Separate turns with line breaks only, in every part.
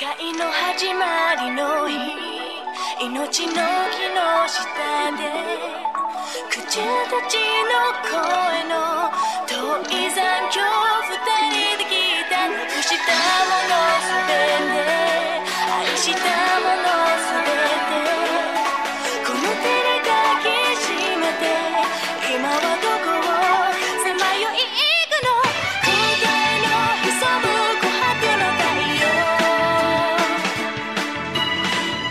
愛の始まりの日命の木の下で口たちの声の遠い残響二人で聞いたなくしたものすべて愛したものすべてこの手で抱きしめて今はどこをさまよい行くの答えの潜む琥珀の太陽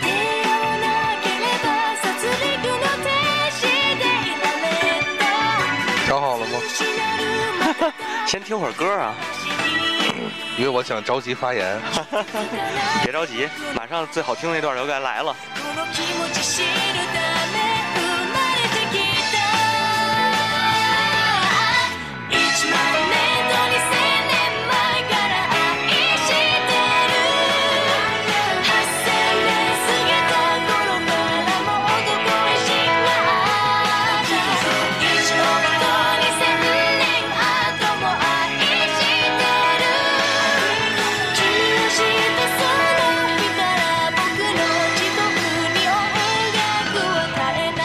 出会わなければ殺戮の手していられる
找好了吗？
先听会儿歌啊，
因为我想着急发 言。
别着急，马上最好听的那段就该来了。
この気持ち知るため生まれてきた1万年と2000年前から愛してる8000年過ぎた頃からもうどこへしまった1億と2000年後も愛してる消したその日から僕の地獄に音楽は変えない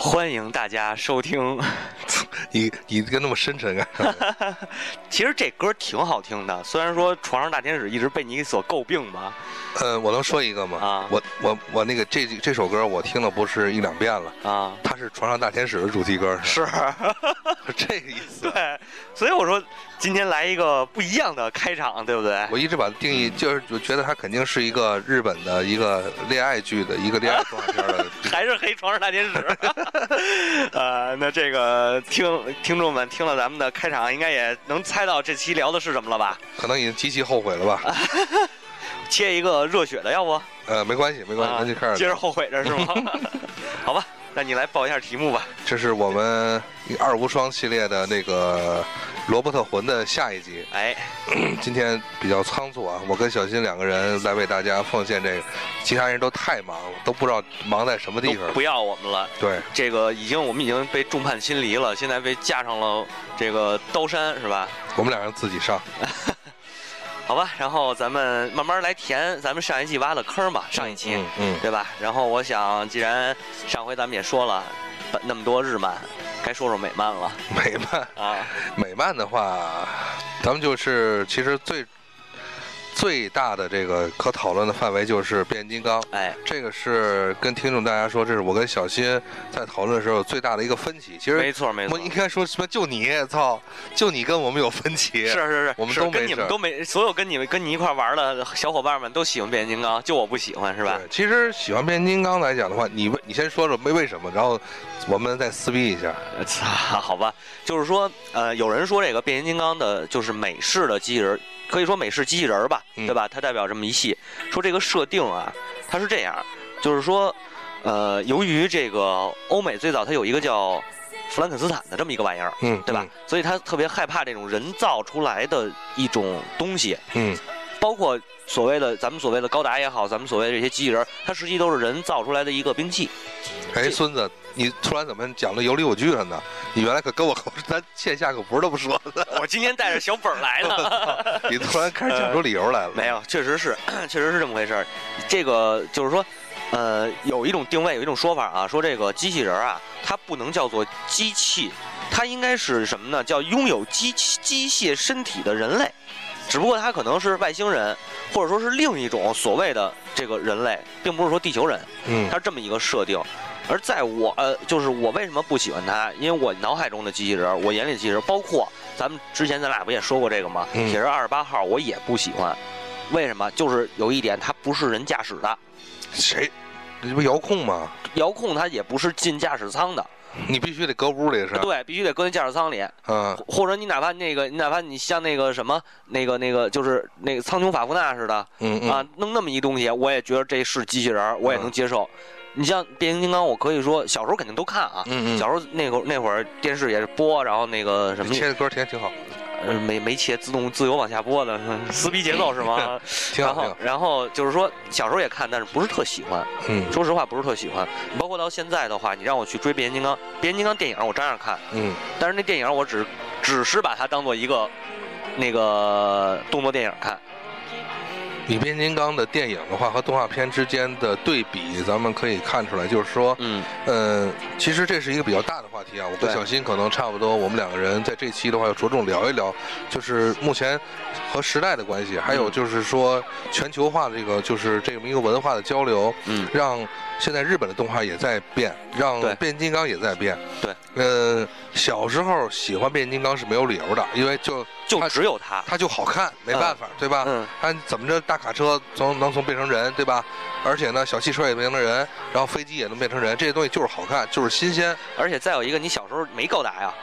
欢迎大家收 听。
你你这个那么深沉啊干啥？
其实这歌挺好听的，虽然说《床上大天使》一直被你所诟病吧。
呃，我能说一个吗？
啊
我我我那个这这首歌我听了不是一两遍了，
啊，
它是《床上大天使》的主题歌，是
是，
是 这个意思。
对，所以我说今天来一个不一样的开场，对不对？
我一直把它定义就是，我觉得它肯定是一个日本的一个恋爱剧的一个恋爱动画片的。
还是黑床上大天使， 呃，那这个听听众们听了咱们的开场，应该也能猜到这期聊的是什么了吧？
可能已经极其后悔了 吧？
切一个热血的，要不？
呃，没关系，没关系，
啊
咱就开始
接
聊。
着后悔着是 吗？好吧，那你来报一下题目吧。
这是我们二无双系列的那个罗伯特魂的下一集。
哎，
今天比较仓促啊，我跟小新两个人来为大家奉献这个，其他人都太忙了，都不知道忙在什么
都
地方
不。要我们了。
对，
这个已经我们已经被众叛亲离了，现在被架上了这个刀山是吧？
我们俩人自己上。
好吧，然后咱们慢慢来填咱们上一季挖的坑吧，上一期、
嗯嗯，
对吧？然后我想，既然上回咱们也说了本那么多日漫，该说说美漫了
美漫，
啊。
美漫的话，咱们就是其实最最大的这个可讨论的范围就是变形金刚。
哎，
这个是跟听众大家说，这是我跟小新在讨论的时候最大的一个分歧。其
没
实
错没
我
错，
应该说什么？就你操，就你跟我们有分歧。
是是是，
我们
是
都没
跟你
事
们
儿
都没所有跟你们跟你一块玩的小伙伴们都喜欢变形金刚，就我不喜欢是吧
对？？其实喜欢变形金刚来讲的话，你为你先说说为为什么，然后我们再撕逼一下。
呃 操，好吧，就是说，呃，有人说这个变形金刚的，就是美式的机器人儿，可以说美式机器人儿吧，
嗯
对吧？它代表这么一系，说这个设定啊，它是这样，就是说，呃，由于这个欧美最早它有一个叫弗兰肯斯坦的这么一个玩意儿，
嗯，
对吧？所以他特别害怕这种人造出来的一种东西，
嗯？
包括所谓的咱们所谓的高达也好，咱们所谓的这些机器人儿，它实际都是人造出来的一个兵器。
嗯，哎，
这
孙子，你突然怎么讲的有理有据了呢？你原来可跟我口，咱线下可不是这么说的，
我今天带着小本儿来的。
你突然开始讲出理由来了。
没有，确实是， 确实是这么回事儿。这个就是说，呃，有一种定位，有一种说法啊，说这个机器人儿啊，它不能叫做机器，它应该是什么呢？叫拥有机器机械身体的人类，只不过它可能是外星人，或者说是另一种所谓的这个人类，并不是说地球人。
嗯
它是这么一个设定。而在我呃，就是我为什么不喜欢它？因为我脑海中的机器人儿，我眼里的机器人儿，包括咱们之前咱俩不也说过这个吗？
嗯
铁人二十八号我也不喜欢，为什么？就是有一点，它不是人驾驶的，
谁？你这不遥控吗？
遥控它也不是进驾驶舱的，
你必须得搁屋里是吧？啊
对，必须得搁进驾驶舱里。
嗯
或者你哪怕那个，你哪怕你像那个什么，那个那个，就是那个苍穹法夫纳似的，
嗯嗯
啊，弄那么一东西，我也觉得这是机器人儿，我也能接
嗯
受。你像变形金刚，我可以说小时候肯定都看啊，
嗯嗯
小时候那会儿那会儿电视也是播，然后那个什么
切的歌挺挺好，
呃没没切自动自由往下播的 撕逼节奏 是吗？
挺
然
好挺
后
好。
然后就是说小时候也看，但是不是特喜欢，
嗯
说实话不是特喜欢。包括到现在的话，你让我去追变形金刚，变形金刚电影我照样看，
嗯
但是那电影我只只是把它当做一个那个动作电影看。
里边金刚的电影的话和动画片之间的对比，咱们可以看出来，就是说，
嗯，
嗯，其实这是一个比较大的话题啊。我跟
对
小新可能差不多，我们两个人在这期的话要着重聊一聊，就是目前和时代的关系，还有
嗯
就是说全球化这个就是这么一个文化的交流，
嗯，
让现在日本的动画也在变，让
对
变形金刚也在变。
对，
呃，小时候喜欢变形金刚是没有理由的，因为就
就
它
只有它。
它就好看，没
嗯
办法，对吧？
嗯，
他怎么着大卡车从能从变成人，对吧？而且呢，小汽车也变成人，然后飞机也能变成人，这些东西就是好看，就是新鲜。
而且再有一个，你小时候没高达呀，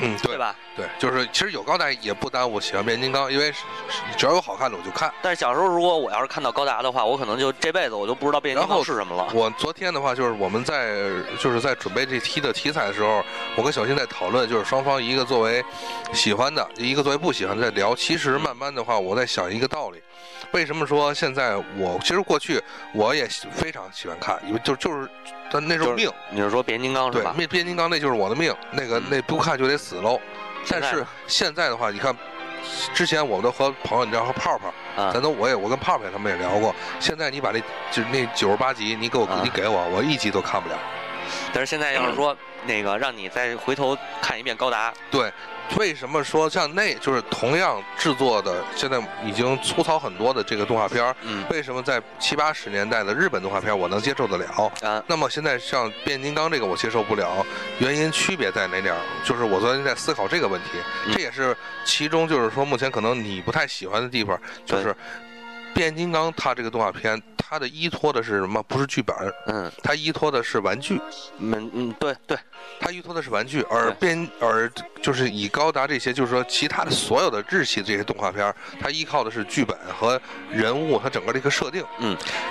嗯，对
对吧？
对，就是其实有高达也不耽误喜欢变形金刚，因为是是只要有好看的我就看。
但是小时候如果我要是看到高达的话，我可能就这辈子我都不知道变形
然
金刚
后
是什么了。
我昨天的话就是我们在就是在准备这期的题材的时候，我跟小新在讨论，就是双方一个作为喜欢的，一个作为不喜欢的在聊。其实慢慢的话，我在想一个道理，为什么说现在我其实过去我也喜非常喜欢看，因为就就是但那时候
就是
命。
你是说变形金刚是
对，
吧？
那变形金刚那就是我的命，那个
嗯
那不看就得死喽。
现
但
在
是现在的话，你看，之前我们都和朋友，你知道和泡泡，
啊嗯
咱都我也我跟泡泡他们也聊过。现在你把那就是那九十八集，你给我、
啊
你给我，我一集都看不了。
但是现在要 是说那个让你再回头看一遍高达，
对，为什么说像那就是同样制作的，现在已经粗糙很多的这个动画片儿，
嗯
为什么在七八十年代的日本动画片儿我能接受得了？
啊
那么现在像变形金刚这个我接受不了，原因区别在哪点儿？就是我昨天在思考这个问题，
嗯
这也是其中就是说目前可能你不太喜欢的地方，就
对
是变形金刚它这个动画片，它的依托的是什么？不是剧本，
嗯
它依托的是玩具，
嗯嗯，对对，
它依托的是玩具，而
对
变而就是以高达这些，就是说其他的所有的日系这些动画片儿，它依靠的是剧本和人物，它整个的一个设定。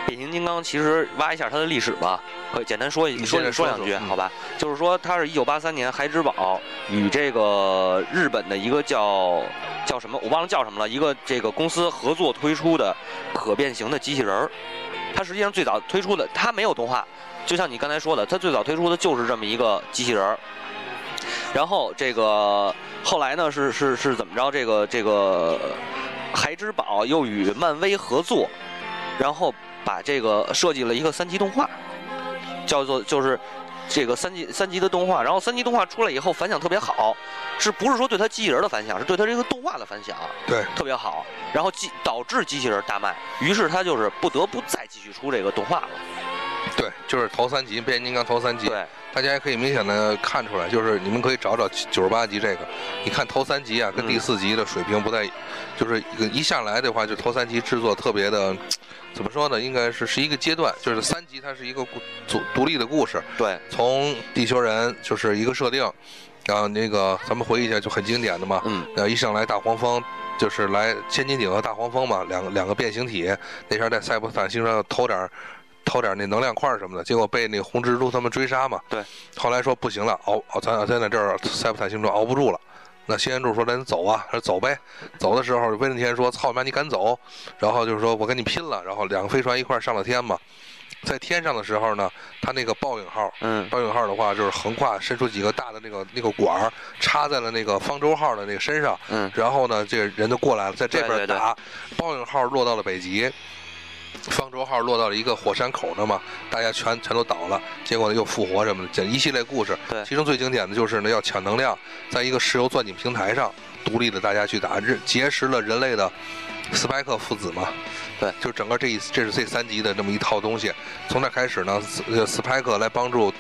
变形金刚其实挖一下它的历史吧，可以简单说一
你
说
现在
说
说
两句，
说嗯
好吧？就是说，它是一九八三年孩之宝与这个日本的一个叫叫什么，我忘了叫什么了，一个这个公司合作推出的可变形的机器人儿。它实际上最早推出的，它没有动画，就像你刚才说的，它最早推出的就是这么一个机器人儿。然后这个后来呢，是是是怎么着？这个这个孩之宝又与漫威合作，然后把这个设计了一个三级动画，叫做就是这个三级三级的动画。然后三级动画出来以后反响特别好，是不是说对它机器人的反响，是对它这个动画的反响
对，
特别好，然后机导致机器人大卖，于是它就是不得不再继续出这个动画了。
对，就是头三集变形金刚头三集。
对，
大家也可以明显的看出来，就是你们可以找找九十八集这个，你看头三集啊，跟第四集的水平不太，就是一个一上来的话，就头三集制作特别的，怎么说呢？应该是是一个阶段，就是三集它是一个故独独立的故事，
对，
从地球人就是一个设定，然后那个咱们回忆一下，就很经典的嘛，
嗯，
呃，一上来大黄蜂就是来千斤顶和大黄蜂嘛，两个两个变形体，那天在赛博坦星上偷点儿偷点儿那能量块儿什么的，结果被那个红蜘蛛他们追杀嘛。
对，
后来说不行了，熬熬咱咱在这儿赛博坦星中熬不住了。那新原著说：“那你走啊！”他说：“走呗。”走的时候，威震天说：“操你妈，你敢走？”然后就是说我跟你拼了。然后两个飞船一块儿上了天嘛。在天上的时候呢，他那个报应号
嗯，
报应号的话，就是横跨伸出几个大的那个那个管儿，插在了那个方舟号的那个身上。
嗯，
然后呢，这个人就过来了，在这
对对
边
对
打，报应号落到了北极，方舟号落到了一个火山口那嘛，大家全全都倒了，结果呢又复活什么的，这一系列故事。
对
其中最经典的就是呢要抢能量，在一个石油钻井平台上独立的大家去打，日结识了人类的斯派克父子嘛。
对，
就整个这一这是这三集的这么一套东西。从那开始呢，斯呃斯派克来帮助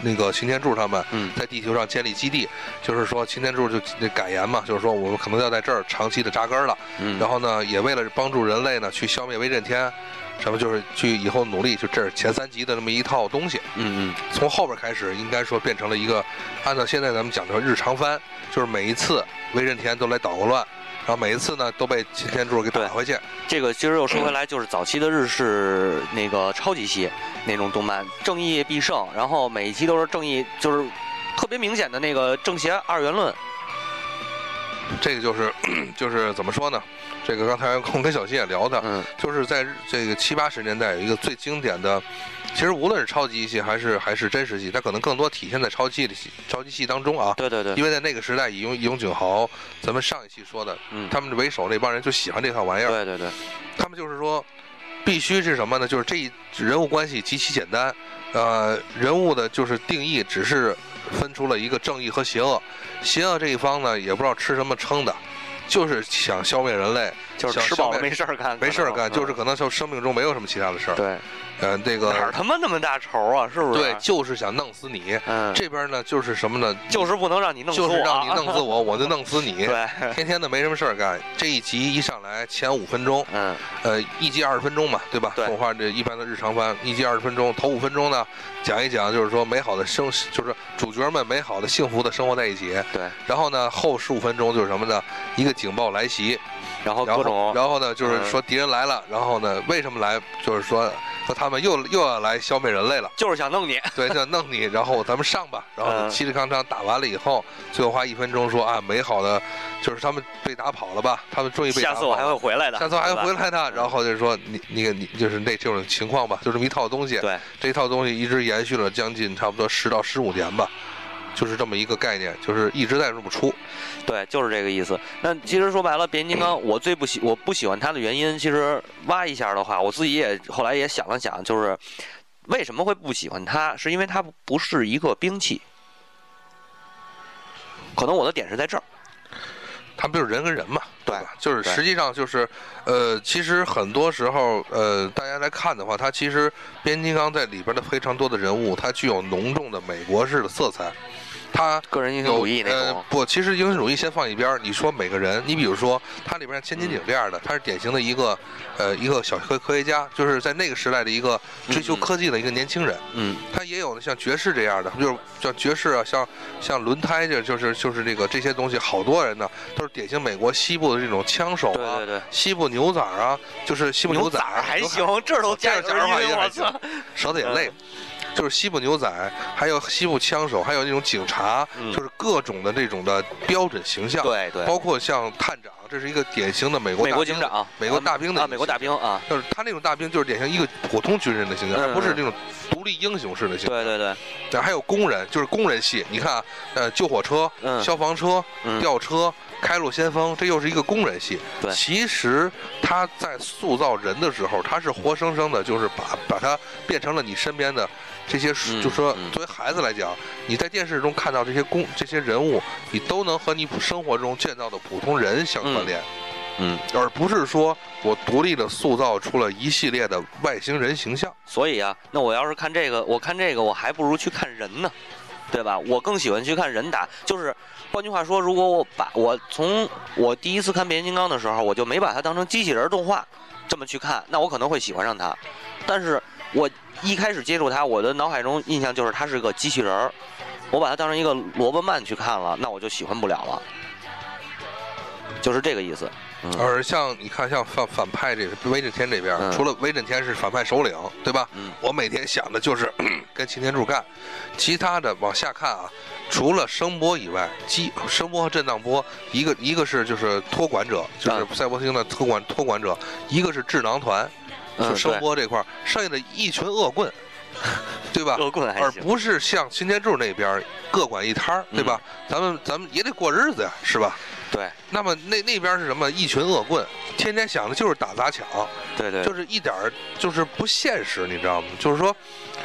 那个擎天柱他们，
嗯
在地球上建立基地，就是说擎天柱就那改言嘛，就是说我们可能要在这儿长期的扎根了。
嗯，
然后呢，也为了帮助人类呢，去消灭威震天，什么就是去以后努力，就这是前三集的这么一套东西。
嗯嗯，
从后边开始，应该说变成了一个按照现在咱们讲的日常番，就是每一次威震天都来捣个乱，然后每一次呢都被擎天柱给打回去。
这个其实又说回来，就是早期的日式那个超级系那种动漫，正义必胜，然后每一期都是正义，就是特别明显的那个正邪二元论。
这个就是就是怎么说呢？这个刚才我跟小新也聊的，
嗯
就是在这个七八十年代有一个最经典的，其实无论是超级系还是还是真实系，它可能更多体现在超级的系超级系当中啊。
对对对，
因为在那个时代，以雍以雍景豪，咱们上一期说的，
嗯，
他们为首那帮人就喜欢这套玩意儿，
对对对，
他们就是说，必须是什么呢？就是这一人物关系极其简单，呃，人物的就是定义只是分出了一个正义和邪恶，邪恶这一方呢，也不知道吃什么撑的，就是想消灭人类，
就是
想
吃
消
饱了
灭
没事儿干，
没事儿
可能
干，就是
嗯
可能就生命中没有什么其他的事儿。
对，
呃，那
哪儿
个
他妈那么大仇啊？是不是？
对，，就是想弄死你。
嗯，
这边呢，就是什么呢？
就是不能让你弄死
就
我，啊
是 让你弄死我，我就弄死你。
对，
天天的没什么事儿干。这一集一上来前五分钟，
嗯
呃，一集二十分钟嘛，对吧？
对
动画这一般的日常番，一集二十分钟，头五分钟呢，讲一讲就是说美好的生，就是主角们美好的幸福的生活在一起。
对，
然后呢，后十五分钟就是什么呢？一个警报来袭，
然后
然
哦各
后
种嗯
然后呢就是说敌人来了，然后呢为什么来？就是说和他们又又要来消灭人类了。
就是想弄你，
对，就弄你，然后咱们上吧。然后
嗯
嘁哩康嚓打完了以后，最后花一分钟说啊，美好的，就是他们被打跑了吧？他们终于被打
下次
跑
我
了。
还会回来的，
下次我还
对吧嗯
回来呢。然后就是说你你你就是那这种情况吧，就这么一套东西。
对，
这一套东西一直延续了将近差不多十到十五年吧，就是这么一个概念，就是一直在这么出。
对，就是这个意思。那其实说白了，变形金刚我最不喜我不喜欢它的原因，其实挖一下的话，我自己也后来也想了想，就是为什么会不喜欢它，是因为它不是一个兵器。可能我的点是在这儿，
他们就是人跟人嘛，
对
吧？就是
对
实际上就是，呃，其实很多时候，呃，大家来看的话，它其实变形金刚在里边的非常多的人物，它具有浓重的美国式的色彩，它。
个人英雄
有
主义那
呃
种，
不，其实英雄主义先放一边儿。你说每个人，你比如说它里边像千斤顶这样的，他是典型的一个，呃，一个小科科学家，就是在那个时代的一个追求
嗯嗯
科技的一个年轻人。
嗯，
它也有像爵士这样的，就是像爵士啊，像像轮胎这，就是就是这个这些东西，好多人呢都是典型美国西部的这种枪手啊，
对对对，
西部牛仔啊，就是西部
牛
仔
仔
啊
还
牛
行，这儿都
这
加
样
上
加上话
英
也
雄，
还
我
行
操，
少得也累。
嗯
就是西部牛仔，还有西部枪手，还有那种警察，
嗯
就是各种的这种的标准形象，
对对，
包括像探长，这是一个典型的美国
美
大
国
兵
警长，
美国大兵的
啊，美国大兵啊，
就是他那种大兵，就是典型一个普通军人的形象，
嗯
而不是
嗯
这种独立英雄式的形象。
对对对，
对，还有工人，就是工人系。你看啊，呃，救火车、
嗯
消防车、
嗯
吊车、开路先锋，这又是一个工人系。
对
其实他在塑造人的时候，他是活生生的，就是把把他变成了你身边的这些书，
嗯
就说
嗯
作为孩子来讲，你在电视中看到这些工这些人物，你都能和你生活中见到的普通人相关联，
嗯，
而不是说我独立的塑造出了一系列的外星人形象。
所以啊，那我要是看这个，我看这个，我还不如去看人呢，对吧？我更喜欢去看人打。就是换句话说，如果我把我从我第一次看变形金刚的时候，我就没把它当成机器人动画这么去看，那我可能会喜欢上它。但是我一开始接触它，我的脑海中印象就是它是个机器人儿，我把它当成一个萝卜曼去看了，那我就喜欢不了了。就是这个意思。嗯
而像你看，像反反派这威震天这边，
嗯
除了威震天是反派首领，对吧？
嗯
我每天想的就是 跟擎天柱干，其他的往下看啊，除了声波以外，机声波和震荡波，一个一个是就是托管者，就是赛博星的托管托管者，一个是智囊团，
嗯
就声
对
波这块儿，剩下的一群恶棍，对吧？
恶棍还
而
行，
不是像擎天柱那边儿各管一摊儿，对吧？
嗯
咱们咱们也得过日子呀，是吧？
对
那么那那边是什么？一群恶棍，天天想的就是打砸抢，
对对，
就是一点儿就是不现实，你知道吗？就是说，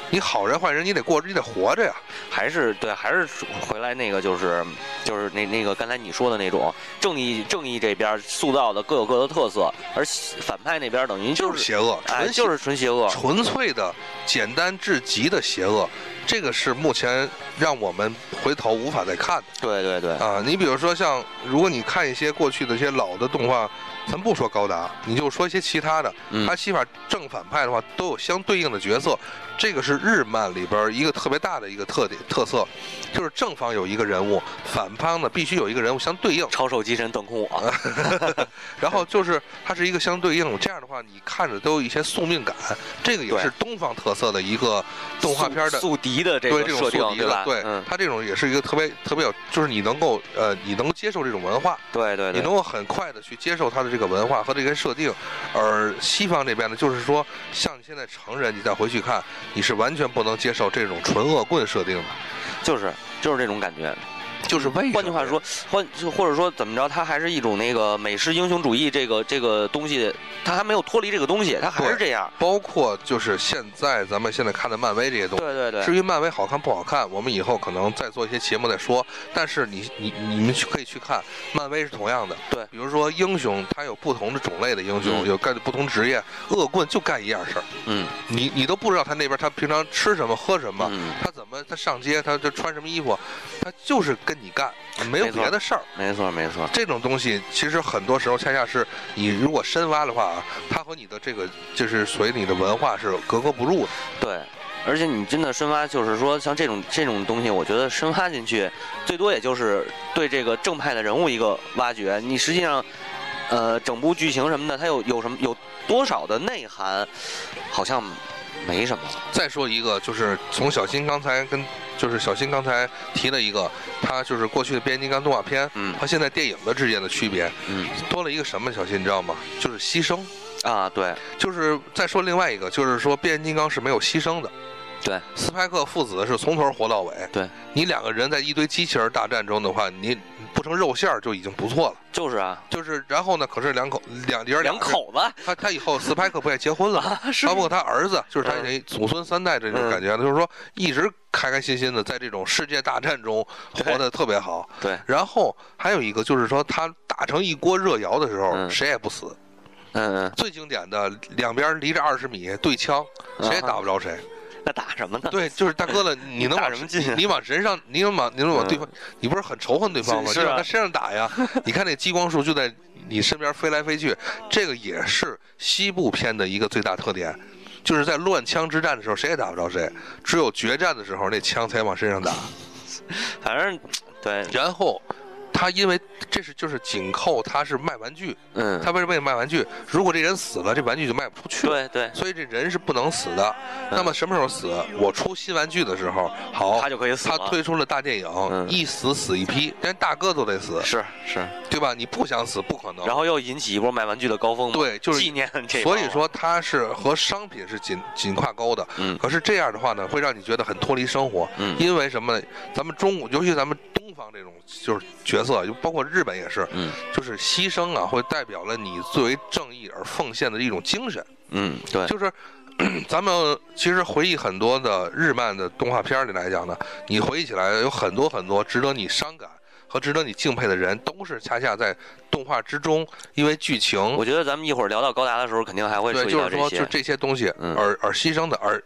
你好人坏人，你得过，你得活着呀。
还是对，还是回来那个就是就是那那个刚才你说的那种正义正义这边塑造的各有各的特色，而反派那边等于
就是
是
邪恶，
哎
纯邪
就是纯邪恶，
纯粹的、简单至极的邪恶，这个是目前让我们回头无法再看的。
对对对，
啊啊，你比如说像，如果你看一些过去的一些老的动画咱不说高达，你就说一些其他的，
嗯
它起码正反派的话都有相对应的角色，这个是日漫里边儿一个特别大的一个特点特色，就是正方有一个人物，反方呢必须有一个人物相对应，
超兽机神邓空我，
呃然后就是它是一个相对应，这样的话你看着都有一些宿命感，这个也
对
是东方特色的一个动画片的
宿宿敌的这
对
个
这种
设定
宿敌
对
的
吧？，
对
嗯，
它这种也是一个特别特别有，就是你能够呃你能够接受这种文化，
对对
你
对，
能够很快的去接受它的这个文化和这个设定，而西方这边呢，就是说，像你现在成人，你再回去看，你是完全不能接受这种纯恶棍设定的，
就是就是这种感觉。
就是为什么？
换句话说，，换就或者说怎么着，它还是一种那个美式英雄主义这个这个东西，它还没有脱离这个东西，它还是这样。
包括就是现在咱们现在看的漫威这些东西。
对对对，
至于漫威好看不好看，我们以后可能再做一些节目再说。但是你你你们去可以去看，漫威是同样的。
对
比如说英雄，它有不同的种类的英雄，
嗯
有干不同职业，恶棍就干一样事儿，
嗯
你你都不知道他那边他平常吃什么喝什么，
嗯，
他怎么他上街，他就穿什么衣服，他就是跟你干，没有
没错
别的事儿。
没错没错，
这种东西其实很多时候恰恰是你如果深挖的话啊，它和你的这个就是所以你的文化是格格不入的。
对。而且你真的深挖，就是说像这种这种东西，我觉得深挖进去，最多也就是对这个正派的人物一个挖掘。你实际上，呃，整部剧情什么的，它有有什么有多少的内涵，好像没什么。
再说一个，就是从小新刚才跟就是小新刚才提了一个，他就是过去的变形金刚动画片
嗯
和现在电影的之间的区别，
嗯
多了一个什么？小新你知道吗？就是牺牲。
啊，对
就是再说另外一个，就是说变形金刚是没有牺牲的。
对，
斯派克父子是从头活到尾。
对，
你两个人在一堆机器人大战中的话，你不成肉馅儿就已经不错了。
就是啊，
就是，然后呢？可是两口两爷儿
两
人，
口子
他他以后斯派克不也结婚了吗？
啊，是
包括他儿子，就是他
嗯
这祖孙三代这种感觉，就是说一直开开心心的在这种世界大战中活得特别好。
对，
然后还有一个就是说，他打成一锅热窑的时候，
嗯
谁也不死。
嗯嗯，
最经典的两边离着二十米对枪，谁
啊
也打不着谁。
那打什么 呢？
对，就是大哥了，你能
打
往
什么劲啊嗯
你往人上，你能往你能往对方，你不是很仇恨对方吗？
是
你
是啊
往他身上打呀！你看那激光束就在你身边飞来飞去，这个也是西部片的一个最大特点。就是在乱枪之战的时候，谁也打不着谁，只有决战的时候，那枪才往身上打。
反正对，
然后，他因为这是就是紧扣，他是卖玩具，
嗯，
他为什么也卖玩具？如果这人死了，这玩具就卖不出去了。
对嗯对，
所以这人是不能死的。那么什么时候死？我出新玩具的时候，好，
他就可以死
哦他
了。
推出了大电影，
嗯
一死死一批，连大哥都得死，
是是，
对吧？你不想死不可能
然。后又引起一波卖玩具的高峰嘛，
哦对就是
纪念这。
所以，说它是和商品是紧紧挂钩的。
嗯
可是这样的话呢，会让你觉得很脱离生活。
嗯
因为什么呢？咱们中国，尤其咱们东方这种就是角色，就包括日本也是，
嗯
就是牺牲啊，会代表了你最为正义而奉献的一种精神。
嗯，对，
就是 咱们其实回忆很多的日漫的动画片儿里来讲呢，你回忆起来有很多很多值得你伤感和值得你敬佩的人，都是恰恰在动画之中，因为剧情
我觉得咱们一会儿聊到高达的时候，肯定还会涉
对，
及
就
到
是
这
说就
些。
这些东西
嗯
而而牺牲的，而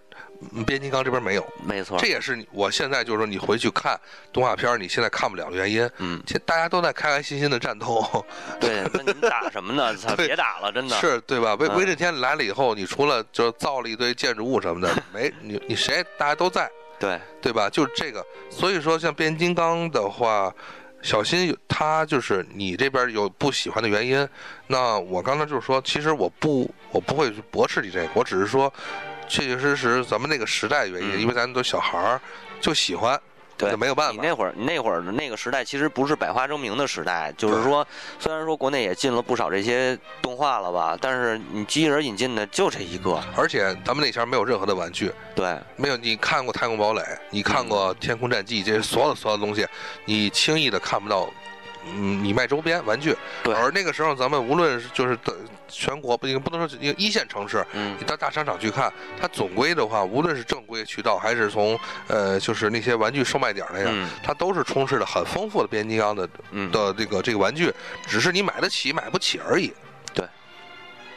嗯变形金刚这边没有，
没错
这，也是你我现在就是说你回去看动画片儿，你现在看不了的原因。
嗯，
现大家都在开开心心的战斗，
对，那你们打什 么呢？操，
对
别打了，真的。
是对吧？威
嗯
威震天来了以后，你除了就造了一堆建筑物什么 的，没你你谁大家都在，
对，
对吧？就是这个，所以说像变形金刚的话，小新有他就是你这边有不喜欢的原因。那我刚才就是说，其实我不我不会去驳斥你这个，我只是说，确确实实咱们那个时代原因，
嗯
因为咱们都小孩儿就喜欢，
对
那没有办
你
法。
那会儿，你那会儿的那个时代，其实不是百花争鸣的时代。就
对
是说，虽然说国内也进了不少这些动画了吧，但是你机器人引进的就这一个。
而且咱们那前儿没有任何的玩具，
对，
没有你看过《太空堡垒》，你看过《天空战记》，这些所有所有的东西，你轻易的看不到。嗯，你卖周边玩具，
对
而那个时候咱们无论是就是的全国不应不能说一一线城市，
嗯
你，到大商场去看，它总归的话，无论是正规渠道还是从呃就是那些玩具售卖点儿那样，
嗯
它都是充斥着很丰富的变形金刚的
嗯，
的这个这个玩具，只是你买得起买不起而已。
对，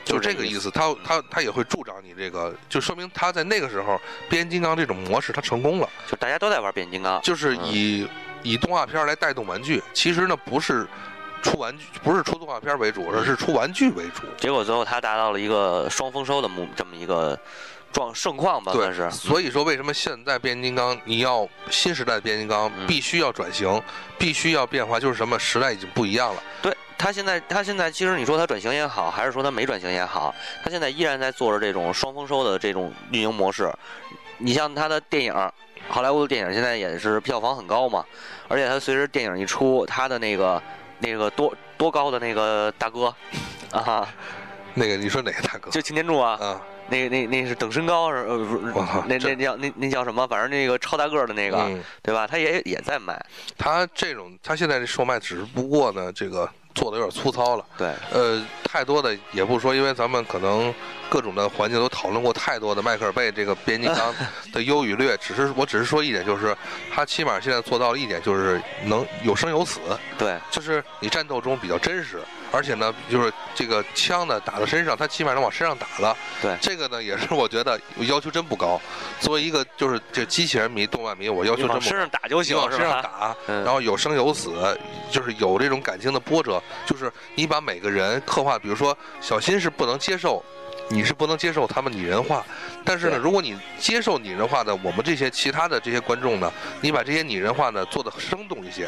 就
就是
这
这
个
个意
意思。他他他也会助长你这个，就说明他在那个时候，变形金刚这种模式他成功了，
就大家都在玩变形金刚。
就是以以动画片来带动玩具。其实呢，不是出玩具，不是出动画片为主，
嗯
而是出玩具为主。
结果最后他达到了一个双丰收的目这么一个状盛况吧，算
对，
是。
所以说为什么现在变形金刚，你要新时代的变形金刚
嗯
必须要转型，必须要变化，就是什么时代已经不一样了。
对他现在，他现在其实你说他转型也好，还是说他没转型也好，他现在依然在做着这种双丰收的这种运营模式。你像他的电影，好莱坞的电影现在也是票房很高嘛，而且他随着电影一出，他的那个那个多多高的那个大哥啊，
那个你说哪个大哥？
就擎天柱啊，
啊，
那那那是等身高是呃不是
我靠
那
这
那叫那那叫什么？反正那个超大个儿的那个，啊
嗯，
对吧？他也也在卖，
他这种他现在这售卖，只不过呢，这个做的有点粗糙了。
对
呃，太多的也不说，因为咱们可能各种的环境都讨论过太多的迈克尔贝这个变形金 刚的优与劣，只是我只是说一点，就是他起码现在做到了一点，就是能有生有死，
对
就是你战斗中比较真实，而且呢，就是这个枪呢打到身上，他起码能往身上打了。
对
这个呢也是我觉得要求真不高。作为一个就是这机器人迷、动漫迷，我要求
你
真
往
不
身
高。
上打就
你
行，
往
是
身上
吧？
打，
嗯
然后有生有死，就是有这种感情的波折，就是你把每个人刻画，比如说小新是不能接受，你是不能接受他们拟人化，但是呢，
对
如果你接受拟人化的，我们这些其他的这些观众呢，你把这些拟人化呢做的生动一些，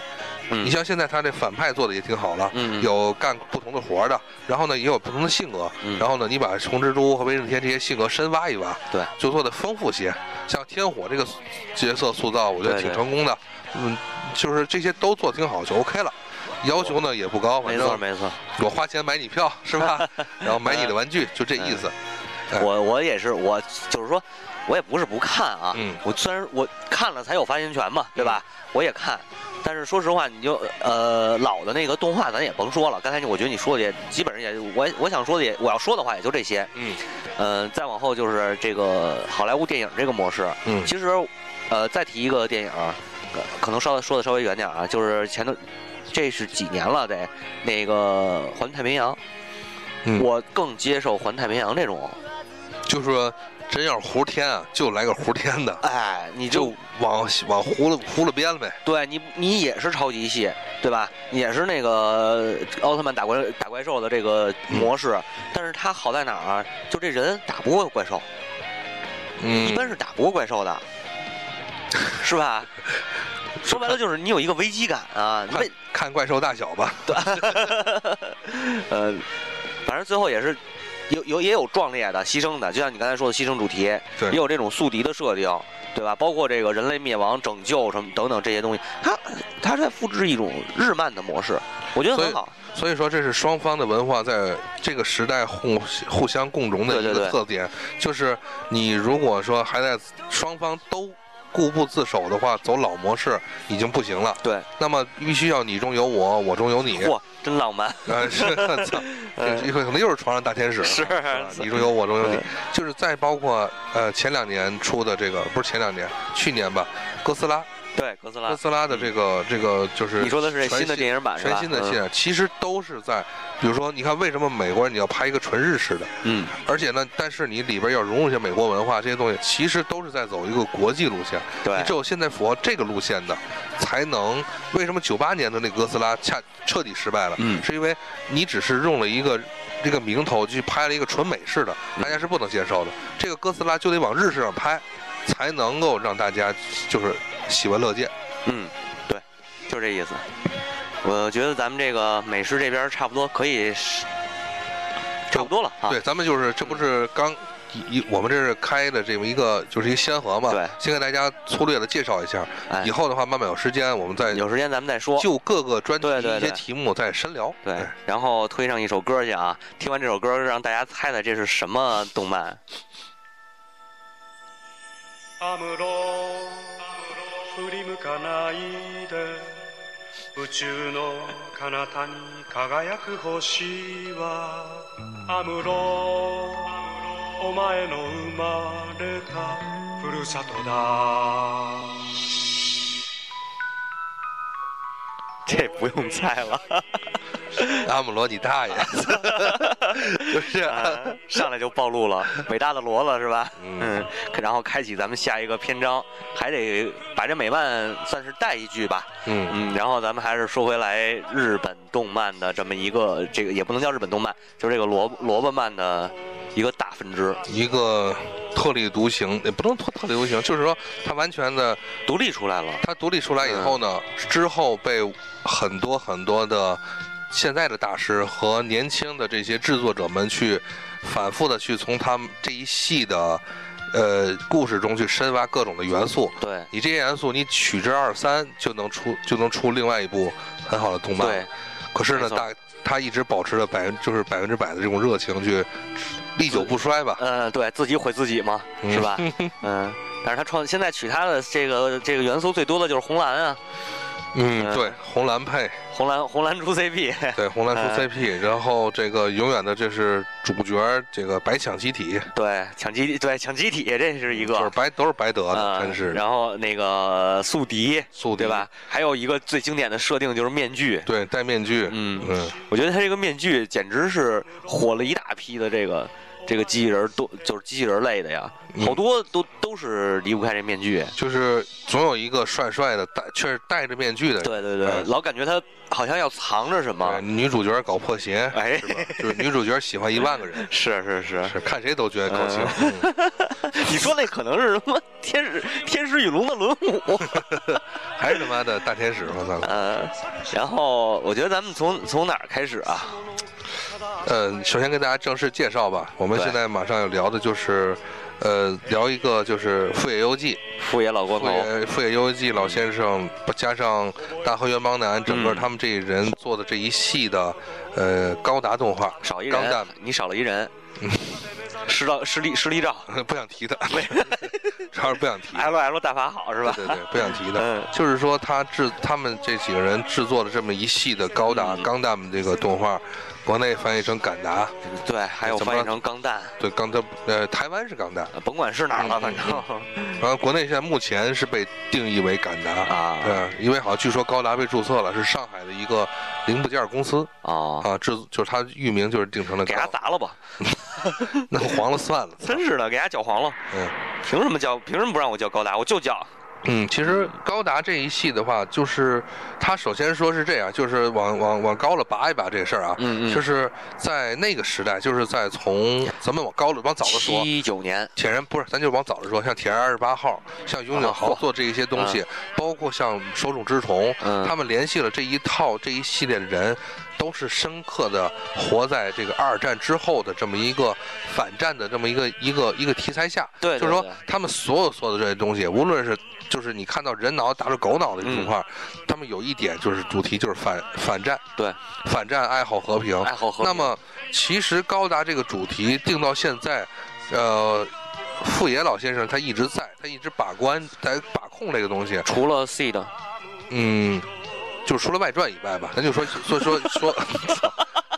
嗯
你像现在他这反派做的也挺好了，
嗯，
有干不同的活儿的，然后呢也有不同的性格，
嗯
然后呢你把红蜘蛛和威震天这些性格深挖一挖，
对，
就做的丰富些。像天火这个角色塑造，我觉得
对
挺
对
成功的，嗯，就是这些都做挺好就 OK 了，要求呢也不高，
没
反
错
正
没错，
我花钱买你票是 吧？然后买你的玩具，就这意思。哎
我我也是，我就是说，我也不是不看啊，
嗯
我虽然我看了才有发言权嘛，对吧？我也看。但是说实话，你就呃老的那个动画咱也甭说了，刚才我觉得你说的也基本上也我我想说的也我要说的话也就这些，
嗯
呃，再往后就是这个好莱坞电影这个模式，
嗯
其实，呃，再提一个电影儿，呃可能稍微说的稍微远点儿啊，就是前头，这是几年了得，那个《环太平洋》
嗯
我更接受《环太平洋》这种，
就说真要是胡天啊，就来个胡天的，
哎，你就
就往往胡了胡了编了呗。
对你，你也是超级系，对吧？你也是那个呃奥特曼打怪打怪兽的这个模式，但是它好在哪儿啊？就这人打不过怪兽，
嗯，
一般是打不过怪兽的，是吧？说白了就是你有一个危机感啊，你
看
被
看怪兽大小吧。
呃，反正最后也是有有也有壮烈的牺牲的，就像你刚才说的牺牲主题，
对
也有这种宿敌的设定，对吧？包括这个人类灭亡、拯救什么等等这些东西，它它在复制一种日漫的模式，我觉得
所以
很好。
所以说，这是双方的文化在这个时代互互相共荣的
对对
一个
对
特点。就是你如果说还在双方都固步自守的话，走老模式已经不行了。
对，
那么必须要你中有我，我中有你。
嚯，真浪漫！
呃，是，操，这
嗯
可能 又是床上大天使。
是
吧你中有我，中有你
嗯。
就是再包括呃前两年出的这个，不是前两年，去年吧，哥斯拉，
对，哥斯
哥
拉，
斯拉的这个这个就是
嗯你说的是
全
新的
新
电影版是吧？
全
嗯
新的系列，其实都是在，比如说，你看为什么美国人你要拍一个纯日式的，
嗯，
而且呢，但是你里边要融入一些美国文化这些东西，其实都是在走一个国际路线。
嗯，
你
对
只，有现在符合这个路线的，才能为什么九八年的那哥斯拉恰彻底失败了，
嗯
是因为你只是用了一个。这个名头去拍了一个纯美式的，
嗯
大家是不能接受的。这个哥斯拉就得往日式上拍，才能够让大家就是喜闻乐见。
嗯，对，就这意思。我觉得咱们这个美食这边差不多可以是，差不多了啊。
对，咱们就是这不是刚一一我们这是开的这么一个就是一个先河嘛，
对
先给大家粗略的介绍一下，
哎
以后的话慢慢有时间我们再
有时间咱们再说。
就各个专题
对对
一些
对
题目再深聊。
对，然后推上一首歌去啊！听完这首歌，让大家猜猜这是什么动漫？
アムロ振り向かないで宇宙の彼方に輝く星はアムロお前の生まれたふるさとだ
这不用猜了，
哎阿姆罗你大 爷，就是
啊 上来就暴露了伟大的罗了是吧？
嗯
嗯，然后开启咱们下一个篇章，还得把这美漫算是带一句吧。
嗯
嗯，然后咱们还是说回来日本动漫的这么一个，这个也不能叫日本动漫，就是这个萝卜萝卜漫的一个大分支，
一个特立独行，也不能特特立独行，就是说他完全的
独立出来了。
他独立出来以后呢，
嗯
之后被很多很多的现在的大师和年轻的这些制作者们去反复的去从他们这一系的呃故事中去深挖各种的元素。
对
你这些元素你取之二三，就能出就能出另外一部很好的动漫。
对，
可是
没
呢，
错
大他一直保持着百分就是百分之百的这种热情去历久不衰吧。
呃，对自己毁自己嘛，是吧？嗯，但是他创现在取他的这个这个元素最多的就是红蓝啊，
嗯，
嗯
对，红蓝配，
红蓝红蓝出 CP，
对红蓝出
哎
CP，、然后这个永远的这是主角这个白抢机体，
对抢集对抢集体这是一个，
就是白都是白得的，
嗯
真是的
然后那个宿敌，
宿敌
对吧？？还有一个最经典的设定就是面具，
对，戴面具，
嗯
嗯，
我觉得他这个面具简直是火了一大批的这个这个机器人儿多就是机器人儿类的呀，
嗯
好多都都是离不开这面具。
就是总有一个帅帅的戴，却是戴着面具的，
对对对
哎，
老感觉他好像要藏着什
对
么。
女主角搞破鞋，
哎，，
是吧？就是女主角喜欢一万个人
是是是，
是看谁都觉得高兴。嗯
你说那可能是什么天使天使与龙的轮舞？
还是他妈的大天使，我操！
呃，然后我觉得咱们从从哪儿开始啊？
呃，首先跟大家正式介绍吧，我们
对
现在马上要聊的就是，呃，聊一个就是《富野由纪》，
富野老光
富
头，
野富野由纪老先生，加上大和原邦男，整
嗯
个他们这一人做的这一系的，呃，高达动画，
少一
钢
人
弹，
你少了一人，失照失力失力照
不想 提他，主要是不想提，
，L L 大法好是吧？
对对对，不想提的。
嗯，
就是说，他制他们这几个人制作了这么一系的高达
嗯
钢弹这个动画，国内翻译成敢达，
对，还有
怎么
翻译成钢弹。
对钢弹，呃，台湾是钢弹，
呃甭管是哪儿
嗯
了，反正
然后国内现在目前是被定义为敢达，
啊
对，因为好像据说高达被注册了，是上海的一个零部件公司
啊，
啊，制就是它域名就是定成了
给他
高，
砸了吧，
那黄了算 了。
真是的，给他搅黄了。
嗯
凭什么叫？凭什么不让我叫高达？我就叫
嗯，其实高达这一系的话，就是它首先说是这样，就是往往往高了拔一拔这事儿啊，
嗯嗯
就是在那个时代，就是在从咱们往高了往早了说。
七九年，
铁人不是，咱就往早了说，像铁人二十八号，像永
啊
久
好
号做这一些东西，包括像手冢治虫，
嗯
他们联系了这一套这一系列的人，都是深刻的活在这个二战之后的这么一个反战的这么一个一个一个题材下。
对对
就是说
对
他们所有所有的这些东西，无论是就是你看到人脑打着狗脑的动画，他们有一点就是主题就是反反战，
对，
反战爱好和平。
爱好和
那么其实高达这个主题定到现在，呃。富野老先生他一直在，他一直把关在把控这个东西。
除了 C 的，
嗯，就除了外传以外吧，咱就说说说 说，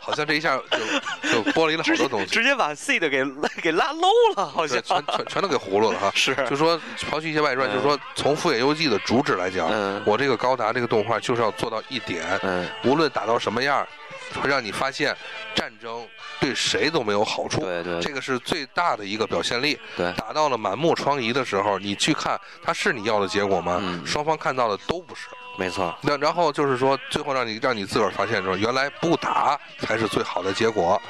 好像这一下就就剥离了好
直
多东
接
西，
直接把 C 的给给拉 low 了，好
对
像
全全全都给葫芦了哈。
是
就说刨去一些外传，
嗯
就说从《富野由纪》的主旨来讲，
嗯
我这个高达这个动画就是要做到一点，
嗯，
无论打到什么样儿，会让你发现战争对谁都没有好处。
对对
这个是最大的一个表现力。
对
打到了满目疮痍的时候，你去看它是你要的结果吗？
嗯
双方看到的都不是。
没错，
那然后就是说，最后让你让你自个儿发现说，原来不打才是最好的结果，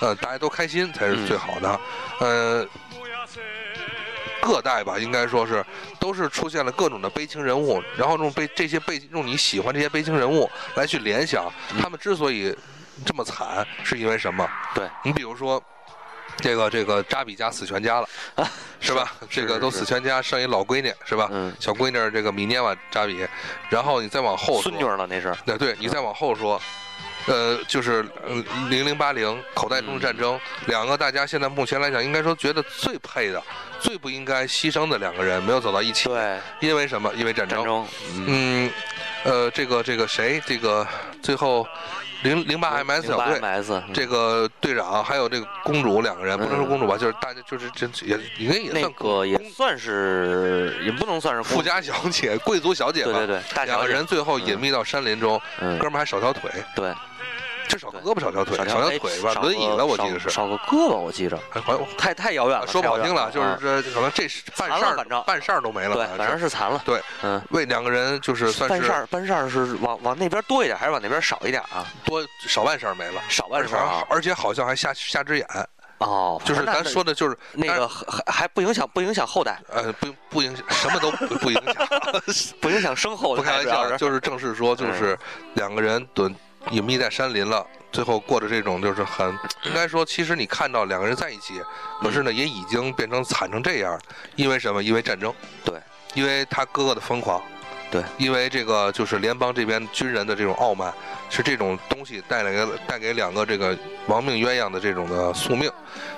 呃，大家都开心才
嗯
是最好的，呃，各代吧，应该说是都是出现了各种的悲情人物，然后用悲这些悲用你喜欢这些悲情人物来去联想，
嗯
他们之所以这么惨，是因为什么？
对
你比如说。这个这个扎比家死全家了，
啊
是吧？这个都死全家，剩一老闺女是吧？
嗯
小闺女儿这个米涅瓦扎比，然后你再往后说
孙女儿了那是，
对对，你再往后说，呃，就是零零八零口袋中的战
嗯
争，两个大家现在目前来讲，应该说觉得最配的、最不应该牺牲的两个人没有走到一起，
对
因为什么？因为战
战
争。
争，嗯
嗯，呃，这个这个谁，这个最后零零八 MS 小队。
MS
这个队长还有这个公主两个人，不能说
嗯
公主吧，就是大家就是这也应该也
那
算
个也
公
算是也不能算是
富
公，
家小姐、贵族小姐吧。
对对对，大
两
小
个
姐
人，最后隐秘到山林中，
嗯
哥，们儿还少条腿，
对，
这少
对
胳膊少条腿，少条腿吧，
少
轮椅
个
了我
少
记得是。
少个胳膊，我记着，
哎好像
太太遥远了，
说不好
太遥
听
远
了，就是
啊
这可能这是办事
残
儿
了反正
办事儿都没了，
对，
好像
反正
是
是残了，
对，
嗯。
为两个人就是算
办事
是
儿，办事儿是往往那边多一点，还是往那边少一点啊？
多少办事儿没了。
少办
而
事
且
儿啊！
而且好像还下下只眼，
哦，
就是
那
咱
那
说的，就是
那个还还还不影响不影响后代，
呃，不不影响，什么都不不影响，
不影响生后
不
代，
开玩
主要
笑，
是
就是正式说，就是两个人蹲隐秘在山林了，最后过着这种就是很应该说，其实你看到两个人在一起，可是呢也已经变成惨成这样，因为什么？因为战争，
对，
因为他哥哥的疯狂，
对，
因为这个就是联邦这边军人的这种傲慢，是这种东西带来给带给两个这个亡命鸳鸯的这种的宿命，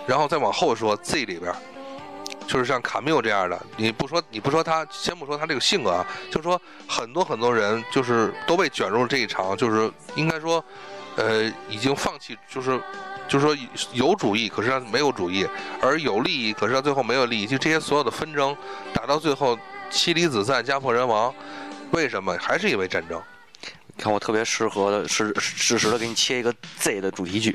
然后再往后说 Z 里边。就是像卡缪这样的，你不说你不说他，先不说他这个性格啊，就说很多很多人就是都被卷入了这一场，就是应该说，呃，已经放弃，就是就是说有主义，可是他没有主义，而有利益，可是他最后没有利益，就这些所有的纷争，打到最后妻离子散，家破人亡，为什么？还是因为战争。
你看我特别适合的，适适时的给你切一个 Z 的主题曲，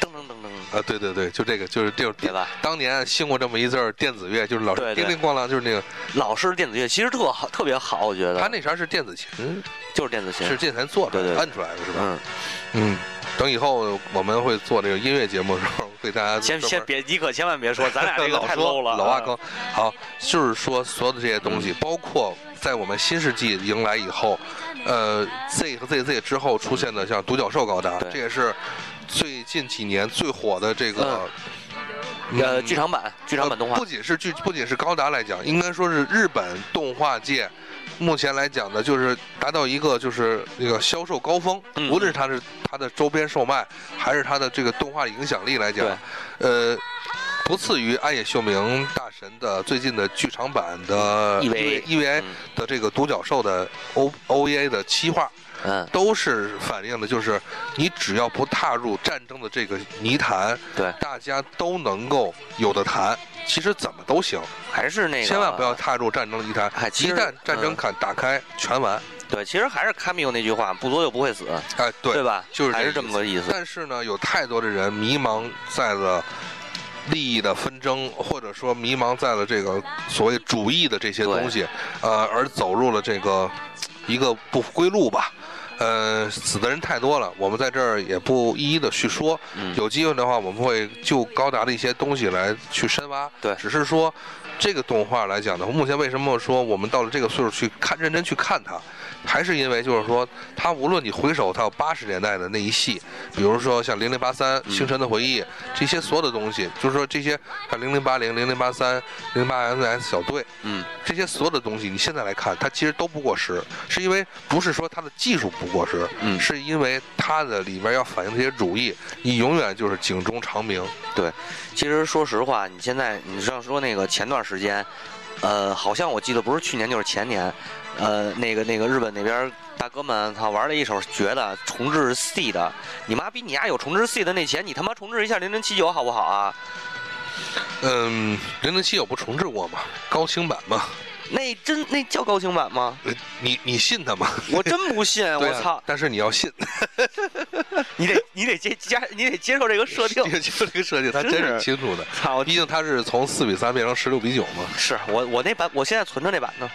噔噔噔噔，
啊，对对对，就这个，就是这种
对吧？
当年兴过这么一阵儿电子乐，就是老是
对
叮
对
叮咣啷，就是那个，
老式电子乐其实特好，特别好，我觉得。
他那啥是电子琴，
就是电子琴，
是键盘做出来
对
的，
对
按出来的是吧？
嗯，
嗯，等以后我们会做这个音乐节目的时候，给大家
先
专门
先别，你可千万别说，咱俩这 个
老
太
说
low 了，嗯
老挖坑。好，就是说所有的这些东西，包括在我们新世纪迎来以后，呃，Z 和 ZZ 之后出现的像独角兽高达，
对
这也是最近几年最火的这
嗯
个
呃，剧场版，剧场版动画
呃不，仅是剧，不仅是高达来讲，应该说是日本动画界目前来讲的，就是达到一个就是那个销售高峰。
嗯
无论是它是它的周边售卖，还是它的这个动画影响力来讲，呃，不次于安野秀明大神的最近的剧场版的 E
EVA
EVA
嗯
的这个独角兽的 O OVA 的企划，
嗯，
都是反映的就是你只要不踏入战争的这个泥潭，
对
大家都能够有的谈。其实怎么都行，
还是那个，
千万不要踏入战争的泥潭。
哎其
一
实
旦战争
嗯
砍打开，全完。
对，其实还是卡米 o 那句话，不作就不会死，
哎，对，
对吧？
就是
还是
这
这
意
么
思
个意思。
但是呢，有太多的人迷茫在了利益的纷争，或者说迷茫在了这个所谓主义的这些东西，呃，而走入了这个一个不归路吧。呃，死的人太多了，我们在这儿也不一一的去说。
嗯
有机会的话，我们会就高达的一些东西来去深挖。
对
只是说这个动画来讲的话，目前为什么说我们到了这个岁数去看认真去看它，还是因为就是说，它无论你回首到八十年代的那一系，比如说像零零八三、星辰的回
嗯
忆这些所有的东西，就是说这些像零零八零、零零八三、零八 MS 小队
嗯，
这些所有的东西，你现在来看，它其实都不过时，是因为不是说它的技术不过时，
嗯
是因为它的里面要反映这些主义，你永远就是警钟长鸣。
其实说实话，你现在你像说那个前段时间，呃，好像我记得不是去年就是前年，呃，那个那个日本那边大哥们他玩了一手绝的重置 C 的，你妈逼你丫有重置 C 的那钱，你他妈重置一下零零七九好不好啊？
嗯，零零七有不重置过吗？高清版吗？
那真那叫高清版吗？
呃你你信它吗？
我真不信，
对
我
啊
操！
但是你要信，
你得你得接加你得接受这个设定
这。个这个设计它真
真
是
是
清楚的。
操！
毕竟它是从四比三变成十六比九嘛。 嗯
是我我那版我现在存着那版呢。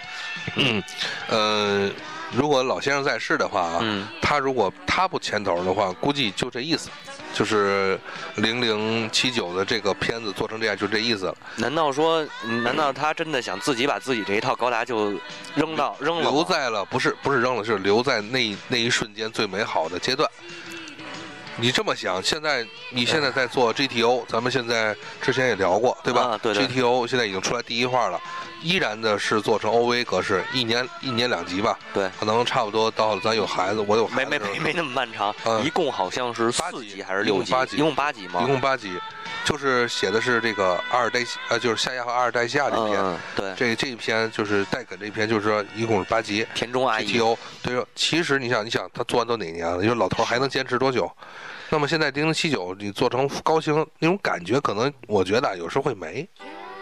呃，如果老先生在世的话啊，
嗯
他如果他不牵头的话，估计就这意思，就是零零七九的这个片子做成这样，就这意思了，
难道说，难道他真的想自己把自己这一套高达就扔到扔了吗？
嗯留在了不是不是扔了，就是留在那一那一瞬间最美好的阶段。你这么想，现在你现在在做 GTO，咱们现在之前也聊过，对吧、
啊对对
GTO 现在已经出来第一话了，依然的是做成 OVA 格式，一年一年两集吧，
对，
可能差不多到了咱有孩子，我有孩
没
子
没
的时候
没没那么漫长，
嗯
一共好像是
八集
四集还是六
一共八集
一共八集吗？
一共八集，就是写的是这个阿尔代西呃，就是夏亚和阿尔代西亚这篇。
嗯，对，
这这一篇就是戴肯这一篇，就是说一共是八集
田中阿姨，
，GTO。对说，其实你想，你想他做完都哪年了？你说老头儿还能坚持多久？那么现在零零七九，你做成高清那种感觉，可能我觉得啊有时候会没，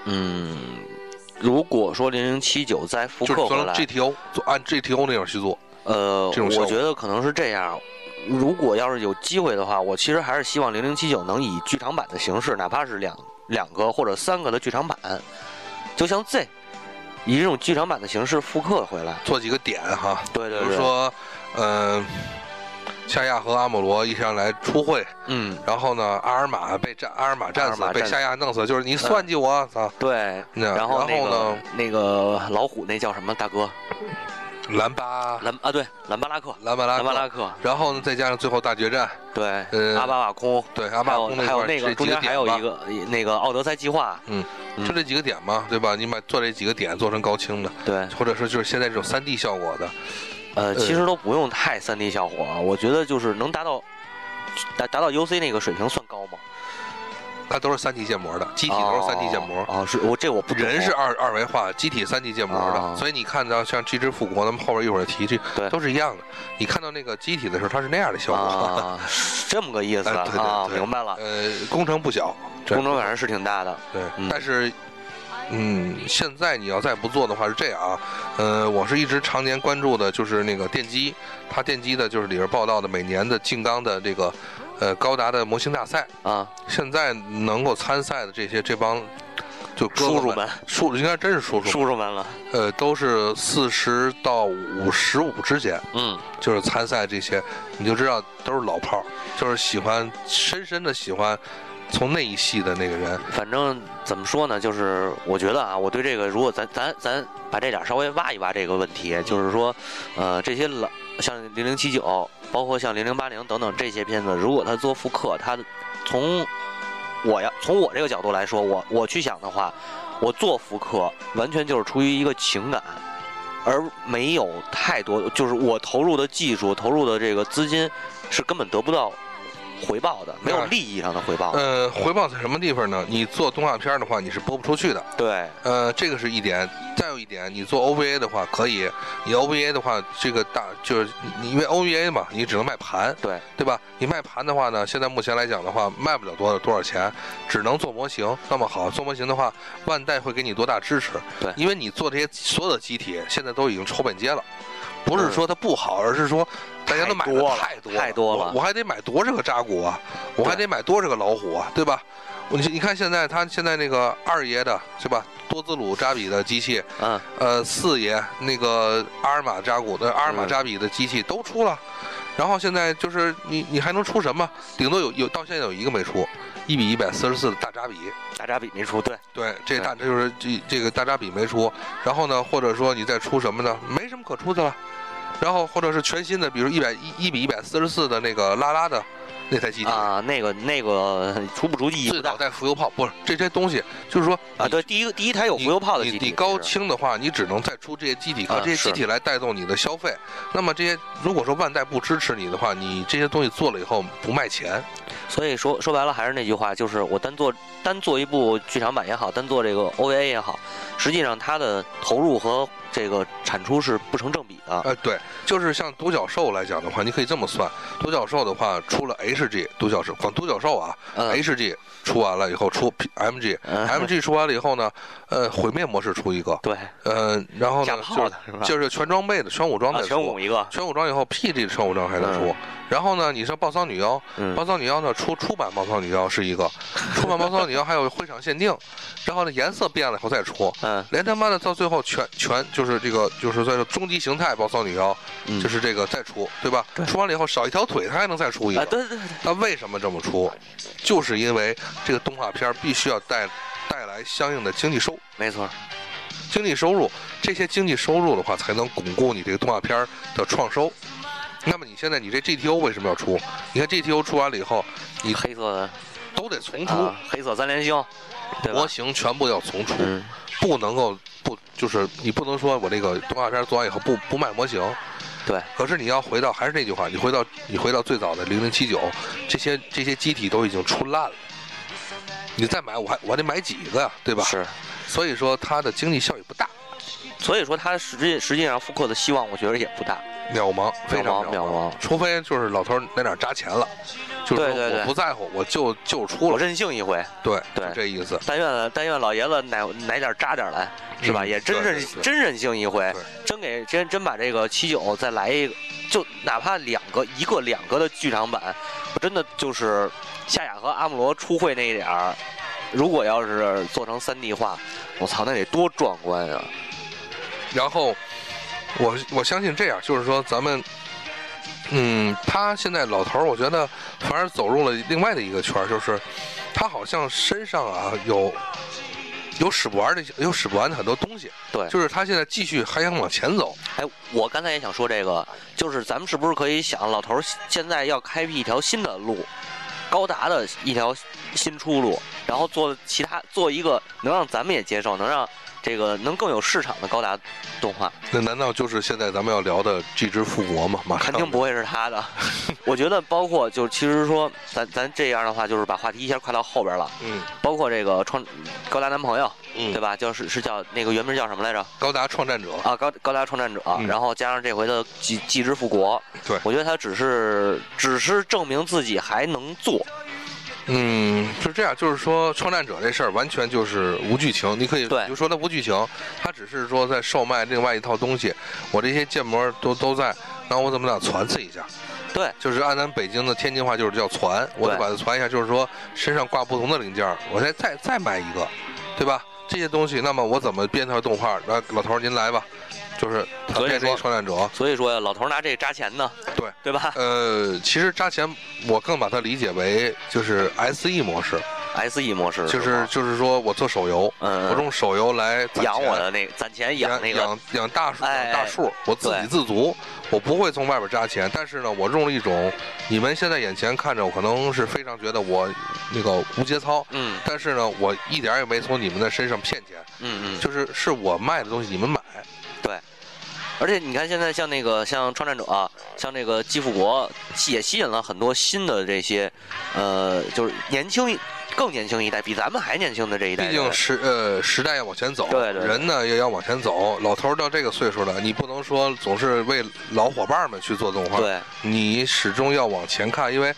嗯，如果说零零七九再复
就是
刻
做
回
成
来，
GTO，做按 GTO 那样去做。
呃，
这种效
我
果
觉得可能是这样。如果要是有机会的话，我其实还是希望零零七九能以剧场版的形式，哪怕是两两个或者三个的剧场版，就像 Z，以这种剧场版的形式复刻回来。
做几个点哈，
对
比
对
如
对，
说，嗯、夏亚和阿姆罗一上来出会，
嗯，
然后呢，阿尔玛被战，阿尔玛战死
阿尔玛，
被
战死嗯
夏亚弄死，就是你算计我，操、
对。
那
然后那
然后
个
呢，
那个老虎那叫什么大哥？
兰巴
兰啊，对，兰巴拉克，
兰巴拉
兰巴
克
拉克，
然后呢，再加上最后大决战，
对，
呃
阿巴瓦空，
对阿
还
巴
有
空
还
块
有
儿
那
这
个
几
中间
点
还有
吧
一个那个奥德赛计划，嗯
就这几个点嘛，对吧？你把做这几个点做成高清的，
对，
或者说就是现在这种三 D 效果的，
呃，其实都不用太三 D 效果，我觉得就是能达到达达到 UC 那个水平算高吗？
它都是三 D 建模的，机体都是三 D 建模。
哦，哦是我这我不懂
人是二二维化，机体三 D 建模的，
哦
所以你看到像《这只复国》，咱们后边一会儿提这
对
都是一样的。你看到那个机体的时候，它是那样的效果。
啊，是这么个意思
哎对对
啊，
对
明白了，
呃，工程不小，这
工程反正是挺大的，
对，
嗯
但是。嗯，现在你要再不做的话是这样啊，呃，我是一直常年关注的，就是那个电机，它电机的就是里边报道的每年的静冈的这个，呃，高达的模型大赛，
啊，
现在能够参赛的这些这帮就哥
叔
哥
叔们，
叔应该真是叔叔们，
叔叔们了，
呃，都是四十到五十五之间，
嗯，
就是参赛这些，你就知道都是老炮儿，就是喜欢深深的喜欢从那一系的那个人，
反正怎么说呢，就是我觉得啊，我对这个，如果咱咱咱把这点儿稍微挖一挖这个问题，就是说，呃，这些老像零零七九，包括像零零八零等等这些片子，如果他做复刻，他从我要从我这个角度来说，我我去想的话，我做复刻完全就是出于一个情感，而没有太多，就是我投入的技术、投入的这个资金是根本得不到回报的，没有利益上的回报。
呃，回报在什么地方呢？你做动画片儿的话，你是播不出去的。
对，
呃，这个是一点。再有一点，你做 OVA 的话可以，你 OVA 的话，这个大就是你因为 OVA 嘛，你只能卖盘，
对，
对吧？你卖盘的话呢，现在目前来讲的话，卖不了多少多少钱，只能做模型。那么好，做模型的话，万代会给你多大支持？
对
因为你做这些所有的机体，现在都已经抽本街了，不是说它不好，而是说大家都买
嗯太
的
多
太多
了太多了
我我还得买多少个扎古啊，我还
对
得买多少个老虎啊，对吧？我你你看现在他现在那个二爷的是吧？多兹鲁扎比的机器，
嗯。
呃，四爷那个阿尔玛扎古的阿尔玛扎比的机器都出了，然后现在就是你你还能出什么？顶多有有到现在有一个没出，一比一百四十四的大扎比，
大扎比没出，对，
对，这大这就是这这个大扎比没出，然后呢，或者说你再出什么呢？没什么可出的了，然后或者是全新的，比如一百一一比一百四十四的那个拉拉的那台机体。
啊，那个那个 出不出意义
最
不大
早带浮游炮，不是这些东西，就是说
啊。对，第一个第一台有
你
浮游炮的
你
机
你
体，
高
其实
清的话，你只能再出这些机体，靠
啊
这些
是
机体来带动你的消费。那么这些如果说万代不支持你的话，你这些东西做了以后不卖钱，
所以说说白了还是那句话，就是我单做单做一部剧场版也好，单做这个 OVA 也好，实际上它的投入和这个产出是不成正比的。
呃，对，就是像独角兽来讲的话，你可以这么算，独角兽的话出了 HG 独角兽，光独角兽啊
嗯，
，HG 出完了以后出 P- MG。
嗯
MG 出完了以后呢，呃，毁灭模式出一个，
对，
呃，然后
假
呢，
炮
就是
的是吧？
就是全装备的全武装
啊，
再
全
出
武，一个，
全武装以后 PG 全武装还得出
嗯，
然后呢，你像暴桑女妖，
嗯
暴躁女妖呢出出版暴躁女妖是一个，出版暴躁女妖还有会场限定，然后呢颜色变了以后再出，
嗯
连他妈的到最后全全就是这个就是在这终极形态暴躁女妖，
嗯，
就是这个再出对吧？出完了以后少一条腿，它还能再出一
啊，
个。
对对对，
那为什么这么出？就是因为这个动画片必须要带带来相应的经济收
没错，
经济收入，这些经济收入的话才能巩固你这个动画片的创收。那么你现在你这 GTO 为什么要出？你看 GTO 出完了以后，你
黑色的
都得重出，
啊，黑色三连星，对吧
模？型全部要重出，
嗯，
不能够不就是你不能说我这个动画片做完以后不不卖模型。
对，
可是你要回到还是那句话，你回到你回到最早的零零七九，这些这些机体都已经出烂了，你再买我还我还得买几个呀，对吧？
是，
所以说它的经济效益不大，
所以说他实际实际上复刻的希望，我觉得也不大。
渺茫，非常
渺茫渺茫
除非就是老头儿在哪儿扎钱了，就是
对
说
对对
我不在乎，我就就出
我
了，
任性一回，
对，
对
就这意思。
但愿但愿老爷子哪哪点儿扎点儿来，是吧？
嗯
也真
对
任
对对
真任性一回
对，
真给真真把这个七九再来一个，就哪怕两个一个两个的剧场版，我真的就是夏雅和阿姆罗出会那一点儿，如果要是做成三 D 化，我操，那得多壮观啊！
然后我我相信这样，就是说咱们，嗯，他现在老头儿，我觉得反而走入了另外的一个圈儿，就是他好像身上啊有有使不完的有使不完的很多东西，
对
就是他现在继续还想往前走，
哎，我刚才也想说这个，就是咱们是不是可以想，老头儿现在要开辟一条新的路，高达的一条新出路，然后做其他做一个能让咱们也接受，能让这个能更有市场的高达动画，
那难道就是现在咱们要聊的《这只复国》吗？马上
肯定不会是他的。我觉得包括就是其实说，咱咱这样的话，就是把话题一下跨到后边了，
嗯
包括这个创高达男朋友，
嗯，
对吧？就是是叫那个原名叫什么来着？
高达创战者，
啊，高高达创战者，
嗯
然后加上这回的继继之复国，
对
我觉得他只是只是证明自己还能做，
嗯，是这样，就是说创战者这事儿完全就是无剧情，你可以
对
你就说它无剧情，它只是说在售卖另外一套东西，我这些建模都都在，然后我怎么打传刺一下，
对，
就是按咱北京的天津话就是叫传，我得
对
把它传一下，就是说身上挂不同的零件儿，我再再再买一个，对吧？这些东西，那么我怎么编条动画？那老头儿您来吧，就是他
所以
变成一
说
创战者，
所以说呀老头拿这扎钱呢，
对
对吧
呃，其实扎钱我更把它理解为就是 S E 模式，
？S E 模式
就是
吧
就是说我做手游，
嗯，
我用手游来攒
养
钱
我的那个攒钱
养
养那个
养养大树，
哎
养大树，我自
对
给自足，我不会从外边扎钱。但是呢，我用了一种你们现在眼前看着，我可能是非常觉得我那个无节操，
嗯
但是呢，我一点儿也没从你们的身上骗钱，
嗯嗯，
就是是我卖的东西你们买，
而且你看现在像那个像创战者、啊像这个基复国也吸引了很多新的这些，呃，就是年轻一更年轻一代，比咱们还年轻的这一代
毕
人，
竟时呃时代要往前走，
对对对
人呢也要往前走。老头儿到这个岁数了，你不能说总是为老伙伴们去做动画，
对
你始终要往前看，因为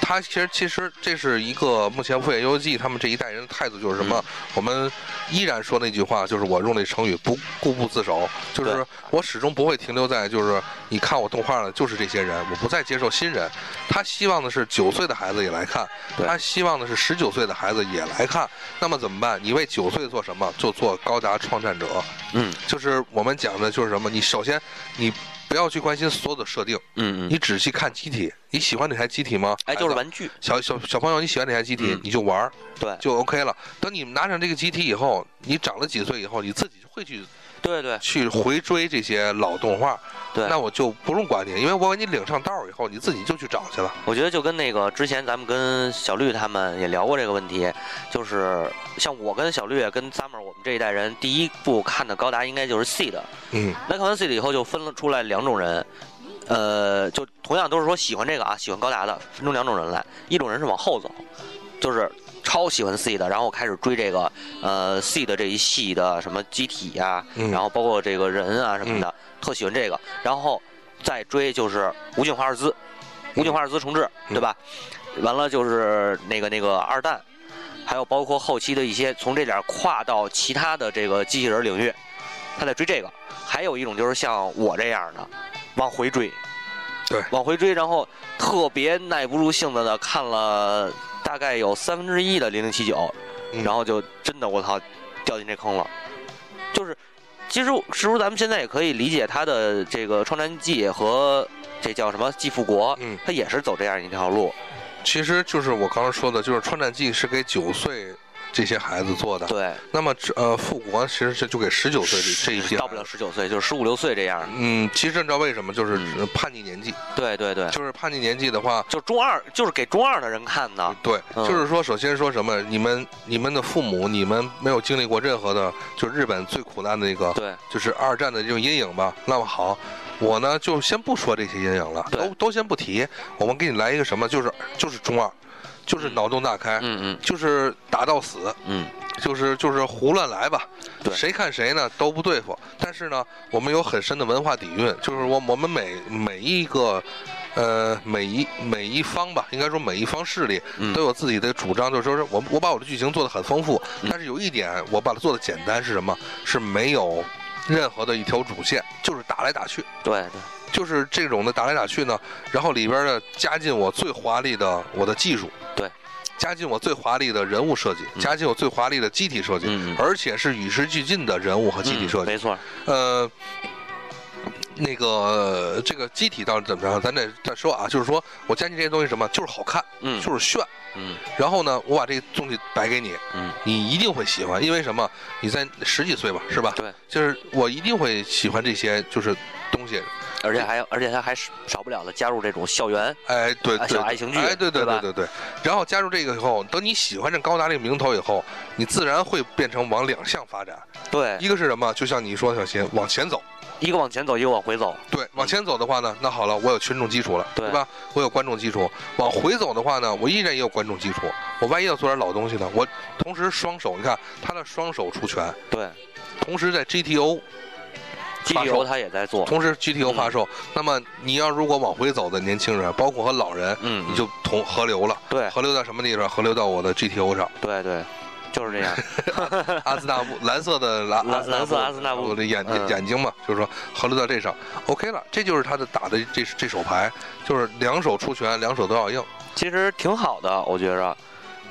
他其实其实这是一个目前复眼游记他们这一代人的态度就是什
嗯
么？我们依然说那句话，就是我用那成语不固步自守，就是
对
我始终不会停留在就是你看我动画的就是这些人，我不再接受新人。他希望的是九岁的孩子也来看，
对
他希望的是十九岁的孩子也来看。那么怎么办？你为九岁做什么？就做高达创战者。
嗯
就是我们讲的就是什么？你首先你不要去关心所有的设定。
嗯嗯，
你仔细看机体，你喜欢哪台机体吗？
哎，就是
孩子
玩具，
小小小朋友，你喜欢哪台机体，
嗯
你就玩儿
对
就 OK 了。等你拿上这个机体以后，你长了几岁以后，你自己会去
对对
去回追这些老动画。
对，
那我就不用管你，因为我给你领上道儿以后，你自己就去找去了。
我觉得就跟那个之前咱们跟小绿他们也聊过这个问题，就是像我跟小绿跟 Summer 我们这一代人，第一部看的高达应该就是 C 的，
嗯，
那看完 C 的以后就分了出来两种人，呃，就同样都是说喜欢这个啊，喜欢高达的，分出两种人来，一种人是往后走，就是。超喜欢 C 的，然后我开始追这个，呃，C 的这一系的什么机体呀、
嗯
然后包括这个人啊什么的，特喜欢这个，然后再追就是无尽华尔兹，无尽华尔兹重置，
嗯
对吧？完了就是那个那个二蛋，还有包括后期的一些从这点儿跨到其他的这个机器人领域，他在追这个。还有一种就是像我这样的，往回追，
对
往回追，然后特别耐不住性子的看了大概有三分之一的零零七九，
嗯
然后就真的我操掉进这坑了，就是。其实，是不是咱们现在也可以理解他的这个《创战记》和这叫什么《继复国》，
嗯
他也是走这样一条路，
其实就是我刚刚说的，就是《创战记》是给九岁这些孩子做的。
对，
那么这呃，复国其实这就给十九岁这这一批
到
孩
不
子
了。十九岁，就是十五六岁这样。
嗯，其实你知道为什么？就是
嗯哎
呃叛逆年纪，
对对对，
就是叛逆年纪的话，
就中二，就是给中二的人看的。
对，
嗯
就是说，首先说什么，你们你们的父母，你们没有经历过任何的，就是日本最苦难的那个，
对，
就是二战的这种阴影吧。那么好，我呢就先不说这些阴影了，
对
都都先不提，我们给你来一个什么，就是就是中二。就是脑洞大开，
嗯嗯
就是打到死，
嗯，
就是就是胡乱来吧，
对
谁看谁呢都不对付。但是呢，我们有很深的文化底蕴，就是我我们每每一个。呃，每一每一方吧，应该说每一方势力
嗯
都有自己的主张，就是说是我我把我的剧情做得很丰富，
嗯
但是有一点我把它做的简单是什么？是没有任何的一条主线，就是打来打去，
对对，
就是这种的打来打去呢，然后里边呢加进我最华丽的我的技术，
对，
加进我最华丽的人物设计，
嗯
加进我最华丽的机体设计，
嗯嗯
而且是与时俱进的人物和机体设
嗯
计。
没错，
呃，那个这个机体到底怎么着，咱得再说啊。就是说我加进这些东西什么，就是好看，
嗯，
就是炫。
嗯
然后呢，我把这个东西摆给你，
嗯，
你一定会喜欢，因为什么？你在十几岁吧，是吧？
对，
就是我一定会喜欢这些，就是东西。
而且还有而且他还是少不了的加入这种校园，
哎，对
啊
对，
小爱情剧
哎，对
对
对
吧
对对。然后加入这个以后，等你喜欢上高达这个名头以后，你自然会变成往两项发展。
对，
一个是什么？就像你说的，小新往前走。
一个往前走，一个往回走，
对，往前走的话呢，那好了，我有群众基础了，
嗯对
对吧？我有观众基础。往回走的话呢，我依然也有观众基础。我万一要做点老东西呢，我同时双手，你看他的双手出拳，
对
同时在 GTO，发
，GTO
售
他也在做，
同时 GTO 发售。那么你要如果往回走的年轻人，包括和老人，
嗯，
你就同河流了。
对
哎河流到什么地方？河流到我的 GTO 上。
对对，就是 这样，
阿兹纳布，蓝色的蓝
蓝蓝色阿兹纳布
我的眼
嗯
眼睛嘛，就是说合流到这上，OK 了，这就是他的打的这这手牌，就是两手出拳，两手都要硬。
其实挺好的，我觉着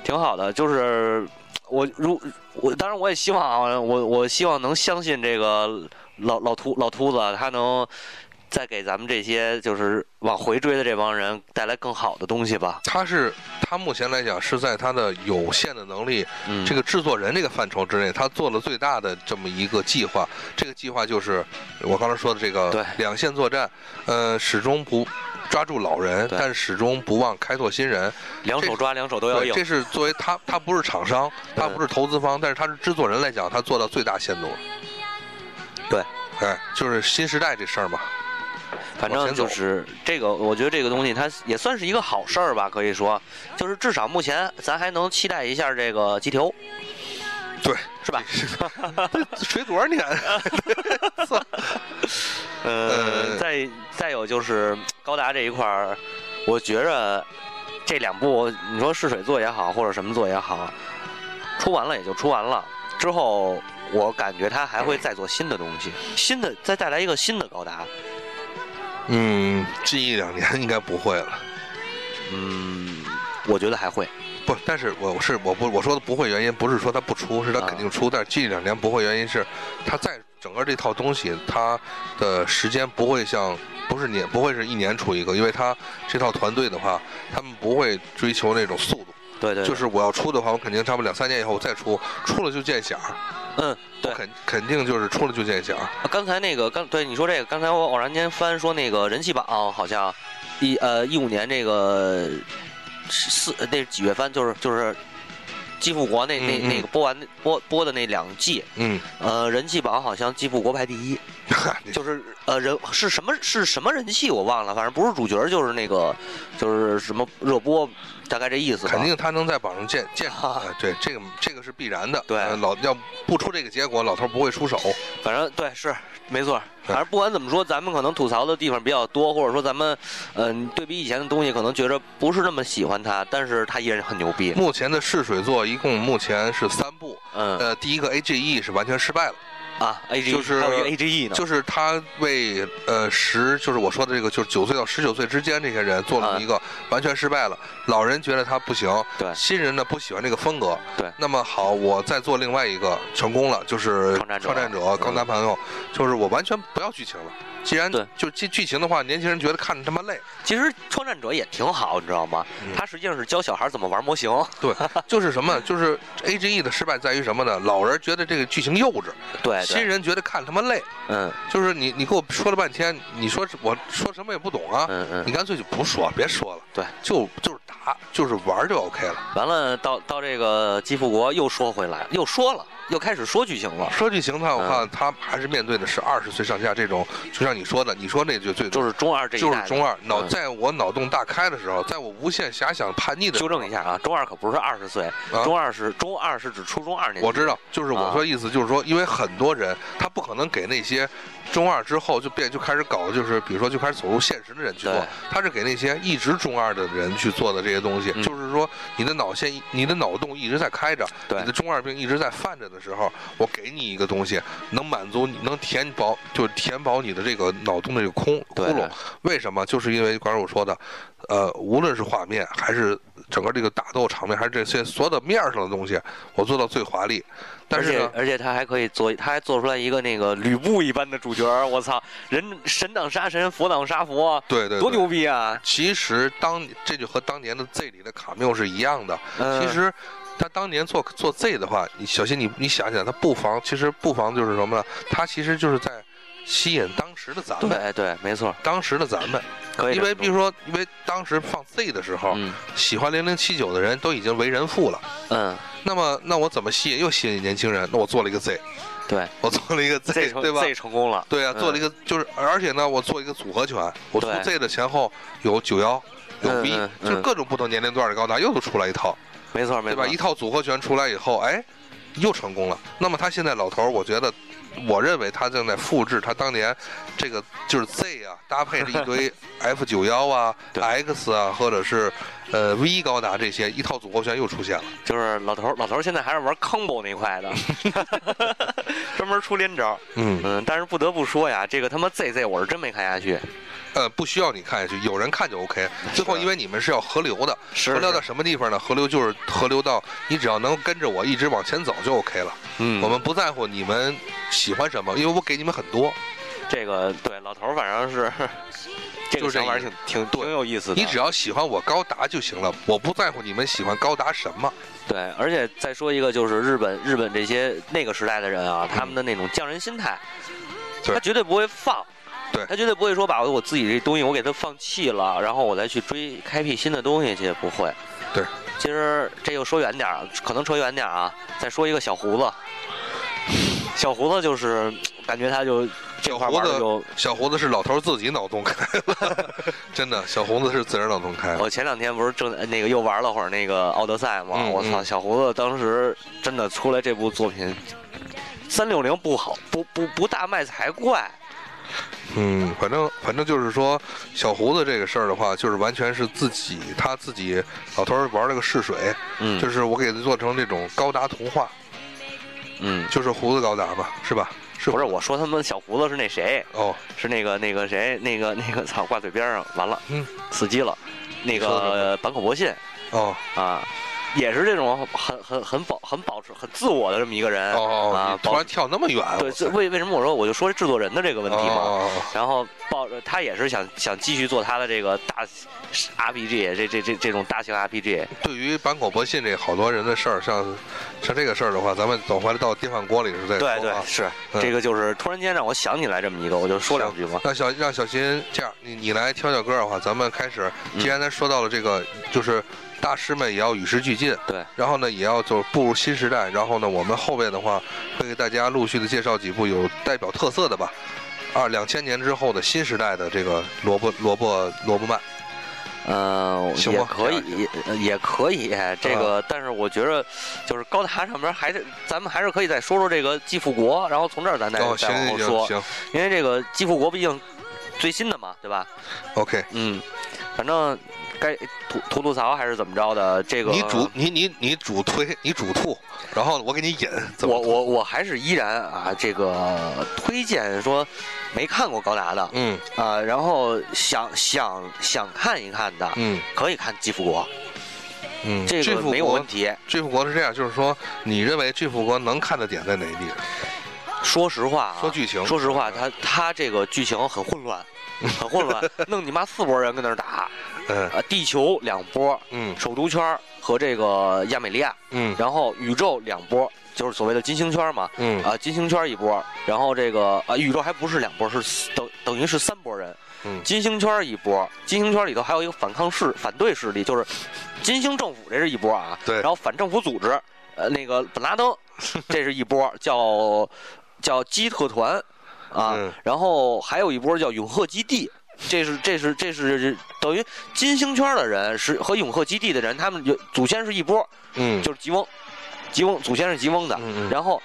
挺好的，就是我如我当然我也希望啊，我我希望能相信这个老老秃老秃子啊他能。再给咱们这些就是往回追的这帮人带来更好的东西吧。
他是他目前来讲是在他的有限的能力，
嗯，
这个制作人这个范畴之内，他做了最大的这么一个计划。这个计划就是我刚才说的这
对
个两线作战，呃，始终不抓住老人，
对
但是始终不忘开拓新人。
两手抓，两手都要
对，
硬。
这是作为他，他不是厂商，他不是投资方，但是他是制作人来讲，他做到最大限度了。
对，
哎，就是新时代这事儿嘛。
反正就是这个，我觉得这个东西它也算是一个好事儿吧，可以说，就是至少目前咱还能期待一下这个 GTO，
对，
是 吧？
水多少年？
呃，
呃
再再有就是高达这一块儿，我觉着这两部，你说试水做也好，或者什么做也好，出完了也就出完了。之后我感觉它还会再做新的东西，新的再带来一个新的高达。
嗯，近一两年应该不会了。
嗯，我觉得还会。
不，但是我是我不我说的不会原因不是说它不出，是它
啊
肯定出，但是近两年不会原因是它在整个这套东西它的时间不会像不是年不会是一年出一个，因为它这套团队的话，他们不会追求那种速度，
对对，对
就是我要出的话，我肯定差不多两三年以后我再出，出了就见响儿，
嗯，
我
对。
肯肯定就是出了就见响儿。
啊刚才那个刚对你说这个，刚才我偶然间翻说那个人气榜、好像一呃一五年这个是四那是几月番就是就是基辅国那那
嗯嗯
那个播完播播的那两季，
嗯，
呃人气榜好像基辅国排第一，就是呃人是什么是什么人气我忘了，反正不是主角就是那个就是什么热播，大概这意思吧。
肯定他能在榜上见见，
哈
呃对，这个这个是必然的。
对
呃老要不出这个结果，老头儿不会出手。
反正对是没错，
对
反正不管怎么说，咱们可能吐槽的地方比较多，或者说咱们，嗯、对比以前的东西，可能觉着不是那么喜欢它，但是它依然很牛逼。
目前的试水作一共目前是三部，
嗯
呃，第一个 A G E 是完全失败了，
啊，A G
就是
还有一个 A G E 呢，
就是他为呃十，就是我说的这个，就是九岁到十九岁之间这些人做
啊
了一个完全失败了。老人觉得他不行，
对
新人呢不喜欢这个风格，
对
那么好，我再做另外一个成功了，就是
创战者嗯
者高达朋友，就是我完全不要剧情了。既然
对
就这剧情的话，年轻人觉得看着他妈累，
其实创战者也挺好，你知道吗？
嗯
它实际上是教小孩怎么玩模型。
就是什么，就是 A G E 的失败在于什么呢？老人觉得这个剧情幼稚，
哎对
新
对，
人觉得看他妈累。
嗯
就是你你给我说了半天，你说是我说什么也不懂啊，
嗯
你
嗯，
干脆就不说，别说了，
对，
就就是打，就是玩儿就 OK 了。
完了到到这个基辅国又说回来，又说了，又开始说剧情了，
说句形象的话，
嗯
他还是面对的是二十岁上下这种，就像你说的，你说那就最
就是中二这一代
就
的
是中二脑，
嗯
在我脑洞大开的时候，在我无限遐想叛逆的时
纠
候，
正一下啊，中二可不是二十岁，中二是中二是指初中二年级。
我知道，就是
嗯
我说的意思就是说，因为很多人他不可能给那些中二之后就变就开始搞，就是比如说就开始走入现实的人去做
对，
他是给那些一直中二的人去做的这些东西。
嗯
就是说，你的脑线、你的脑洞一直在开着，
对
你的中二病一直在犯着的时候，我给你一个东西，能满足你，能填饱，就是填饱你的这个脑洞的这个空窟
对
窿。为什么？就是因为刚才我说的，呃，无论是画面还是整个这个打斗场面，还是这些所有的面儿上的东西，我做到最华丽。但
而
是
且
呢，
而且他还可以做，他还做出来一个那个吕布一般的主角儿，我操，人神挡杀神，佛挡杀佛，
对对
多！
对
牛逼啊！
其实当这就和当年的 Z 里的卡缪是一样的。
嗯
其实他当年做做 Z 的话，你小心你你想想，他不妨其实不妨就是什么呢？他其实就是在吸引当时的咱们，
嗯对对，没错，
当时的咱们，
可以
因
这么
为
说。
比如说，因为当时放 Z 的时候，
嗯
喜欢零零七九的人都已经为人父了。
嗯，
那么，那我怎么吸引又吸引年轻人？那我做了一个 Z，
对
我做 了一个
，Z
Z，
成
对吧
Z 成功了，
对啊，
嗯
做了一个就是，而且呢，我做一个组合拳，我出
对
Z 的前后有九幺。有
嗯
V，
嗯
就是
嗯
各种不同年龄段的高达又出来一套，
没错没
对
错
吧？一，套组合拳出来以后，哎，又成功了。那么他现在老头儿，我觉得，我认为他正在复制他当年这个就是 Z 啊，搭配着一 堆 F 九幺啊、
对
X 啊，或者是呃 V 高达这些一套组合拳又出现了。
就是老头儿老头儿现在还是玩 combo 那一 块的，专门出连招儿。
嗯，
嗯，但是不得不说呀，这个他妈 ZZ 我是真没看下去，
呃，不需要你看下去，有人看就 OK。最后，因为你们是要合流的，
是
河流到什么地方呢？河流就是河流到你只要能跟着我一直往前走就 OK 了。
嗯，
我们不在乎你们喜欢什么，因为我给你们很多。
这个对老头儿反 正是这
就
个
是
想法
这
儿
意
挺挺
对
挺有意思的。
你只要喜欢我高达就行了，我不在乎你们喜欢高达什么。
对，而且再说一个，就是日本日本这些那个时代的人啊，他们的那种匠人心态，
对
他绝对不会放，
对
他绝对不会说把我自己这东西我给它放弃了，然后我再去追开辟新的东西去，不会。
对，
其实这又说远点儿，可能扯远点儿啊，再说一个小胡子，小胡子就是感觉他就这块
小胡
玩
子
的就。
小胡子是老头自己脑洞开了， 真的，小胡子是自个儿脑洞开了。
我前两天不是正呃那个又玩了会儿那个《奥德赛》吗？
嗯
我操，
嗯
小胡子当时真的出来这部作品，三六零不好，不不不大卖才怪。
嗯，反正反正就是说，小胡子这个事儿的话，就是完全是自己他自己老头儿玩了个试水，
嗯
就是是我给他做成这种高达童话，
嗯，
就是胡子高达嘛，是吧？是
不是我说他们小胡子是那谁，
哦，
是那个那个谁，那个那个 操挂嘴边上，完了，
嗯，
死机了。那
你说的是
个坂口博信
哦
啊，也是这种很很很保很保持很自我的这么一个人
哦哦，
啊
你，突
保
然跳那么远，
对，
我
这
操
为为什么我说我就说制作人的这个问题嘛？
哦哦哦
然后抱着他也是想想继续做他的这个大 RPG，这这这这种大型 RPG，
对于坂口博信这好多人的事儿，像像这个事儿的话，咱们走回来到电饭锅里是再
对
说
对
啊。
是，
嗯
这个就是突然间让我想起来这么一个，我就说两句吧。
让小让小新这样，你你来挑挑歌的话，咱们开始。
嗯
既然咱说到了这个，就是大师们也要与时俱进，
对，
然后呢也要就步入新时代，然后呢我们后边的话会给大家陆续的介绍几部有代表特色的吧。二两千年之后的新时代的这个萝卜萝卜萝卜曼，
嗯、
行
也
吧
可
这
以，也呃也可以这个，但是我觉着就是高达上面还是咱们还是可以再说说这个继父国，然后从这儿咱再、
哦，
再
行
往后
行
说
行，行
因为这个继父国毕竟最新的嘛，对吧？
，OK。
嗯，反正该吐吐吐槽还是怎么着的，这个
你主你你你主推你主吐，然后我给你引，怎么
我我我还是依然啊，这个推荐说没看过高达的
嗯
啊、然后想想想看一看的，
嗯
可以看《继父国
嗯，》，
这个
富
没有
国
问题。
这富国是这样，就是说，你认为这富国能看的点在哪里？
说实话、啊，
说剧情
说实话，他他这个剧情很混乱，很 混乱，弄你妈四波人跟那儿打，
嗯
呃，地球两波，
嗯
首都圈和这个亚美利亚，
嗯
然后宇宙两波，就是所谓的金星圈嘛。
嗯
啊，金星圈一波，然后这个啊，宇宙还不是两波，是四等等于是三波人。
嗯
金星圈一波，金星圈里头还有一个反抗势反对势力，就是金星政府这是一波啊，
对
然后反政府组织，呃，那个本 拉登，这是一波儿叫叫基特团啊，
嗯
然后还有一波儿叫永赫基地。这是这是这是等于金星圈的人是和永赫基地的人，他们有祖先是一波儿，
嗯，
就是吉翁，吉翁祖先是吉翁的，
嗯嗯
然后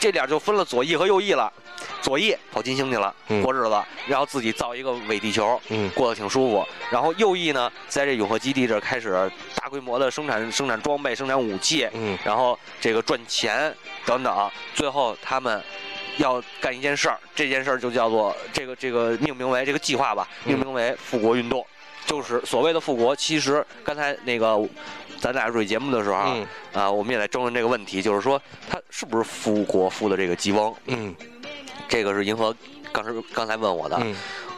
这俩就分了左翼和右翼了，左翼跑金星去了，
嗯
过日子，然后自己造一个伪地球，
嗯
过得挺舒服。然后右翼呢，在这永和基地这儿开始大规模的生产生产装备、生产武器，
嗯
然后这个赚钱等等。最后他们要干一件事儿，这件事儿就叫做这个这个命名为这个计划吧，
嗯
命名为复国运动。就是所谓的复国，其实刚才那个咱俩蕊节目的时候啊，
嗯
啊，我们也来争论这个问题，就是说他是不是复国复的这个吉翁？
嗯
这个是银河刚才刚才问我的，
嗯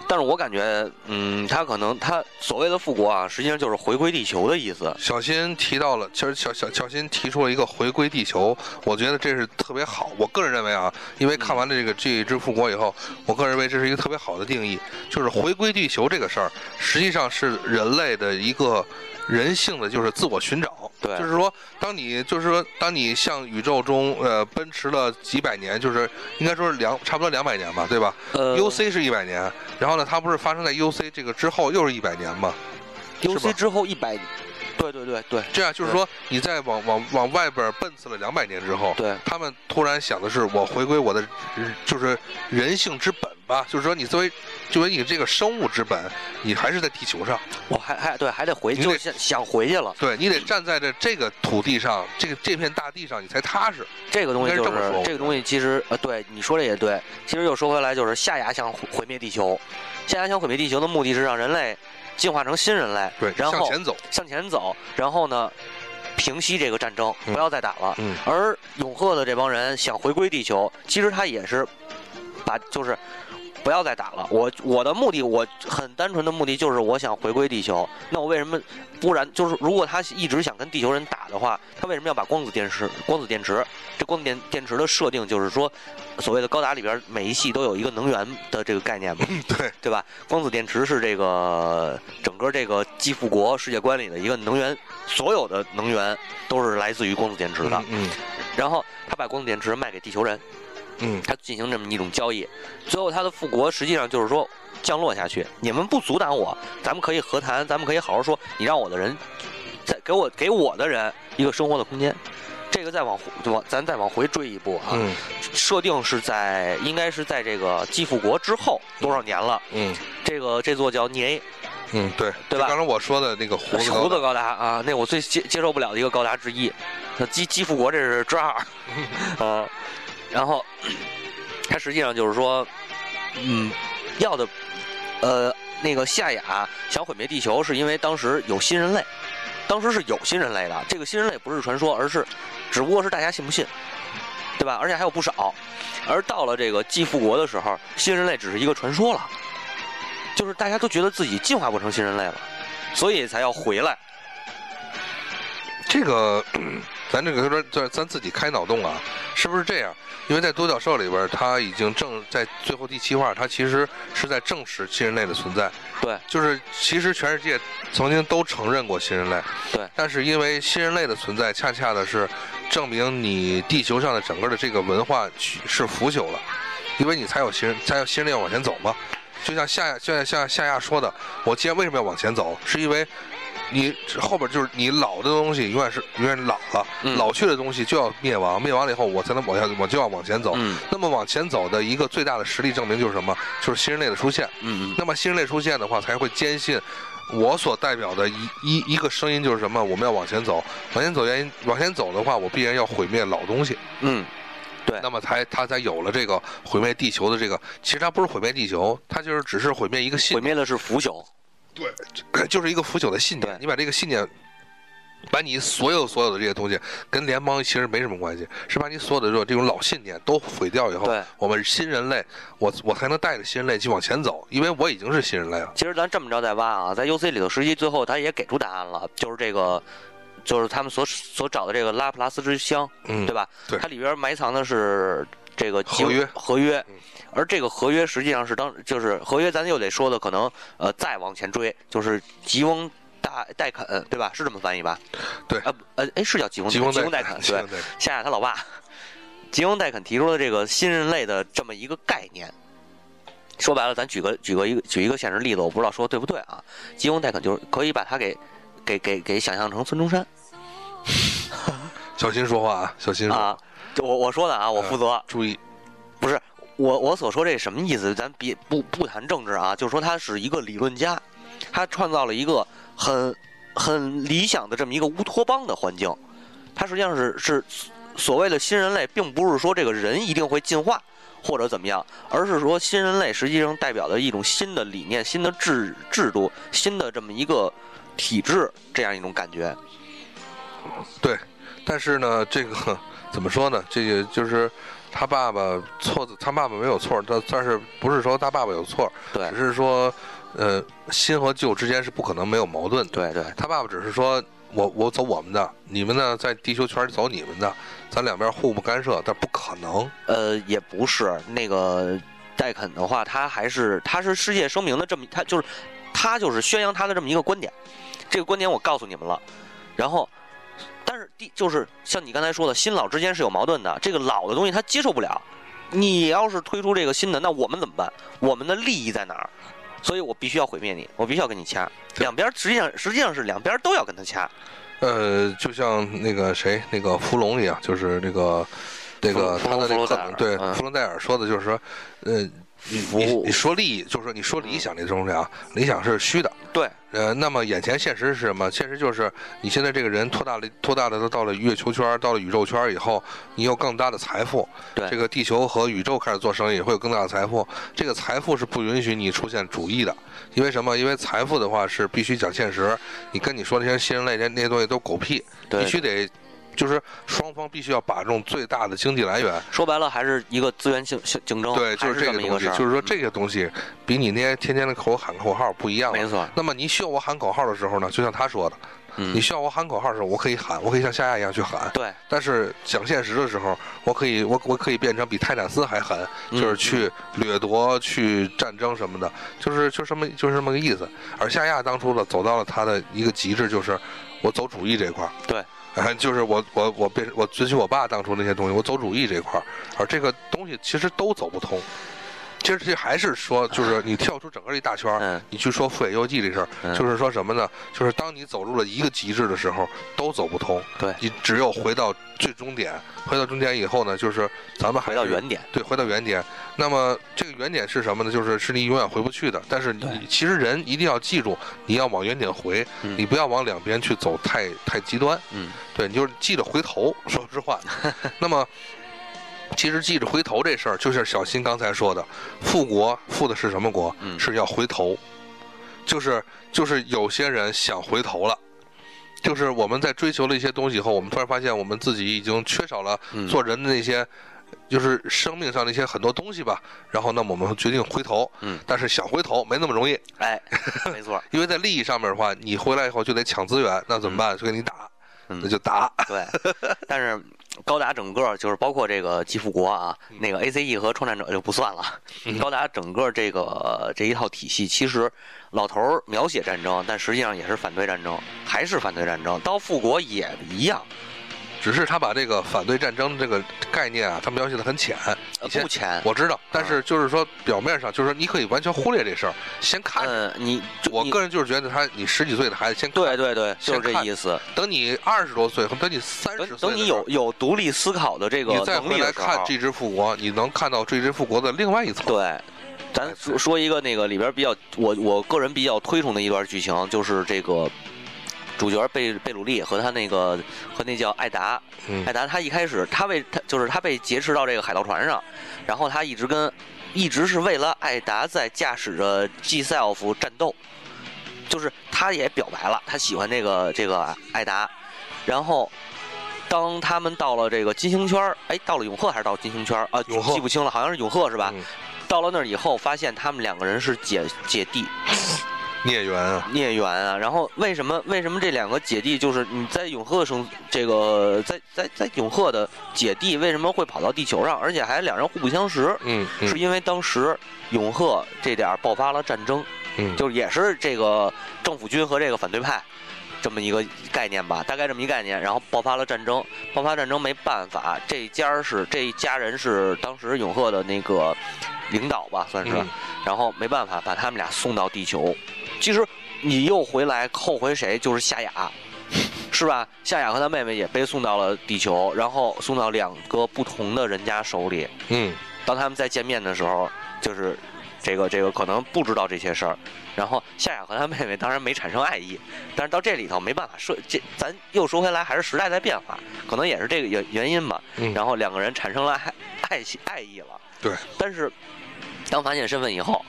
但是我感觉，嗯，他可能他所谓的复国啊，实际上就是回归地球的意思。
小新提到了，其实小小小新提出了一个回归地球，我觉得这是特别好。我个人认为啊，因为看完了
嗯
这个《这一之复国》以后，我个人认为这是一个特别好的定义，就是回归地球这个事儿，实际上是人类的一个人性的，就是自我寻找。
对
就是说，当你就是说，当你向宇宙中呃奔驰了几百年，就是应该说是两差不多两百年吧，对吧？
呃
UC 是一百年，然后呢，它不是发生在 UC 这个之后又是一百年吗？是
UC
吧
之后一百，对对对对
这样就是说，你在往往往外边奔驰了两百年之后，
对，
他们突然想的是，我回归我的人就是人性之本吧，就是说你作为作为你这个生物之本，你还是在地球上，
我还还对还得回，
你得
就是想想回去了。
对你得站在这这个土地上，这个这片大地上，你才踏实。
这个东西
应
就
该是这么
是
说
这个东西，其实呃，对你说的也对。其实又说回来，就是夏亚想毁灭地球，夏亚想毁灭地球的目的是让人类进化成新人类，
对，
然
向
后
前走。
向前走，然后呢，平息这个战争，
嗯
不要再打了。
嗯
而永赫的这帮人想回归地球，其实他也是把就是不要再打了。我我的目的，我很单纯的目的就是我想回归地球。那我为什么不然就是如果他一直想跟地球人打的话，他为什么要把光子电池？光子电池这光子电电池的设定就是说，所谓的高达里边每一系都有一个能源的这个概念嘛。
对，
对吧？光子电池是这个整个这个基复国世界观里的一个能源，所有的能源都是来自于光子电池的。
嗯
然后他把光子电池卖给地球人，
嗯
他进行这么一种交易。最后他的复国实际上就是说降落下去，你们不阻挡我，咱们可以和谈，咱们可以好好说，你让我的人再给我给我的人一个生活的空间。这个再往回往咱再往回追一步啊，
嗯
设定是在应该是在这个基复国之后多少年了？
嗯
这个这座叫涅 A
嗯，对，就
对吧
刚才我说的那个胡子
胡
高
子
的，
高达啊，那我最接接受不了的一个高达之一。那基基复国这是之二，呃，然后 它实际上就是说，嗯，要的，呃，那个夏雅想毁灭地球，是因为当时有新人类，当时是有新人类的。这个新人类不是传说，而是只不过是大家信不信，对吧？而且还有不少。而到了这个继复国的时候，新人类只是一个传说了，就是大家都觉得自己进化不成新人类了，所以才要回来。
这个， 咱这个就说，就是咱自己开脑洞啊，是不是这样？因为在独角兽里边，它已经证在最后第七话，它其实是在证实新人类的存在。
对，
就是其实全世界曾经都承认过新人类。
对
但是因为新人类的存在，恰恰的是证明你地球上的整个的这个文化去是腐朽了，因为你才有新人，才有新人类往前走嘛。就像夏，就像像夏亚说的，我今天为什么要往前走，是因为你后边就是你老的东西永远是永远老了，
嗯
老去的东西就要灭亡，灭亡了以后我才能往下，我就要往前走。
嗯
那么往前走的一个最大的实力证明就是什么？就是新人类的出现。
嗯嗯，
那么新人类出现的话，才会坚信我所代表的一一一个声音就是什么？我们要往前走，往前走原因，往前走的话，我必然要毁灭老东西。
嗯，对
那么才他才有了这个毁灭地球的这个，其实它不是毁灭地球，它就是只是毁灭一个信
毁灭的是腐朽。
念， 就是一个腐朽的信念
对。
你把这个信念。把你所有所有的这些东西跟联邦其实没什么关系，是把你所有的这种这种老信念都毁掉以后
对，
我们新人类，我我才能带着新人类去往前走，因为我已经是新人类了。
其实咱这么着再挖啊，在 UC 里头，实际最后他也给出答案了，就是这个，就是他们所所找的这个拉普拉斯之箱，
嗯
对吧？
对
它里边埋藏的是这个基
合约
合约
嗯，
而这个合约实际上是当就是合约，咱又得说的可能呃再往前追，就是吉翁。大戴肯，对吧？是这么翻译吧？
对
呃不呃，哎，是叫吉翁
吉翁
吉翁
戴
戴
肯
肯，
吉
对
翁戴肯，
夏亚他老爸，吉翁戴肯提出了这个新人类的这么一个概念。说白了，咱举个举个一个举一个现实例子，我不知道说对不对啊？吉翁戴肯就是可以把他给给给给想象成孙中山
小心说话啊，小心说，呃
啊，就我我说的啊，我负责。
注意，
不是我我所说这什么意思？咱别不不谈政治啊，就是说他是一个理论家，他创造了一个很很理想的这么一个乌托邦的环境。他实际上是是所谓的新人类，并不是说这个人一定会进化或者怎么样，而是说新人类实际上代表的一种新的理念、新的制制度、新的这么一个体制这样一种感觉。
对，但是呢，这个怎么说呢？这个就是他爸爸错的，他爸爸没有错，但但是不是说他爸爸有错，
对
只是说，呃，新和旧之间是不可能没有矛盾的。
对对
他爸爸只是说我我走我们的，你们呢在地球圈走你们的，咱两边互不干涉，但不可能。
呃，也不是那个戴肯的话，他还是他是世界声明的这么，他就是他就是宣扬他的这么一个观点，这个观点我告诉你们了。然后，但是第就是像你刚才说的，新老之间是有矛盾的，这个老的东西他接受不了。你要是推出这个新的，那我们怎么办？我们的利益在哪儿？所以我必须要毁灭你，我必须要跟你掐。
对
两边实际上实际上是两边都要跟他掐。
呃，就像那个谁，那个《伏龙》一样，就是那个那个
弗
他
隆
的
弗
那
隆
个
戴
克
尔
对
嗯
弗伦戴尔说的，就是说，呃，你
服
你
务
你说利益，就是说你说理想这东西啊，理想是虚的。
对，
呃，那么眼前现实是什么？现实就是你现在这个人拓大了，拓大了，到了月球圈，到了宇宙圈以后，你有更大的财富。
对
这个地球和宇宙开始做生意，会有更大的财富。这个财富是不允许你出现主义的，因为什么？因为财富的话是必须讲现实。你跟你说那些新人类那那些东西都狗屁，
对
必须得，就是双方必须要把中最大的经济来源。
说白了还是一个资源竞竞竞争，
对，
哦还
就是
这
这
么
个
一个
东西
事，儿。
就是说
嗯
这个东西比你那些天天的口喊口号不一样了。
没错，
那么你需要我喊口号的时候呢，就像他说的，
嗯
你需要我喊口号的时候，我可以喊，我可以像夏亚一样去喊。
对。
但是讲现实的时候，我可以我我可以变成比泰坦斯还狠，
嗯
就是去掠夺、去战争什么的，就是就这么就是这么个意思。而夏亚当初呢，走到了他的一个极致，就是我走主义这块儿。
对。
哎， 就是我我我变我遵循我爸当初那些东西，我走主义这块儿，而这个东西其实都走不通。其实这还是说，就是你跳出整个一大圈儿，
嗯
你去说《富野游记》这事儿，
嗯
就是说什么呢？就是当你走入了一个极致的时候，都走不通。
对
你只有回到最终点，回到终点以后呢，就是咱们还
回
是
到原点。
对，回到原点。那么这个原点是什么呢？就是是你永远回不去的。但是
对
你其实人一定要记住，你要往原点回，
嗯
你不要往两边去走太太极端。
嗯，
对，你就是记着回头。说实 话，那么其实记着回头这事儿，就是小新刚才说的，复国复的是什么国？
嗯
是要回头，就是就是有些人想回头了。就是我们在追求了一些东西以后，我们突然发现我们自己已经缺少了
嗯
做人的那些，就是生命上的一些很多东西吧。然后，那么我们决定回头，
嗯
但是想回头没那么容易，
哎，没错，
因为在利益上面的话，你回来以后就得抢资源，那怎么办？就给你打，
嗯
那就打。
对。但是高达整个就是包括这个吉富国啊，
嗯
那个 ACE 和创战者就不算了。高达整个这个、呃这一套体系，其实老头儿描写战争，但实际上也是反对战争，还是反对战争。到复国也一样，
只是他把这个反对战争这个概念啊，他描写的很浅。
呃
以前
不前。
我知道，但是就是说表面上就是说你可以完全忽略这事儿，先看着。
嗯，你就
我
你
个人就是觉得他，你十几岁的孩子先看，
对对对，就是
先
这
看
意思。
等你二十多岁，或者等你三十
等
岁的时候，
等，你有有独立思考的这个
你再
能
回
力
来
的时
看
候
《，追之复国》，你能看到《追之复国》的另外一层。
对，咱说说一个那个里边比较我我个人比较推崇的一段剧情，就是这个主角贝贝鲁利和他那个和那叫艾达，
嗯
艾达他一开始他被他就是他被劫持到这个海盗船上，然后他一直跟一直是为了艾达在驾驶着 G Self 战斗，就是他也表白了，他喜欢这个这个艾达，然后。当他们到了这个金星圈儿哎，到了永赫还是到金星圈儿啊？
永赫
记不清了，好像是永赫是吧？
嗯
到了那儿以后，发现他们两个人是姐姐弟
孽缘啊，
孽缘啊。然后为什么为什么这两个姐弟就是你在永赫生这个在在在永赫的姐弟为什么会跑到地球上，而且还两人互不相识？
嗯嗯
是因为当时永赫这点儿爆发了战争，
嗯，
就是也是这个政府军和这个反对派这么一个概念吧，大概这么一概念，然后爆发了战争，爆发战争没办法，这家儿是这一家人是当时永赫的那个领导吧，算是，
嗯
然后没办法把他们俩送到地球。其实你又回来后悔谁，就是夏雅。是吧？夏雅和她妹妹也被送到了地球，然后送到两个不同的人家手里。
嗯，
当他们再见面的时候，就是这个这个可能不知道这些事儿，然后夏雅和她妹妹当然没产生爱意，但是到这里头没办法说这，咱又说回来还是时代在变化，可能也是这个原原因吧。
嗯
然后两个人产生了爱爱情爱意了，
对，
但是当发现身份以后，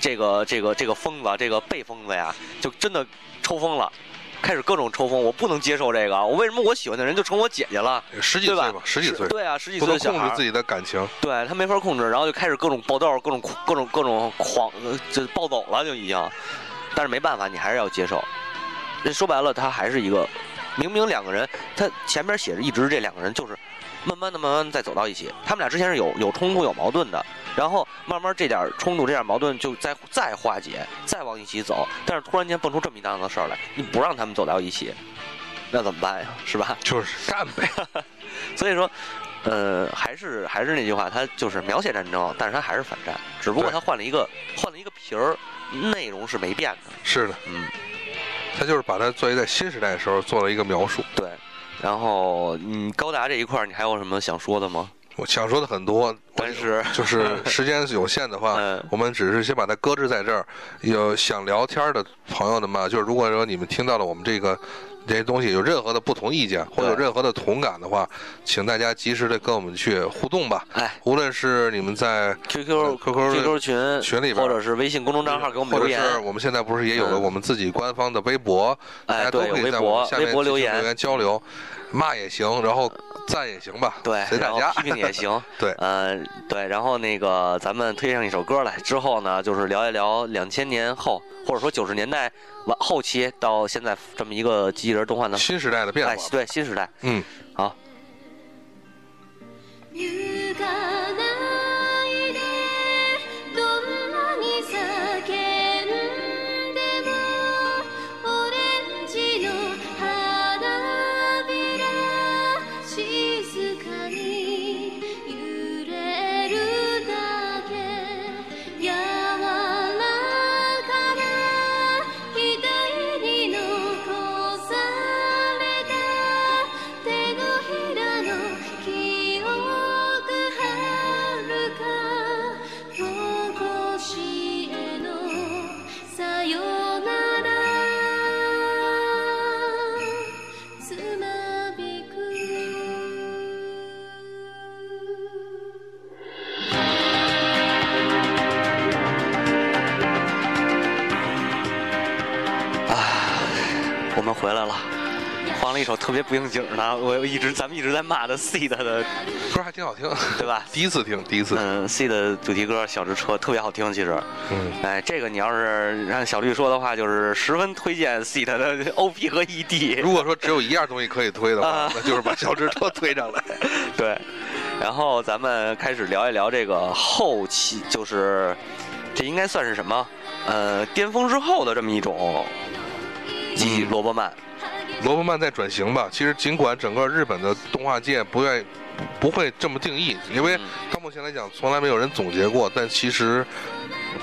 这个这个这个疯子，这个被疯子呀，就真的抽风了。开始各种抽风，我不能接受这个。我为什么我喜欢的人就成我姐姐了？
十几
对
岁
吧
吧，十几岁，
对啊，十几
不
岁
能
的小
控
孩
制
儿
自己的感情，
对他没法控制，然后就开始各种爆痘，各种各种各种狂，呃就暴走了就已经。但是没办法，你还是要接受。这说白了，他还是一个，明明两个人，他前面写着一直这两个人就是慢慢的、慢慢的再走到一起。他们俩之前是有有冲突、有矛盾的，然后慢慢这点冲突、这点矛盾就再再化解，再往一起走。但是突然间蹦出这么一档子事儿来，你不让他们走到一起，那怎么办呀？是吧？
就是干 呗。
所以说，呃，还是还是那句话，他就是描写战争，但是他还是反战，只不过
对
他换了一个换了一个皮儿，内容是没变的。
是的，
嗯，
他就是把它作为在新时代的时候做了一个描述。
对。然后，嗯，高达这一块儿，你还有什么想说的吗？
我想说的很多，
但是，
就是时间有限的话
嗯，
我们只是先把它搁置在这儿。有想聊天的朋友们嘛，就是如果说你们听到了我们这个这些东西有任何的不同意见，或者有任何的同感的话，请大家及时的跟我们去互动吧。
哎
无论是你们在
，QQ
QQ 的
QQ 群
群里边
或者是微信公众账号给我们
或
留
者是
言，
我们现在不是也有了
嗯
我们自己官方的微博，大
哎
家都
对
可以
微
在
博
我们下面
微博
进行
留言
交流，骂也行，然后赞也行吧，
对，
随大
然后
家。。
批评也行
对
呃，对，然后那个咱们推上一首歌来之后呢，就是聊一聊两千年后，或者说九十年代晚后期到现在这么一个机器人动画 的
新时代的变化
哎
吧，，
对，新时代，
嗯，
好，
「ゆかないでどんなに叫んでも」「オレンジの花びら」「静かに揺れるだけ」「やわらかな左に残された」「手のひらの記憶はるかこしへのさよなら」「つまびく」
我们回来了，放了一首特别不应景的，啊我一直咱们一直在骂的 C 的的，
歌还挺好听，
对吧
第一次听，第一次，
嗯，C 的主题歌《小之车》特别好听，其实，
嗯，
哎，这个你要是让小绿说的话，就是十分推荐 C 的的 OP 和 E ED，
如果说只有一样东西可以推的话
啊，
那就是把小智车推上 来。
对，然后咱们开始聊一聊这个后期，就是这应该算是什么？呃，巅峰之后的这么一种机器
嗯
罗伯曼，
罗伯曼在转型吧，其实尽管整个日本的动画界不愿意。不不会这么定义，因为
嗯
到目前来讲，从来没有人总结过。但其实，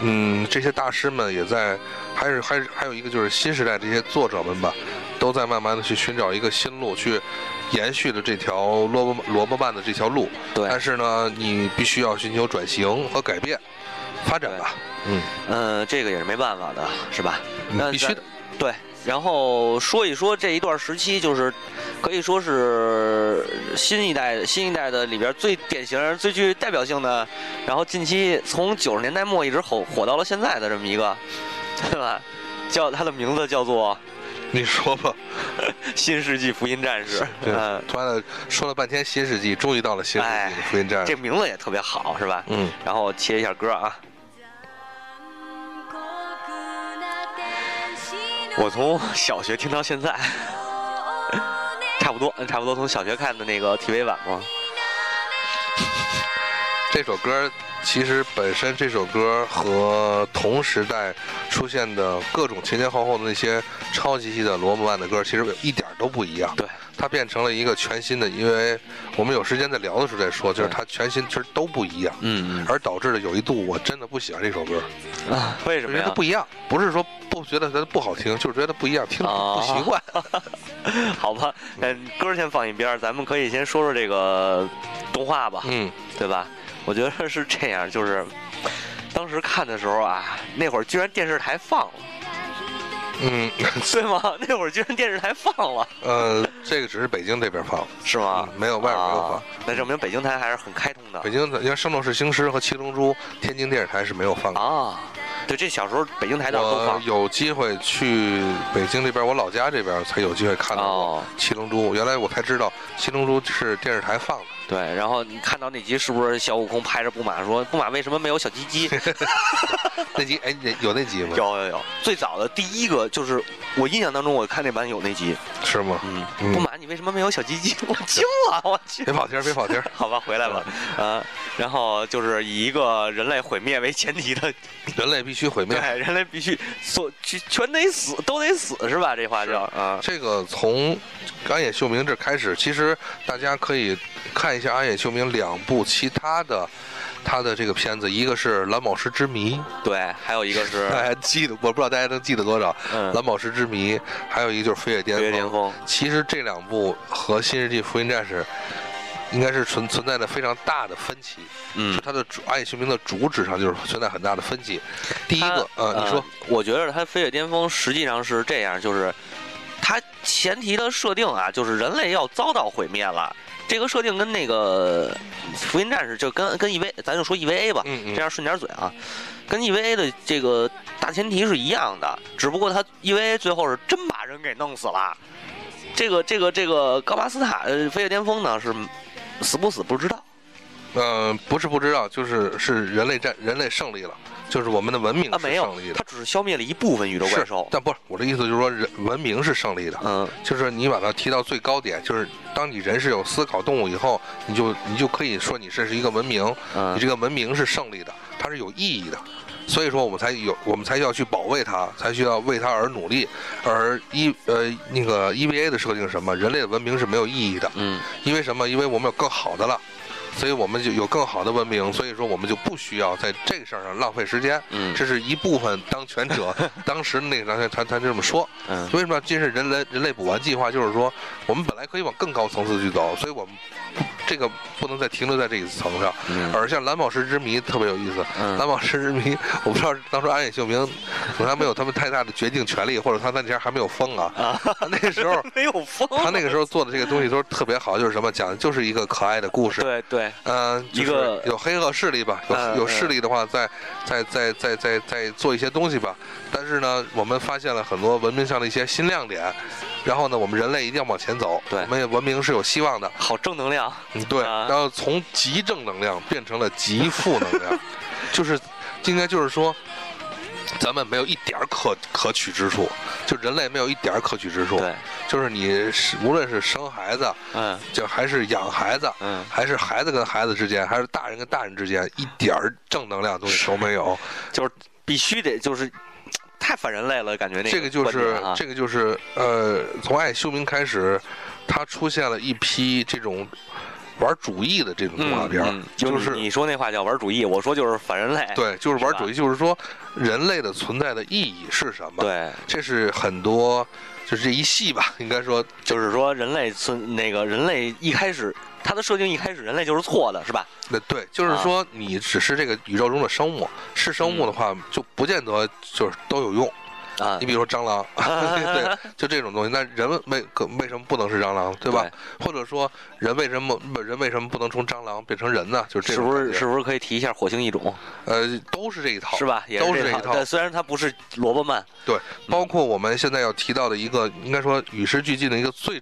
嗯，这些大师们也在，还是还是还有一个就是新时代这些作者们吧，都在慢慢的去寻找一个新路，去延续的这条罗伯罗伯曼的这条路。
对，
但是呢，你必须要寻求转型和改变，发展吧。嗯，
嗯，这个也是没办法的，是吧？那
嗯必须的。
对，然后说一说这一段时期，就是可以说是新一代新一代的里边最典型、最具代表性的，然后近期从九十年代末一直火火到了现在的这么一个， 对吧？叫它的名字叫做
你说吧。
《新世纪福音战士》。
对
嗯，，哎
突然说了半天新世纪，终于到了新世纪的福音战士
这。名字也特别好，是吧？
嗯，
然后切一下歌啊，我从小学听到 现在，嗯差不多，差不多从小学看的那个 TV 版嘛。
这首歌其实本身这首歌和同时代出现的各种前前后后的那些超级系的罗曼的歌，其实一点儿都不一样。
对，
它变成了一个全新的，因为我们有时间再聊的时候再说，就是
对
它全新其实都不一样，
嗯
而导致了有一度我真的不喜欢这首歌，
嗯啊，为什
因
么
为它
呀？
不一样，不是说不觉得它不好听，就是觉得不一样，听着不
哦
不习 惯。
好吧，嗯，歌先放一边儿，咱们可以先说说这个动画吧，
嗯，
对吧？我觉得是这样，就是当时看的时候啊，那会儿居然电视台 放了，
嗯，
对吗？那会儿居然电视台放了，
呃，这个只是北京这边放，
是吗？
嗯没有外边没有放
啊。那证明北京台还是很开通的
北京的，因为《圣斗士星矢》和《七龙珠》，天津电视台是没有放的。
啊。对，这小时候北京台倒是都
我
放
有机会去北京这边，我老家这边才有机会看到过
哦，
《七龙珠》。原来我才知道《七龙珠》是电视台放的。
对。然后你看到那集是不是小悟空拍着布马说：“布马为什么没有小鸡鸡？”
那集哎，那有那集吗？
有有有，最早的第一个就是我印象当中，我看那版有那集，
是吗？
嗯，
嗯
不瞒你，为什么没有小鸡鸡？ 我惊了，我去
别。跑题儿，别跑 题儿。
好吧，回来吧，啊，然后就是以一个人类毁灭为前提的，
人类必须毁
对
灭。，
人类必须所全全得死，都得死是吧？这话叫啊，
这个从安野秀明这开始，其实大家可以看一下安野秀明两部其他的他的这个片子，一个是《蓝宝石之谜》，
对，还有一个是
大家记得，我不知道大家能记得多少，
嗯
蓝宝石之谜》，还有一个就是《飞越巅峰》。
飞跃巅峰，
其实这两部和《新世纪福音战士》应该是存存在着非常大的分歧，
嗯
就，它的主《暗夜雄兵》的主旨上就是存在很大的分歧。第一个，
它
呃，你说，，
我觉得他飞跃巅峰实际上是这样，就是它前提的设定啊，就是人类要遭到毁灭了。这个设定跟那个福音战士就跟跟 EV，咱就说 EVA 吧，
嗯嗯，
这样顺点嘴啊，跟 EVA 的这个大前提是一样的，只不过他 EVA 最后是真把人给弄死了。这个这个这个高巴斯塔呃飞跃巅峰呢是死不死不知道，
呃，不是不知道，就是是人类战人类胜利了，就是我们的文明
啊
是
没有
胜利，的
他，只是消灭了一部分宇宙怪
是
兽，。
但不是我的意思，就是说人文明是胜利的，
嗯，
就是你把它提到最高点，就是当你人是有思考动物以后，你就你就可以说你这是一个文明，
嗯
你这个文明是胜利的，它是有意义的，所以说我们才有我们才要去保卫它，才需要为它而努力。而一呃那个 EVA 的设定是什么？人类的文明是没有意义的，
嗯，
因为什么？因为我们有更好的了。所以我们就有更好的文明，所以说我们就不需要在这个事儿上浪费时间。
嗯
这是一部分当权者 当时那个当权他他这么说。
嗯
为什么这是人类人类补完计划？就是说，我们本来可以往更高层次去走，所以我们这个不能再停留在这一层上。
嗯
而像蓝宝石之谜特别有意思，
嗯
蓝宝石之谜，我不知道当初安野秀明可能还没有他们太大的决定权利，或者他那前还没有疯啊。
啊，
他那时候，
没有风，
他那个时候做的这个东西都是特别好，就是什么讲的就是一个可爱的故事，
对对，
嗯，就是
一个
有黑恶势力吧，
嗯
有有
嗯
势力的话，再再再再再再做一些东西吧。但是呢，我们发现了很多文明上的一些新亮点，然后呢，我们人类一定要往前走，
对
我们也文明是有希望的，
好正能量，
嗯，对。
啊
然后从极正能量变成了极负能 量，就是应该就是说。咱们没有一点儿可可取之处，就人类没有一点儿可取之处。
对，
就是你是无论是生孩子，
嗯
就还是养孩子，
嗯，
还是孩子跟孩子之间，还是大人跟大人之间，一点儿正能量的东西都没有。
就是必须得就是太反人类了，感觉那
这个就
观点
是
啊，
这个就是呃，从爱修明开始，他出现了一批这种玩主义的这种动画
嗯
片儿，
嗯，
就
就是是你说那话叫玩主义，我说就是反人类，
对，就是玩
是吧
主义，就是说人类的存在的意义是什么？，
对，
这是很多就是这一系吧，应该说
就是说人类存那个人类一开始它的设定一开始人类就是错的，是吧？
那对，就是
啊
说你只是这个宇宙中的生物，是生物的话，就不见得就是都有用。
啊
你，比如说蟑 螂，对，就这种东西。那人为可为什么不能是蟑螂，对吧？或者说人为什么不人为什么不能从蟑螂变成人呢？就是这
是
种
不
感
是
觉
是不是可以提一下火星异种，
呃，都是这一套，
是？吧？也
都
是
是这一套
但虽然它不是萝卜曼，
对，包括我们现在要提到的一个，应该说与时俱进的一个最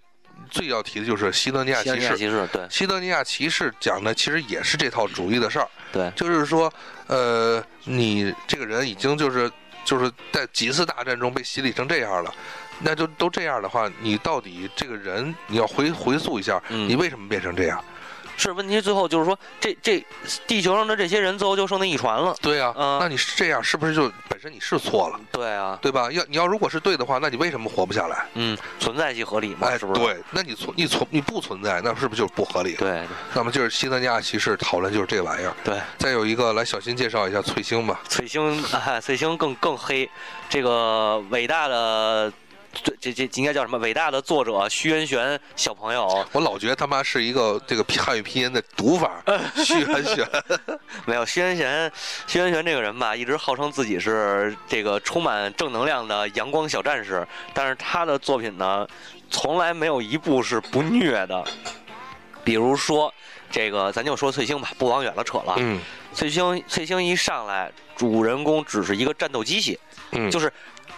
最要提的就是西德尼亚
西
骑
安尼亚
士。
骑士，对
西德尼亚骑士讲的其实也是这套主义的事儿，
对，
就是说，呃，你这个人已经就是就是在几次大战中被洗礼成这样了，那就都这样的话，你到底这个人你要回回溯一下，
嗯
你为什么变成这样？
是问题，最后就是说，这这地球上的这些人最后就剩那一船了。
对呀、
嗯
那你是这样是不是就本身你是错了，
对啊，
对吧？要你要如果是对的话，那你为什么活不下来？
嗯，存在即合理嘛，
哎，
啊是不是？
对，那你存你存你不存在，那是不是就是不合理？
对
那么就是西南尼亚骑士讨论就是这玩意儿。
对，
再有一个，来小新介绍一下翠星吧。
翠星， 哎，翠星更更黑，这个伟大的。这这这应该叫什么？伟大的作者徐元玄小朋友，
我老觉得他妈是一个这个汉语拼音的读法，
嗯
虚很玄。
没有徐元玄，徐元玄这个人吧，一直号称自己是这个充满正能量的阳光小战士，但是他的作品呢，从来没有一部是不虐的。比如说，这个咱就说翠星吧，不往远了扯了。
嗯
翠星，翠星一上来，主人公只是一个战斗机器，
嗯，
就是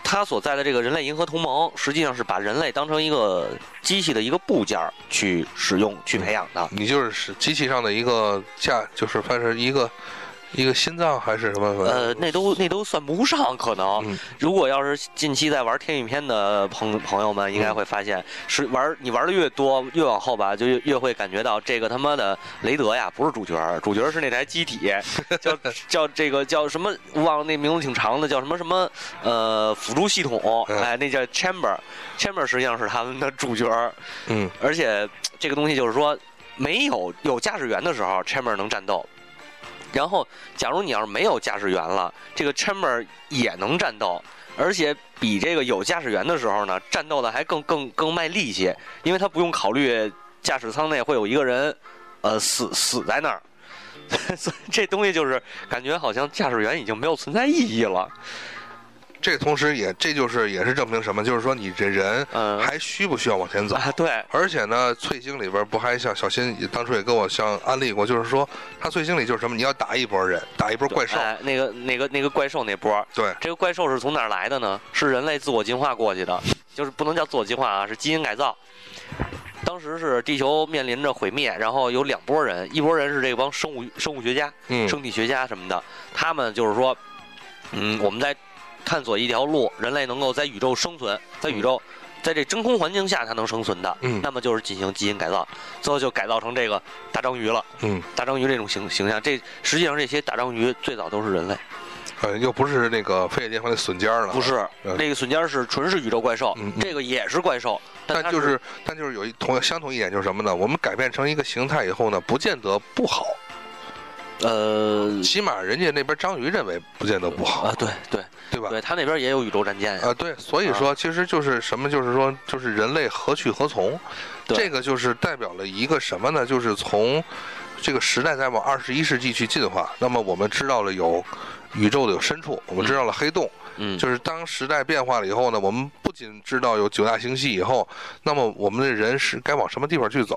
他所在的这个人类银河同盟，实际上是把人类当成一个机器的一个部件儿去使用、去培养的。
你就是使机器上的一个架，就是算是一个一个心脏还是什么？
呃，那都那都算不上，可能。
嗯
如果要是近期在玩《天与篇》的朋朋友们，应该会发现，是玩你玩的越多，越往后吧，就越越会感觉到这个他妈的雷德呀，不是主角儿，主角儿是那台机体，叫 叫这个叫什么，忘了那名字挺长的，叫什么什么呃辅助系统，
嗯
哎，那叫 Chamber，Chamber 实际上是他们的主角儿，
嗯
而且这个东西就是说，没有有驾驶员的时候，chamber 能战斗。然后，假如你要是没有驾驶员了，这个 chamber 也能战斗，而且比这个有驾驶员的时候呢，战斗的还更更更卖力气，因为他不用考虑驾驶舱内会有一个人，呃，死死在那儿。 所以这东西就是感觉好像驾驶员已经没有存在意义了。
这同时也这就是也是证明什么？就是说你这人
嗯
还需不需要往前走？
啊，对，
而且呢，翠星里边不还像小新也当初也跟我像安利过，就是说他翠星里就是什么，你要打一波人，打一波怪兽，
哎，那个那个那个怪兽那波，
对，
这个怪兽是从哪儿来的呢？是人类自我进化过去的，就是不能叫自我进化啊，是基因改造。当时是地球面临着毁灭，然后有两拨人，一拨人是这帮生物生物学家、
嗯
生体学家什么的，他们就是说，嗯，我们在探索一条路，人类能够在宇宙生存，在宇宙，在这真空环境下它能生存的，
嗯
那么就是进行基因改造，最后就改造成这个大章鱼了。
嗯，
大章鱼这种形形象，这实际上这些大章鱼最早都是人类。
呃，又不是那个非野电话的笋尖儿了，
不，是，
嗯
那个笋尖儿是纯是宇宙怪兽，
嗯嗯
这个也是怪兽，
但
它
就是是但就是有一同相同一点就是什么呢？我们改变成一个形态以后呢，不见得不好，
呃
起码人家那边章鱼认为不见得不好
啊，，对对
对吧？
对，它那边也有宇宙战舰呀，
啊，对，所以说其实就是什么，就是说就是人类何去何从，
对
这个就是代表了一个什么呢？就是从这个时代在往二十一世纪去进化。那么我们知道了有宇宙的有深处，我们知道了黑洞，
嗯，
就是当时代变化了以后呢，我们不仅知道有九大星系以后，那么我们的人是该往什么地方去走？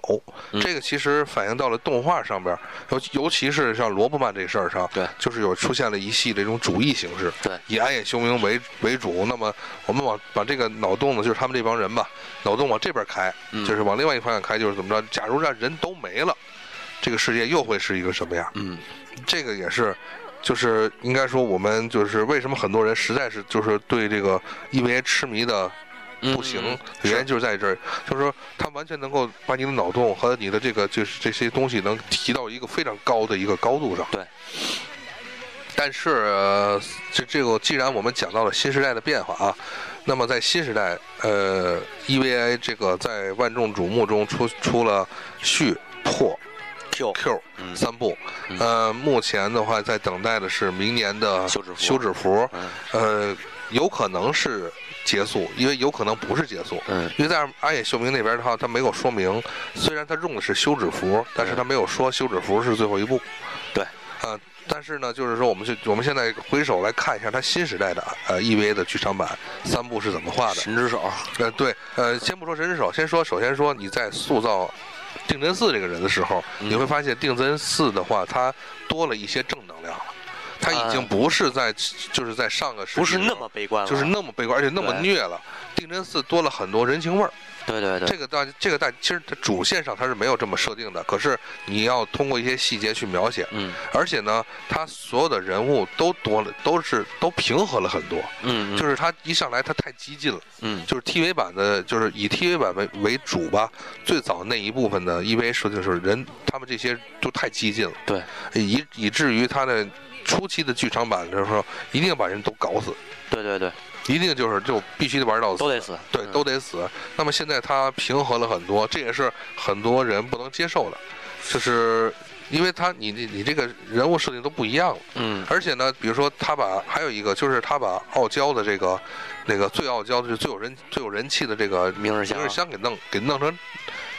嗯
这个其实反映到了动画上边儿，尤尤其是像罗布曼这事儿上，
对
就是有出现了一系列这种主义形式，
对
以暗夜凶明为为主。那么我们往把这个脑洞呢，就是他们这帮人吧，脑洞往这边开，
嗯
就是往另外一方向开，就是怎么着？假如让人都没了，这个世界又会是一个什么样？
嗯
这个也是，就是应该说我们就是为什么很多人实在是就是对这个 EVA 痴迷的
嗯
不行
嗯，
原因就是在这儿，就是说他完全能够把你的脑洞和你的这个就是这些东西能提到一个非常高的一个高度上。
对。
但是、呃、这这个，既然我们讲到了新时代的变化啊，那么在新时代，呃，EVA 这个在万众瞩目中出出了续破
Q
Q
嗯
三部，
嗯
呃，目前的话在等待的是明年的
休止符
休止符，
嗯
呃，有可能是结束，因为有可能不是结束。
嗯
因为在安野秀明那边的话，他没有说明，虽然他用的是休止符，但是他没有说休止符是最后一步。
对，
呃，但是呢，就是说我们去我们现在回首来看一下他新时代的呃 EVA 的剧场版三部是怎么画的。
神之手，
呃，对，呃，先不说神之手，先说首先说你在塑造定真寺这个人的时候，
嗯
你会发现定真寺的话，他多了一些正能量了。他已经
啊
不是在就是在上个世纪
不是
的时
那
候
么悲观了，
就是那么悲观，而且那么
对
虐了。定真寺多了很多人情味儿，
对对对
这个大这个大其实它主线上它是没有这么设定的，可是你要通过一些细节去描写，
嗯
而且呢，他所有的人物都多了，都是都平和了很多。
嗯
就是是他一上来他太激进了，
嗯
就是 TV 版的，就是以 TV 版为为主吧。最早那一部分的 EVA 设定是人，他们这些都太激进了，
对，
以以至于他的初期的剧场版的时候，一定把人都搞死，
对对对，
一定就是就必须得玩到死，
都得死，
对，
嗯
都得死。那么现在它平和了很多，这也是很多人不能接受的，就是因为他你你你这个人物设定都不一样了，
嗯
而且呢，比如说他把还有一个就是他把傲娇的这个那个最傲娇的就是最有人最有人气的这个
明日香
明日香给弄给弄成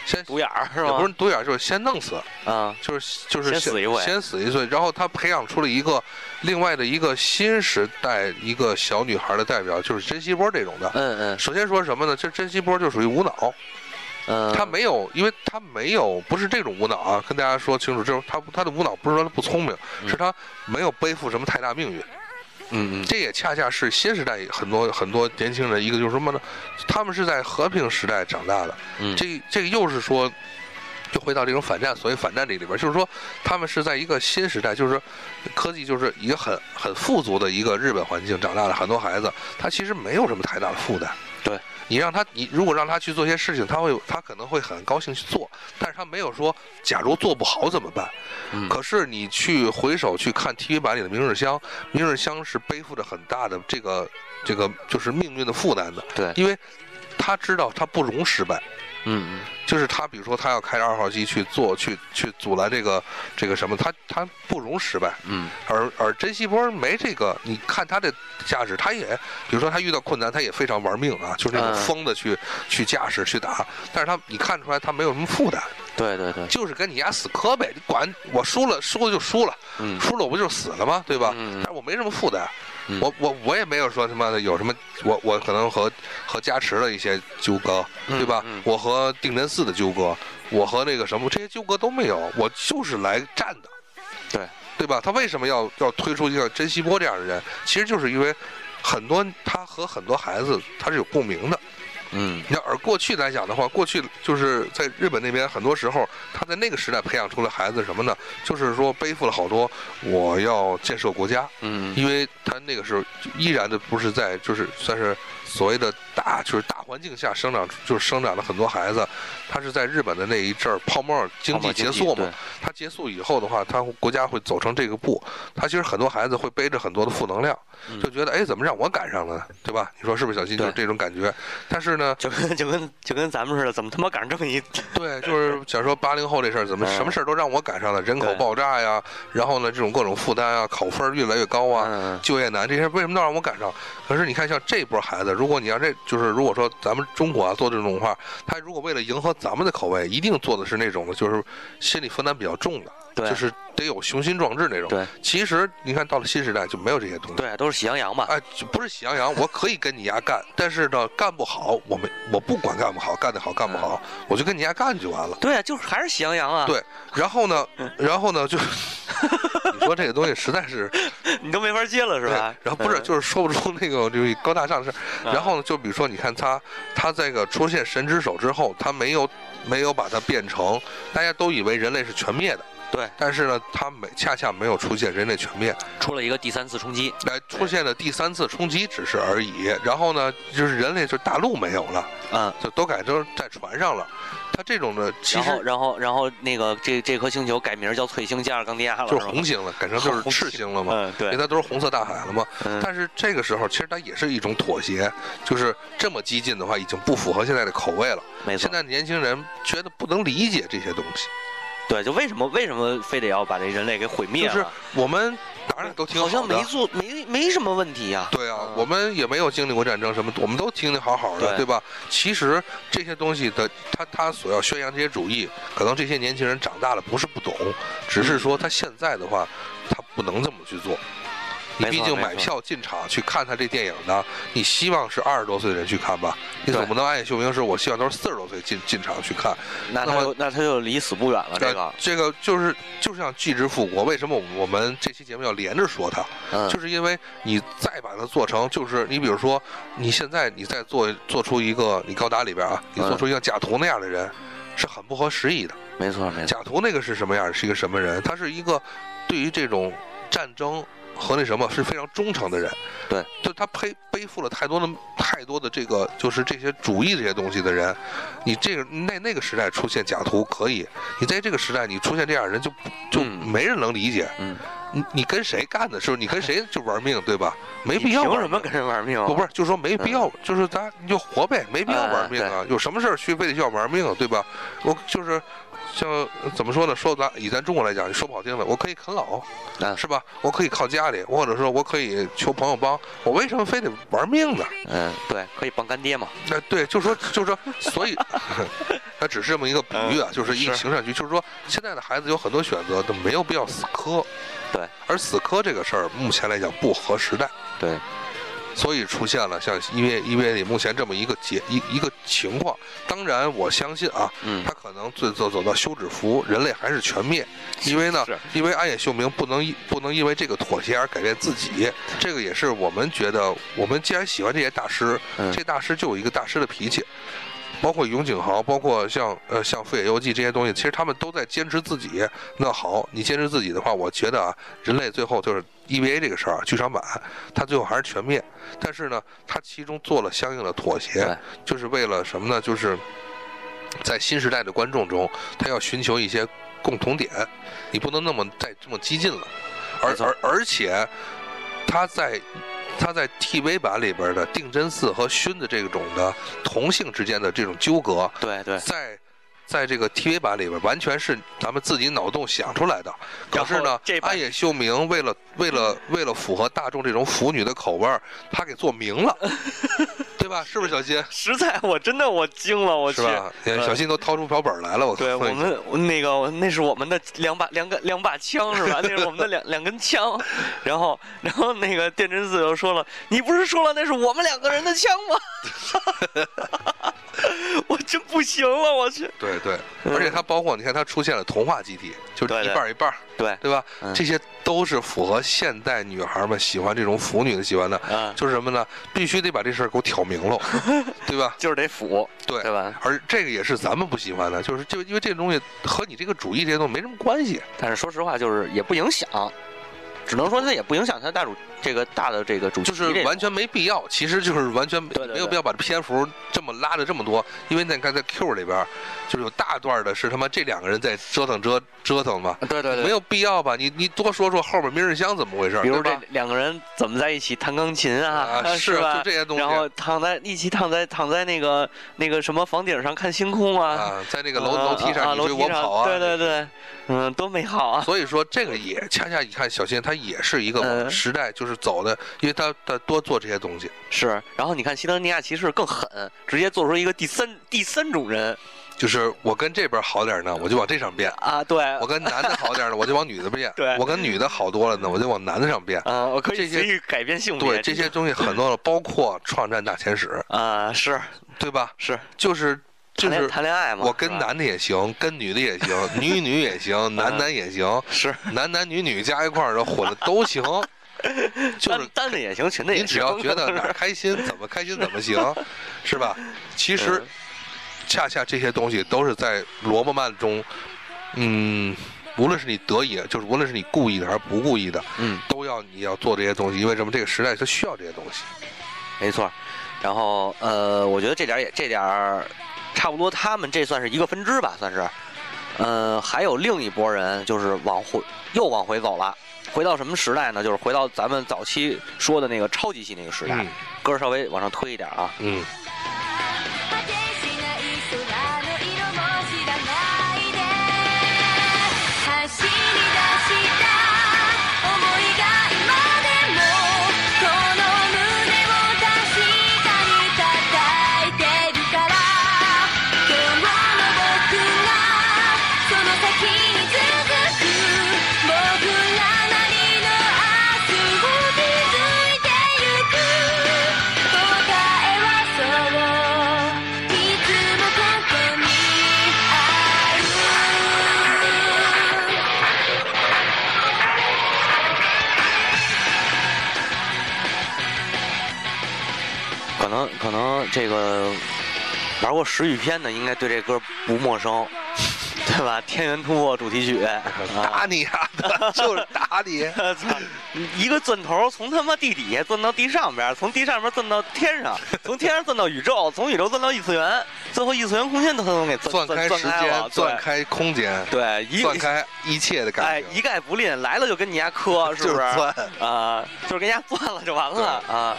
先
独眼儿是
也
吗？
不是独眼儿，就是先弄死，
啊，
就是就是
先死一回
先死一岁，然后他培养出了一个另外的一个新时代一个小女孩的代表，就是珍惜波这种的。
嗯嗯
首先说什么呢？这珍惜波就属于无脑，
嗯，
他没有，因为他没有不是这种无脑啊，跟大家说清楚，就是他他的无脑不是说他不聪明，
嗯
是他没有背负什么太大命运。
嗯嗯
这也恰恰是新时代很多很多年轻人一个就是什么呢？他们是在和平时代长大的，
嗯
这这个又是说。就回到这种反战，所谓反战这里边，就是说他们是在一个新时代，就是说科技就是一个很很富足的一个日本环境长大的很多孩子，他其实没有什么太大的负担。
对，
你让他，你如果让他去做一些事情，他会他可能会很高兴去做，但是他没有说假如做不好怎么办。
嗯
可是你去回首去看 TV 版里的明日香，明日香是背负着很大的这个这个就是命运的负担的，
对，
因为他知道他不容失败。
嗯嗯
就是他，比如说他要开着二号机去做，去去阻拦这个这个什么，他他不容失败。
嗯
而而珍惜波没这个，你看他的驾驶，他也比如说他遇到困难，他也非常玩命啊，就是那种
嗯
疯的去、去驾驶去打。但是他你看出来他没有什么负担，
对对对，
就是跟你丫死磕呗，你管我输了输了就输了，
嗯
输了我不就是死了吗？对吧？
嗯
但是我没什么负担，
嗯
我我我也没有说他妈的有什么，我我可能和和加持的一些纠葛，
嗯
对吧？
嗯
我和定真寺的纠葛，我和那个什么这些纠葛都没有，我就是来战的，
对
对吧？他为什么要要推出一个珍惜波这样的人？其实就是因为很多他和很多孩子他是有共鸣的。
嗯
那而过去来讲的话，过去就是在日本那边，很多时候他在那个时代培养出来孩子是什么呢？就是说背负了好多我要建设国家，
嗯嗯
因为他那个时候依然的不是在就是算是所谓的大就是大环境下生长，就是生长了很多孩子，他是在日本的那一阵儿泡沫经济结束嘛，他结束以后的话，他国家会走成这个步，他其实很多孩子会背着很多的负能量，
嗯
就觉得哎怎么让我赶上了呢，对吧？你说是不是小新就是
对
这种感觉？但是呢，
就跟就跟就跟咱们似的，怎么他妈赶上这么一
对，就是想说八零后这事儿，怎么
嗯
什么事儿都让我赶上了，人口
对
爆炸呀，然后呢这种各种负担啊，考分儿越来越高啊，
嗯
就业难这些为什么都让我赶上？可是你看，像这波孩子，如果你要这就是如果说咱们中国啊做这种话，他如果为了迎合咱们的口味，一定做的是那种的，就是心理负担比较重的，
对
就是得有雄心壮志那种。
对
其实你看到了新时代就没有这些东西。
对，都是喜羊羊嘛，
哎，就不是喜羊羊，我可以跟你丫干，但是呢，干不好，我们我不管干不好，干得好干不好，我就跟你丫干就完了。
对啊，就是还是喜羊羊啊，嗯
对，然后呢，然后 呢，就是你说这个东西实在是
你都没法接了 是
对，
吧
然？后不是
嗯
就是说不出那个就是高大上的事儿。
嗯
然后呢，就比如说你看他，他这个出现神之手之后，他没有没有把它变成，大家都以为人类是全灭的。
对，
但是呢，他没恰恰没有出现人类全灭，
出了一个第三次冲击，
来呃出现了第三次冲击只是而已。然后呢，就是人类就大陆没有了，
嗯，
就都改成在船上了。他这种的其
然后
实
然后然后那个这这颗星球改名叫翠星加尔冈迪亚了，
就是
是吧
红星了，改成就是
红
赤星了嘛。
嗯
因为
对，
它都是红色大海了嘛，
嗯
但是这个时候，其实它也是一种妥协，就是这么激进的话，已经不符合现在的口味了。
没错
现，在年轻人觉得不能理解这些东西，
对，就为什么为什么非得要把这人类给毁灭
就是
了？
我们当然都挺
好像没
的。
做没没什么问题呀，
对啊，
嗯
我们也没有经历过战争什么，我们都经历好好的，
对
对吧？其实这些东西的，他他所要宣扬这些主义，可能这些年轻人
嗯
长大了不是不懂，只是说他现在的话，他不能这么去做。你
没
毕
错
竟
没
买
错
票进场去看他这电影的，你希望是二十多岁的人去看吧？你
对
总不能暗夜秀明是我希望都是四十多岁进进场去看。
那
那
他
么
就那他就离死不远了，啊这
呃
个，
这个就是就是像继之复国，为什么我们我们这期节目要连着说它？
嗯，
就是因为你再把它做成，就是你比如说，你现在你再做做出一个你高达里边啊，你做出一个假图那样的人，是很不合时宜的。
没错没错，
假图那个是什么样儿？是一个什么人？他是一个对于这种战争和那什么是非常忠诚的人。
对，
就他背背负了太多的太多的这个就是这些主义这些东西的人，你这个那那个时代出现假图可以，你在这个时代你出现这样的人就不就
嗯
没人能理解。
嗯，
你你跟谁干的时候，你跟谁就玩命对吧？没
你
必要玩
凭
命。
什么跟人玩命啊？
不不是，就说没必要，就是咱你就活呗，没必要玩命
哎
啊，有什么事儿去非得去要玩命啊，对吧？我就是像呃怎么说呢？说咱以咱中国来讲，你说不好听的，我可以啃老，
啊
是吧？我可以靠家里，或者说我可以求朋友帮，我为什么非得玩命呢？
嗯，对，可以傍干爹嘛，
那对，就说就说，所 以它只是这么一个比喻啊，就是一
嗯是
个情感剧，就是说现在的孩子有很多选择，都没有必要死磕。
对，
而死磕这个事儿，目前来讲不合时代。
对，
所以出现了像因为因为你目前这么一个结一一个情况。当然，我相信啊，
嗯
他，可能最走走到休止符，人类还是全灭，因为呢
是，
因为暗夜秀明不能因不能因为这个妥协而改变自己，这个也是我们觉得，我们既然喜欢这些大师，
嗯
这大师就有一个大师的脾气。包括永井豪，包括像呃像富野由纪这些东西，其实他们都在坚持自己。那好，你坚持自己的话，我觉得啊，人类最后就是 EVA 这个事儿，剧场版它最后还是全灭。但是呢，它其中做了相应的妥协，
对
就是为了什么呢？就是在新时代的观众中，他要寻求一些共同点，你不能那么再这么激进了。而
没错
而而且，他在他在 TV 版里边的定真寺和勋的这种的同性之间的这种纠葛，
对对，
在在这个 TV 版里边完全是咱们自己脑洞想出来的。可
然后
是呢
这，版嗯
暗野秀明为了为了为了符合大众这种腐女的口味儿，他给做明 了，对吧？是不是小新？
实在我真的我惊了，我去呃嗯
是，吧？哎小新都掏出票本儿来了，我
对
看
我们我那个那是我们的两把两个两把枪是吧？那是我们的两两根枪，然后然后那个电真寺又说了，你不是说了那是我们两个人的枪吗？ 我真不行了，我去。
对对，
嗯
而且它包括你看，它出现了童话集体，就是
对
一
对
半儿一半儿，
对，
对吧？
嗯
这些都是符合现代女孩们喜欢这种腐女的喜欢的，
啊，
就是什么呢？必须得把这事儿给我挑明 喽，对吧？
就是得腐，
对
对吧？
而这个也是咱们不喜欢的，就是就因为这个东西和你这个主义这些东西没什么关系。
但是说实话，就是也不影响，只能说它也不影响它大主这个大的这个主题
就
这种，
是完全没必要，其实就是完全没
对对对
没有必要把这篇幅这么拉的这么多，因为你看在 Q 里边儿，就是有大段的是他妈这两个人在折腾折折腾嘛，
对对对，
没有必要吧？你你多说说后面明日香怎么回事儿，
比如
对
这
吧？
两个人怎么在一起弹钢琴 啊，
啊是
吧？
就这些东西
然后躺在一起躺在躺在那个那个什么房顶上看星空啊，
啊，在那个楼
啊
楼梯
啊
上你
楼
追我
梯上
跑啊，
对对对，嗯，多美好啊！
所以说，这个也恰恰你看，小新他也是一个
嗯
时代，就是走的，因为他他多做这些东西，
是，然后你看《西德尼亚骑士》更狠，直接做出一个第三第三种人
就是我跟这边好点儿呢，我就往这上 变；
啊，对，
我跟男的好点儿呢，我就往女的变；
对
我跟女的好多了呢，我就往男的上变。
啊，我可
这
以
些
随意改变性别，
对，这些东西很多了，包括《创战大前史》，
啊是
对吧？
是，
就是就
谈恋
是。
谈恋爱嘛，
我跟
是吧嗯
男的也行，跟女的也 行，女女也行，男男也行，
是
男男女女加一块儿的混的都 行，就
单
是
单的也行，群的也
您
行，
只要觉 得哪儿开心，怎么开心怎么行，是吧？其实
嗯，
恰恰这些东西都是在罗伯曼中，嗯，无论是你得意，就是无论是你故意的还是不故意的，
嗯。
都要你要做这些东西，因为什么？这个时代它需要这些东西。
没错儿，然后呃，我觉得这点儿也这点儿差不多，他们这算是一个分支吧，算是。呃，还有另一拨人就是往回又往回走了，回到什么时代呢？就是回到咱们早期说的那个超级系那个时代，
嗯
歌儿稍微往上推一点啊。
嗯，
果てしない空の色も知らないで走り出した思いが今でもこの胸を確かに叩いてるから今日の僕がその先に続く僕らなりの明日を見
能可能这个玩过时雨篇的，应该对这歌不陌生， 对吧？《天元突破》主 题曲，啊
打你丫 的， 就是打你！
我 操！一个钻头从他妈地底下钻到地上边儿，从地上边儿钻到天上，从天上钻到宇宙，从宇宙钻到异次元，最后异次元空间都他能给
钻
钻
开时
了
间，，钻
对
开空间，
对，一
钻开一切的
哎
感
一
情。
概不吝，来了就跟你家磕，是不？
就是钻
啊，就是跟人家钻了就完了啊，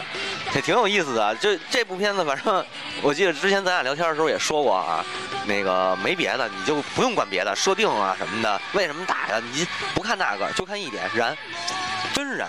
这挺有意思的。这这部片子，反正我记得之前咱俩聊天的时候也说过啊，那个没别的，你就不用管别的设定啊什么的，为什么打呀？你不看那个，就看一点燃，真燃。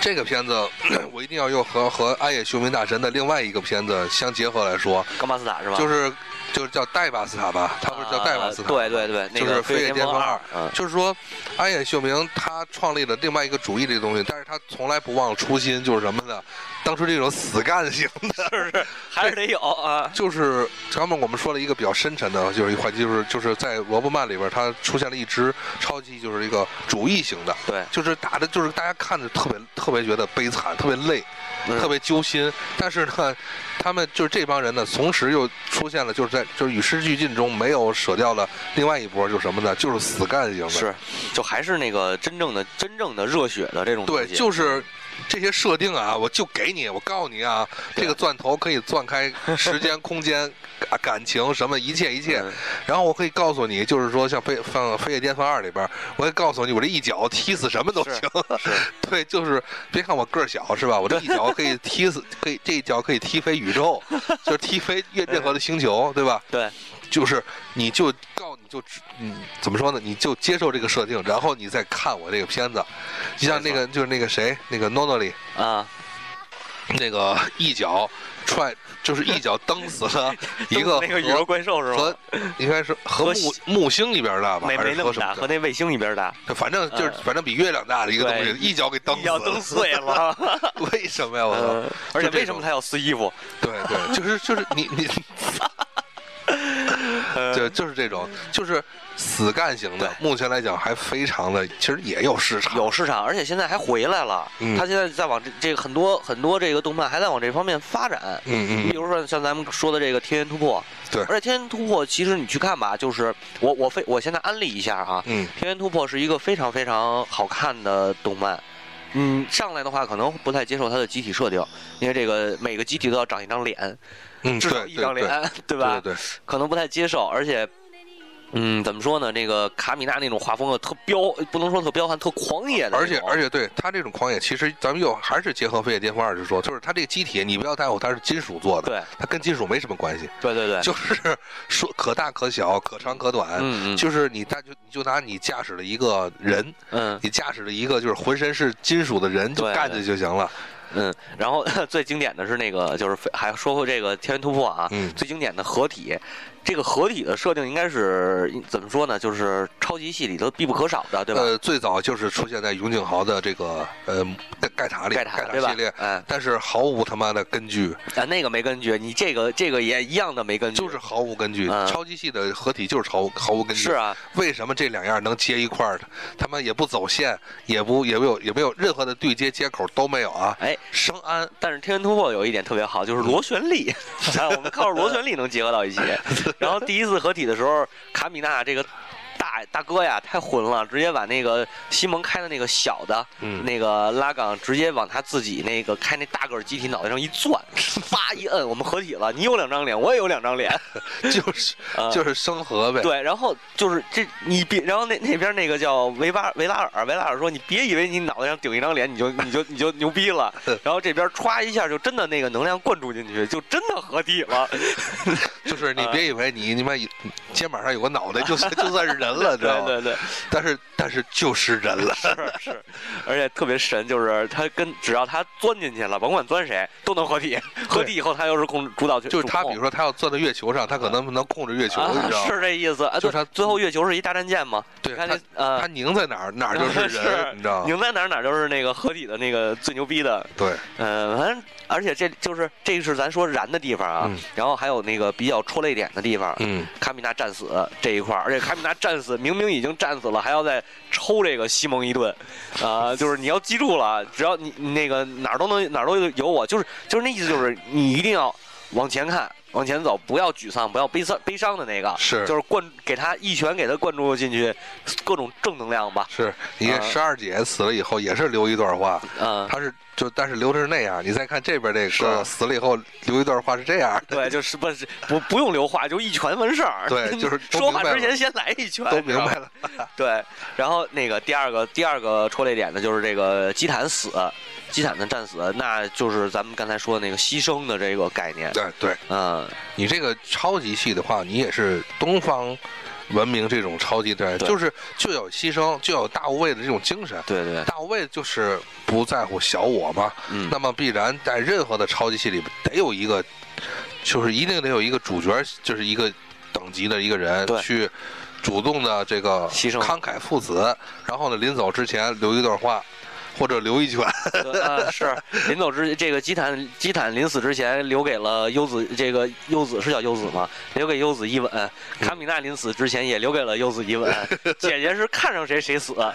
这个片子， 我一定要用和和安野秀明大神的另外一个片子相结合来说，
冈巴斯塔是吧？
就是就是叫代巴斯塔吧，他不是叫代巴斯塔
啊？对对对，那
就
个
是《飞跃巅
巅
峰
二
二》。
嗯，
就是说，安野秀明他创立了另外一个主义这个东西，但是他从来不忘初心，就是什么呢？当初这种死干型的，
还是得有啊。
就是刚刚我们说了一个比较深沉的，就是一话题，就是就是在罗伯曼里边，他出现了一支超级，就是一个主义型的，
对，
就是打的，就是大家看着特别特别觉得悲惨，特别累，
嗯
特别揪心。但是呢，他们就是这帮人呢，同时又出现了，就是在就是与时俱进中没有舍掉了另外一波，就是什么呢？ 就是死干型的，
是，就还是那个真正的真正的热血的这种
对，
东西
就是这些设定啊，我就给你，我告诉你啊，这个钻头可以钻开时间、空间、啊感情什么一切一切
嗯。
然后我可以告诉你，就是说像飞放《飞跃巅峰二》里边，我可以告诉你，我这一脚踢死什么都
是
行。
是
对，就是别看我个儿小是吧？我这一脚可以踢死，可以这一脚可以踢飞宇宙，就是踢飞任任何的星球，对吧？
对，
就是你就告你就只嗯怎么说呢？你就接受这个设定，然后你再看我这个片子。你像那个就是那个谁，那个 Nono 里
啊，
那个一脚踹，就是一脚蹬死 了一个
那个宇
和
宙怪兽是吗
和？应该是和
和
木木星里边的吧，
没
还
没
是
那
和
么
什么
大，和
的？
那卫星一 边大，
反正就是
嗯
反正比月亮大的一个东西
对，
一脚给蹬死
要蹬
了。
碎了。 嗯呃
为什么呀？我操！
而且
嗯就这
为什么
种
他要撕衣服？
对对，就是就是你 你，对，就是这种，就是死干型的，目前来讲还非常的，其实也有市场。
有市场，而且现在还回来了。
嗯
他现在在往这这个很多很多这个动漫还在往这方面发展。
嗯
你
嗯，
比如说像咱们说的这个《天元突破》，
对
而且《天元突破》其实你去看吧，就是我我非我现在安利一下啊，
嗯
《天元突破》是一个非常非常好看的动漫。嗯，上来的话可能不太接受它的集体设定，因为这个每个集体都要长一张脸，
嗯，
至
对
少
对
一张
对，
脸，对吧？
对对对，
可能不太接受，而且，嗯，怎么说呢？那个卡米娜那种画风啊，特彪，不能说特彪悍，特狂野的那种。
而且而且对他这种狂野，其实咱们又还是结合《飞野巅峰二》就说，就是他这个机体，你不要在乎它是金属做的，
对
它跟金属没什么关系，
对对对，
就是说可大可小，可长可短。
嗯嗯
就是你，大就你就拿你驾驶了一个人，
嗯
你驾驶了一个就是浑身是金属的人，就
对
干
对
着就行了。
嗯。然后 最经典的是那个，就是非还说过这个《天元突破》啊，
嗯
最经典的合体。这个合体的设定应该是怎么说呢？就是超级系里头必不可少的，对吧？
呃，最早就是出现在永井豪的这个呃盖盖塔里，
盖
盖
塔对吧
系列？，
哎，
但是毫无他妈的根据，
啊，那个没根据，你这个这个也一样的没根据，
就是毫无根据。
嗯
超级系的合体就是毫无毫无根据。
是啊，
为什么这两样能接一块儿？他们也不走线，也不也没有也没有任何的对接接口都没有啊。
哎，
生安
但是《天元突破》有一点特别好，就是螺 旋力，哎，我们靠着螺旋力能结合到一起。然后第一次合体的时候，卡米娜这个大大哥呀太混了，直接把那个西蒙开的那个小的、
嗯
那个拉杆直接往他自己那个开那大个儿机体脑袋上 一攥，啪一摁，我们合体了。你有两张脸，我也有两张脸。
就是
啊
就是生合呗。
对，然后就是这你别，然后那那边那个叫维巴维拉尔，维拉尔说你别以为你脑袋上顶一张脸你就你就你就牛逼 了，然后这边歘一下就真的那个能量灌注进去，就真的合体了，
就是你
啊
别以为你你妈肩膀上有个脑袋就算就算是人 了，知道
对
吗？
对对，
但是但是就是人了。
是是，而且特别神，就是他跟只要他钻进去了，甭管钻谁都能合体，合体以后他又是控主导权，
就是他，
主
比
控嗯
如说他要钻到月球上，他可能能控制月球，你知道吗？
啊 是这意思，啊
就是
对
他
最后月球是一大战舰嘛，
对
你看
他
那呃
他。拧在哪儿，哪儿就 人，你知道吗？
嗯拧在哪儿哪儿就是那个合体的那个最牛逼的
对，
嗯，反正而且这就是这个是咱说燃的地方啊，
嗯
然后还有那个比较戳泪点的地方，
嗯，
卡米娜战死这一块儿，而且卡米娜战死明明已经战死了，还要再抽这个西蒙一顿，啊、就是你要记住了，啊只要你你那个哪儿都能哪儿都有我，就是就是那意思，就是你一定要往前看，往前走，不要沮丧，不要悲伤悲伤的那个，
是
就是灌给他一拳给他灌注进去，各种正能量吧，
是你看
啊
十二姐死了以后也是留一段话，
嗯、
她是就但是留的是那样，你再看这边这
是
个死了以后留一段话是这样 的，
对，就是不是不不用留话，就一拳完事儿。
对就是 都
说话
明白
之
了
前先来一拳，
都明白
了。
了，
对，然后那个第二个第二个戳泪点呢，就是这个基坦死，基坦的战死，那就是咱们刚才说的那个牺牲的这个概念。
对对。
嗯，
你这个超级系的话，你也是东方文明这种超级战，
对
就是就有牺牲，就有大无畏的这种精神。
对对，
大无畏就是不在乎小我嘛，
嗯
那么必然在任何的超级系里得有一个，就是一定得有一个主角，就是一个等级的一个人
对
去主动的这个
牺牲
慷慨赴死，然后呢，临走之前留一段话，或者留一 拳，
对啊是临走之这个基坦基坦临死之前留给了优子，这个优子是叫优子吗？留给优子一吻。卡米娜临死之前也留给了优子一吻。姐姐是看上谁谁死，啊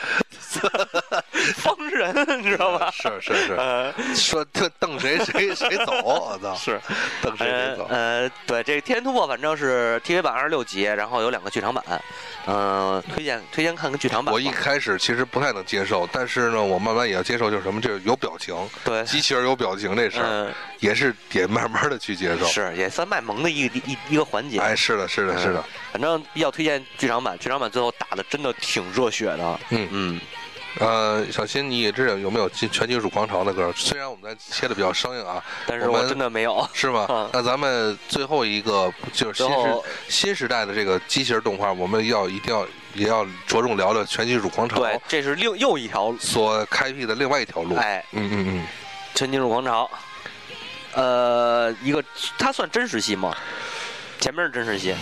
疯人你知道吧？
是是是，
呃，
说他瞪谁 谁谁走，我操，
是，
瞪谁谁
呃
走，
呃，对，这个《天元突破》反正是 TV 版二十六集，然后有两个剧场版，嗯、推荐推荐看看剧场版吧。
我一开始其实不太能接受，但是呢，我慢慢也要接受，就是什么，就是有表情，
对，
机器人有表情这事儿，
嗯、
也是也慢慢的去接受。
是呃也算卖萌的一个一一个环节。
哎，是的，是的，是的，
反正比较推荐剧场版，剧场版最后打的真的挺热血的。
嗯
嗯，
呃，小新，你这有没有金全金属狂潮的歌？虽然我们在切的比较生硬啊，
但是
我
我
们
真的没有。
是吗？
嗯
那咱们最后一个就是新
最
时
后
新时代的这个机器人动画，我们要一定要也要着重聊聊全金属狂潮
对，这是另又一条路。
所开辟的另外一条路。
哎，
嗯嗯嗯，
全金属狂潮，呃，一个它算真实戏吗？前面是真实戏，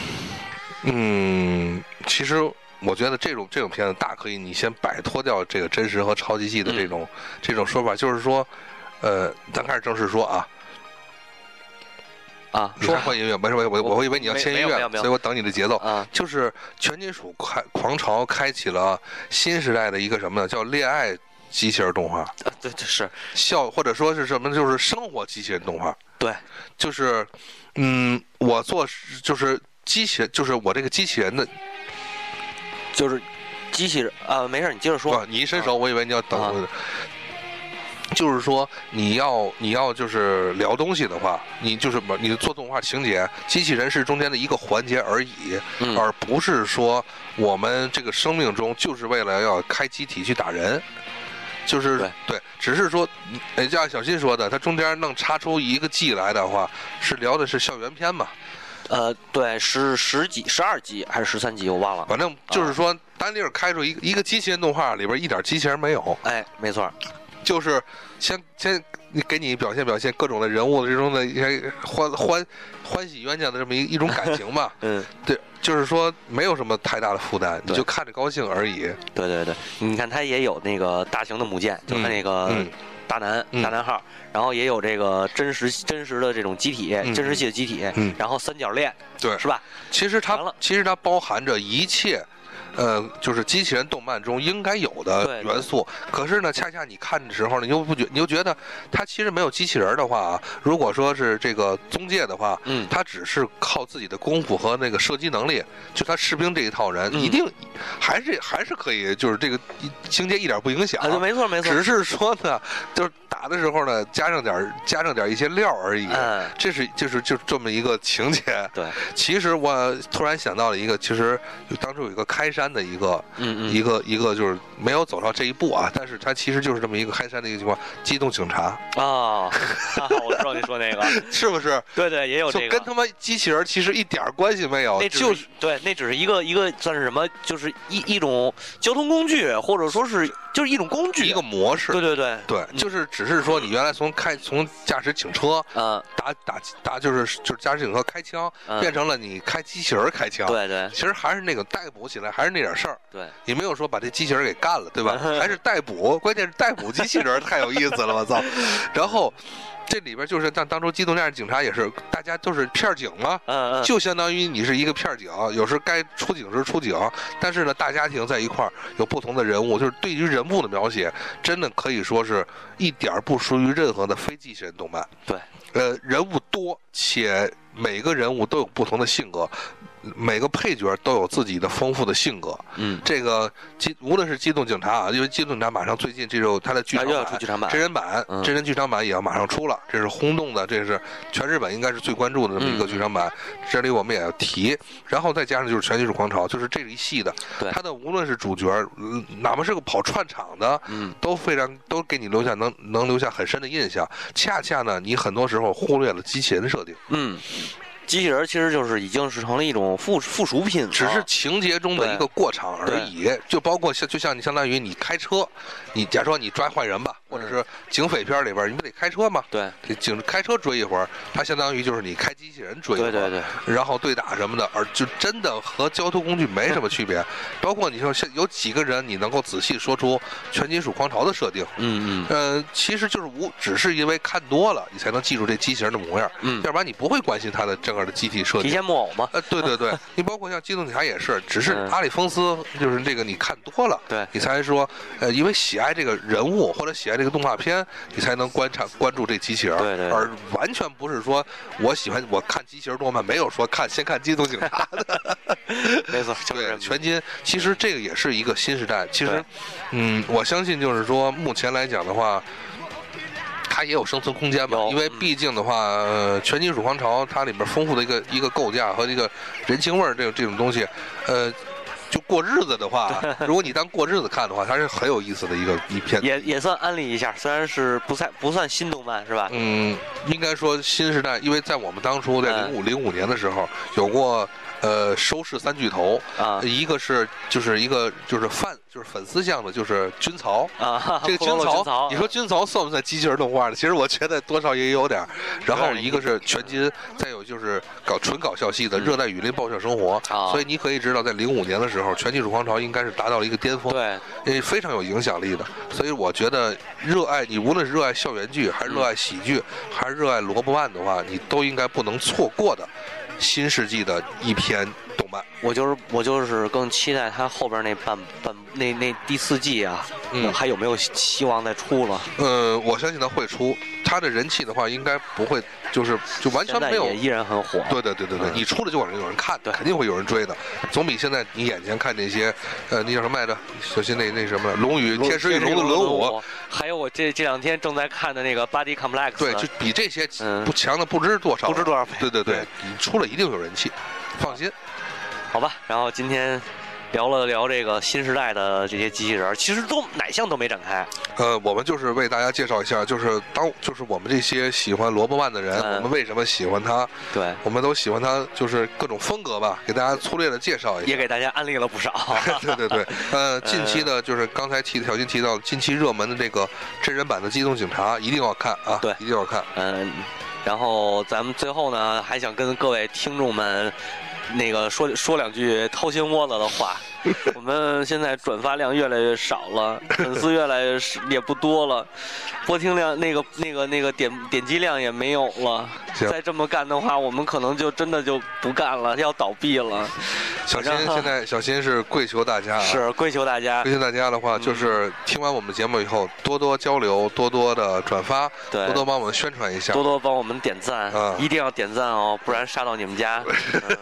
嗯，其实我觉得这种这种片子大可以你先摆脱掉这个真实和超级系的这种、
嗯
这种说法，就是说，呃，咱开始正式说啊，
啊，
你
说
还换音乐，没事没事，我
我
我会以为你要签音
没有没
乐
有，没有
所以我等你的节奏。
啊，
就是全金属开狂潮开启了新时代的一个什么呢？叫恋爱机器人动画，
对，这是
笑或者说是什么？就是生活机器人动画，
对，
就是嗯，我做就是机器，就是我这个机器人的
就是机器人啊，没事，你接着说
啊，你一伸手，我以为你要等
啊
我。就是说，你要你要就是聊东西的话，你就是把你做动画情节，机器人是中间的一个环节而已，
嗯
而不是说我们这个生命中就是为了要开机体去打人，就是
对
只是说，呃，就像小新说的，他中间能插出一个季来的话，是聊的是校园片嘛，
呃，对，十十几、十二集还是十三集，我忘了。
反正
啊
就是说，丹尼尔开出一个一个机器人动画里边一点机器人没有，
哎，没错儿，。
就是先先给你表现表现各种的人物之中的一些欢欢欢喜冤家的这么一一种感情吧
嗯，
对，就是说没有什么太大的负担，你
对
就看着高兴而已。
对对对，你看他也有那个大型的母舰，就是那个
嗯
大男、
嗯
大男号，然后也有这个真实真实的这种机体，
嗯
真实系的机体，
嗯
然后三角恋
对，
是吧？
其实
完
它
了
其实它包含着一切。呃，就是机器人动漫中应该有的
对
元素，可是呢，恰恰你看的时候呢，你又不觉，你又觉得它其实没有机器人的话啊，如果说是这个宗介的话，
嗯，
他只是靠自己的功夫和那个射击能力，就他士兵这一套人，
嗯
一定还是还是可以，就是这个情节一点不影响
啊，，对，没错没错，
只是说呢，就是打的时候呢，加上点儿加上点儿一些料而已。
嗯，
这是就是就这么一个情节。
对，
其实我突然想到了一个，其实当初有一个开山的一个、
嗯
一
嗯，
个一个，就是没有走到这一步啊，但是他其实就是这么一个开山的一个情况，机动警察
啊，哈哈我知道你说那个，
是不是？
对对，也有
就
这个
跟。他妈机器人其实一点儿关系没有，
那只
就是
对，那只是一个一个算是什么，就是一一种交通工具，或者说是就是一种工具，
一个模式。
对嗯对对，
对，就是只是说你原来从开从驾驶警车
嗯
打打打就是就是驾驶警车开枪，
嗯，
变成了你开机器人开枪。，
对对
其实还是那个逮捕起来还是那点事儿，
对，
你没有说把这机器人给干 了，对吧？还是逮捕，关键是逮捕机器人太有意思了，我操！然后这里边就是像当初《机动战士警察》也是，大家都是片儿警嘛，
嗯嗯，
就相当于你是一个片儿警，有时该出警时出警，但是呢，大家庭在一块儿有不同的人物，就是对于人物的描写，真的可以说是一点儿不输于任何的非机器人动漫。
对，
呃，人物多，且每个人物都有不同的性格，每个配角都有自己的丰富的性格。
嗯，
这个机无论是机动警察啊，因为机动警察马上最近这首它的剧
啊
场
又要
版、
出剧场版
真人版、
嗯
真人剧场版也要马上出了，这是轰动的，这是全日本应该是最关注的这么一个
嗯
剧场版。这里我们也要提，然后再加上就是全金属狂潮，就是这一系的
对，
它的无论是主角，嗯哪怕是个跑串场的，
嗯，
都非常都给你留下能能留下很深的印象。恰恰呢，你很多时候忽略了机器人的设定，
嗯，机器人儿其实就是已经是成了一种附附属品了，啊
只是情节中的一个过场而已。就包括像就像你相当于你开车，你假如说你抓坏人
嗯
吧，或者是警匪片里边，你不得开车吗？
对
得警开车追一会儿，它相当于就是你开机器人追一会
对
儿，
对对，
然后对打什么的，而就真的和交通工具没什么区
嗯
别。包括你说像有几个人你能够仔细说出全金属狂潮的设定，
嗯嗯
呃，其实就是无，只是因为看多了，你才能记住这机器人的模样，
嗯，
要不然你不会关心它的整个的机体设
提
计。
线木偶嘛，
呃，对对对，你包括像《机动警察》也是，只是
嗯
阿里风斯就是这个你看多了，
对
你才说，呃，因为喜爱这个人物或者喜爱这个动画片，你才能观察关注这机器人，
对对对
而完全不是说我喜欢我看机器人动漫，没有说看先看《机动警察》
没错，就是这
对，
么
全金其实这个也是一个新时代。其实
对，
嗯，我相信就是说，目前来讲的话，它也有生存空间吧，
有
因为
嗯
毕竟的话，呃，全金属狂潮它里边丰富的一个一个构架和一个人情味儿这种这种东西，呃。就过日子的 话，如果你当过日子看的话，它是很有意思的一个一片。
也也算安利一下，虽然是不算不算新动漫是吧？
嗯，应该说新时代，因为在我们当初在零
嗯
五零五年的时候，有过呃收视三巨头，
啊
一个是就是一个就是饭就是粉丝向的，就是军曹。
啊，
这个
骷
军
髅
曹，
军曹，嗯
你说军曹算不算机器人动画呢？其实我觉得多少也有点儿。然后一个是全金，再有就是搞纯搞笑系的《
嗯
热带雨林爆笑生活》
啊
所以你可以知道，在零五年的时候，全技术狂潮应该是达到了一个巅峰，
对
对，非常有影响力的。所以我觉得，热爱你无论是热爱校园剧，还
嗯
是热爱喜剧，还是热爱萝卜漫的话，你都应该不能错过的新世纪的一篇动漫。
我就是我就是更期待他后边那半半那那第四季啊，
嗯
还有没有希望再出了？
呃，我相信它会出，它的人气的话，应该不会，就是就完
现
全
在
没有。
也依然很火。
对对对对对，
嗯
你出了就往有人看，
对
肯定会有人追的，总比现在你眼前看这些，呃，那叫什么来着？小心那那什么了，《龙与天使与龙的轮舞》，
还有我这这两天正在看的那个《Body Complex》，
对，就比这些
嗯
不强的不知多少，
不知多少倍
对对对
对，
你出了一定有人气，放心。
好吧。然后今天聊了聊这个新时代的这些机器人儿，其实都哪项都没展开。
呃，我们就是为大家介绍一下，就是当就是我们这些喜欢萝卜漫的人，
嗯
我们为什么喜欢它，
对，
我们都喜欢它，就是各种风格吧，给大家粗略的介绍一下。
也给大家安利了不少。
对对对，呃，近期
哎
的就是刚才提小金提到近期热门的这个真人版的《机动警察》，一定要看啊，
对
一定要看。
嗯，然后咱们最后呢，还想跟各位听众们。那个说说两句掏心窝子的 话，我们现在转发量越来越少了，粉丝越来越少也不多了，播听量那个那个那个点点击量也没有了。
行
再这么干的话，我们可能就真的就不干了，要倒闭了。
小新
然后
现在小新是跪求大家啊，
是嗯跪求大家
跪，求大家的话，就是听完我们节目以后，多多交流，多多的转发，
对
多多帮我们宣传一下
多。多帮我们点赞，
啊
一定要点赞哦，不然杀到你 们家。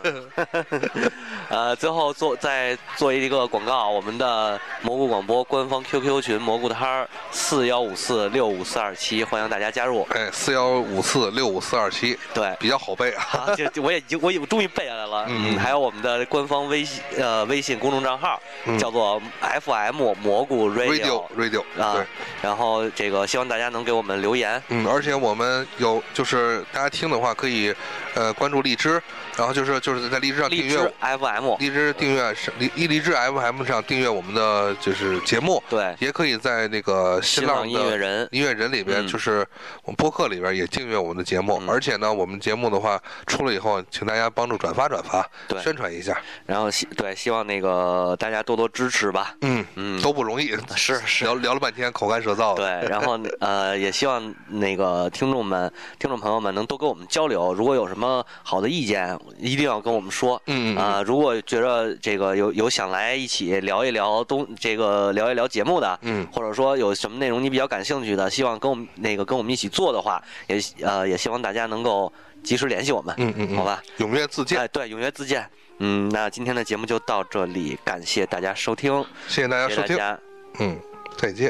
嗯 呃，最后做再做一个广告，我们的蘑菇广播官方 QQ 群蘑菇摊儿四幺五四六五四二七，欢迎大家加入。
哎，四幺五四六五四二七
对。
比较好背 啊。
啊，这这我也已经我也我终于背下来了。
嗯
还有我们的官方微信呃微信公众账号、
嗯
叫做 FM 蘑菇
radio radio
Radio, 啊
对，，
然后这个希望大家能给我们留言。
嗯，而且我们有就是大家听的话可以，呃，关注荔枝，然后就是就是在荔枝上订
荔
阅
枝 FM，
荔枝订阅是荔荔荔枝 FM 上订阅我们的就是节目，
对，
也可以在那个新
新浪
浪
音乐
的
人，
音乐人里边，
嗯
就是我们播客里边也订阅我们的节目。
嗯
而且呢，我们节目的话出了以后，请大家帮助转发转发，
对
宣传一下。
然后希对希望那个大家多多支持吧。
嗯，
嗯，
都不容易，
是是
聊聊了半天，口干舌燥的。
对，然后呃，也希望那个听众们、听众朋友们能多跟我们交流，如果有什么好的意见，一定要跟我们说。
嗯嗯
啊、如果觉着这个有有想来一起聊一聊东这个聊一聊节目的，
嗯
或者说有什么内容你比较感兴趣的，希望跟我们那个跟我们一起做的话，也呃也希望大家能够及时联系我们。
嗯嗯嗯，
好吧。，
踊跃自荐
哎，，对，踊跃自荐。嗯，那今天的节目就到这里，感谢大家收听，
谢谢大家
谢
收
谢大
听，
家，
嗯，再见。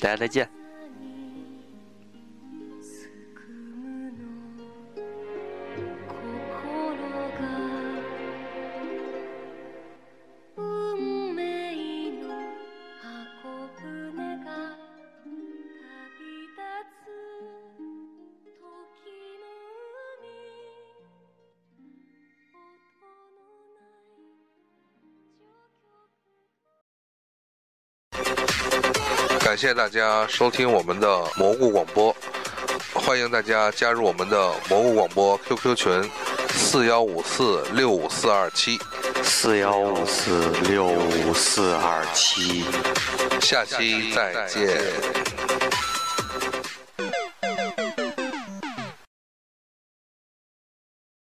大家再见。
「心が運命の箱舟が旅立つ時の海」「音のない序曲」
感谢大家收听我们的蘑菇广播，欢迎大家加入我们的蘑菇广播 QQ 群四幺五四六五四二七，
四幺五四六五四二七。
下期再见。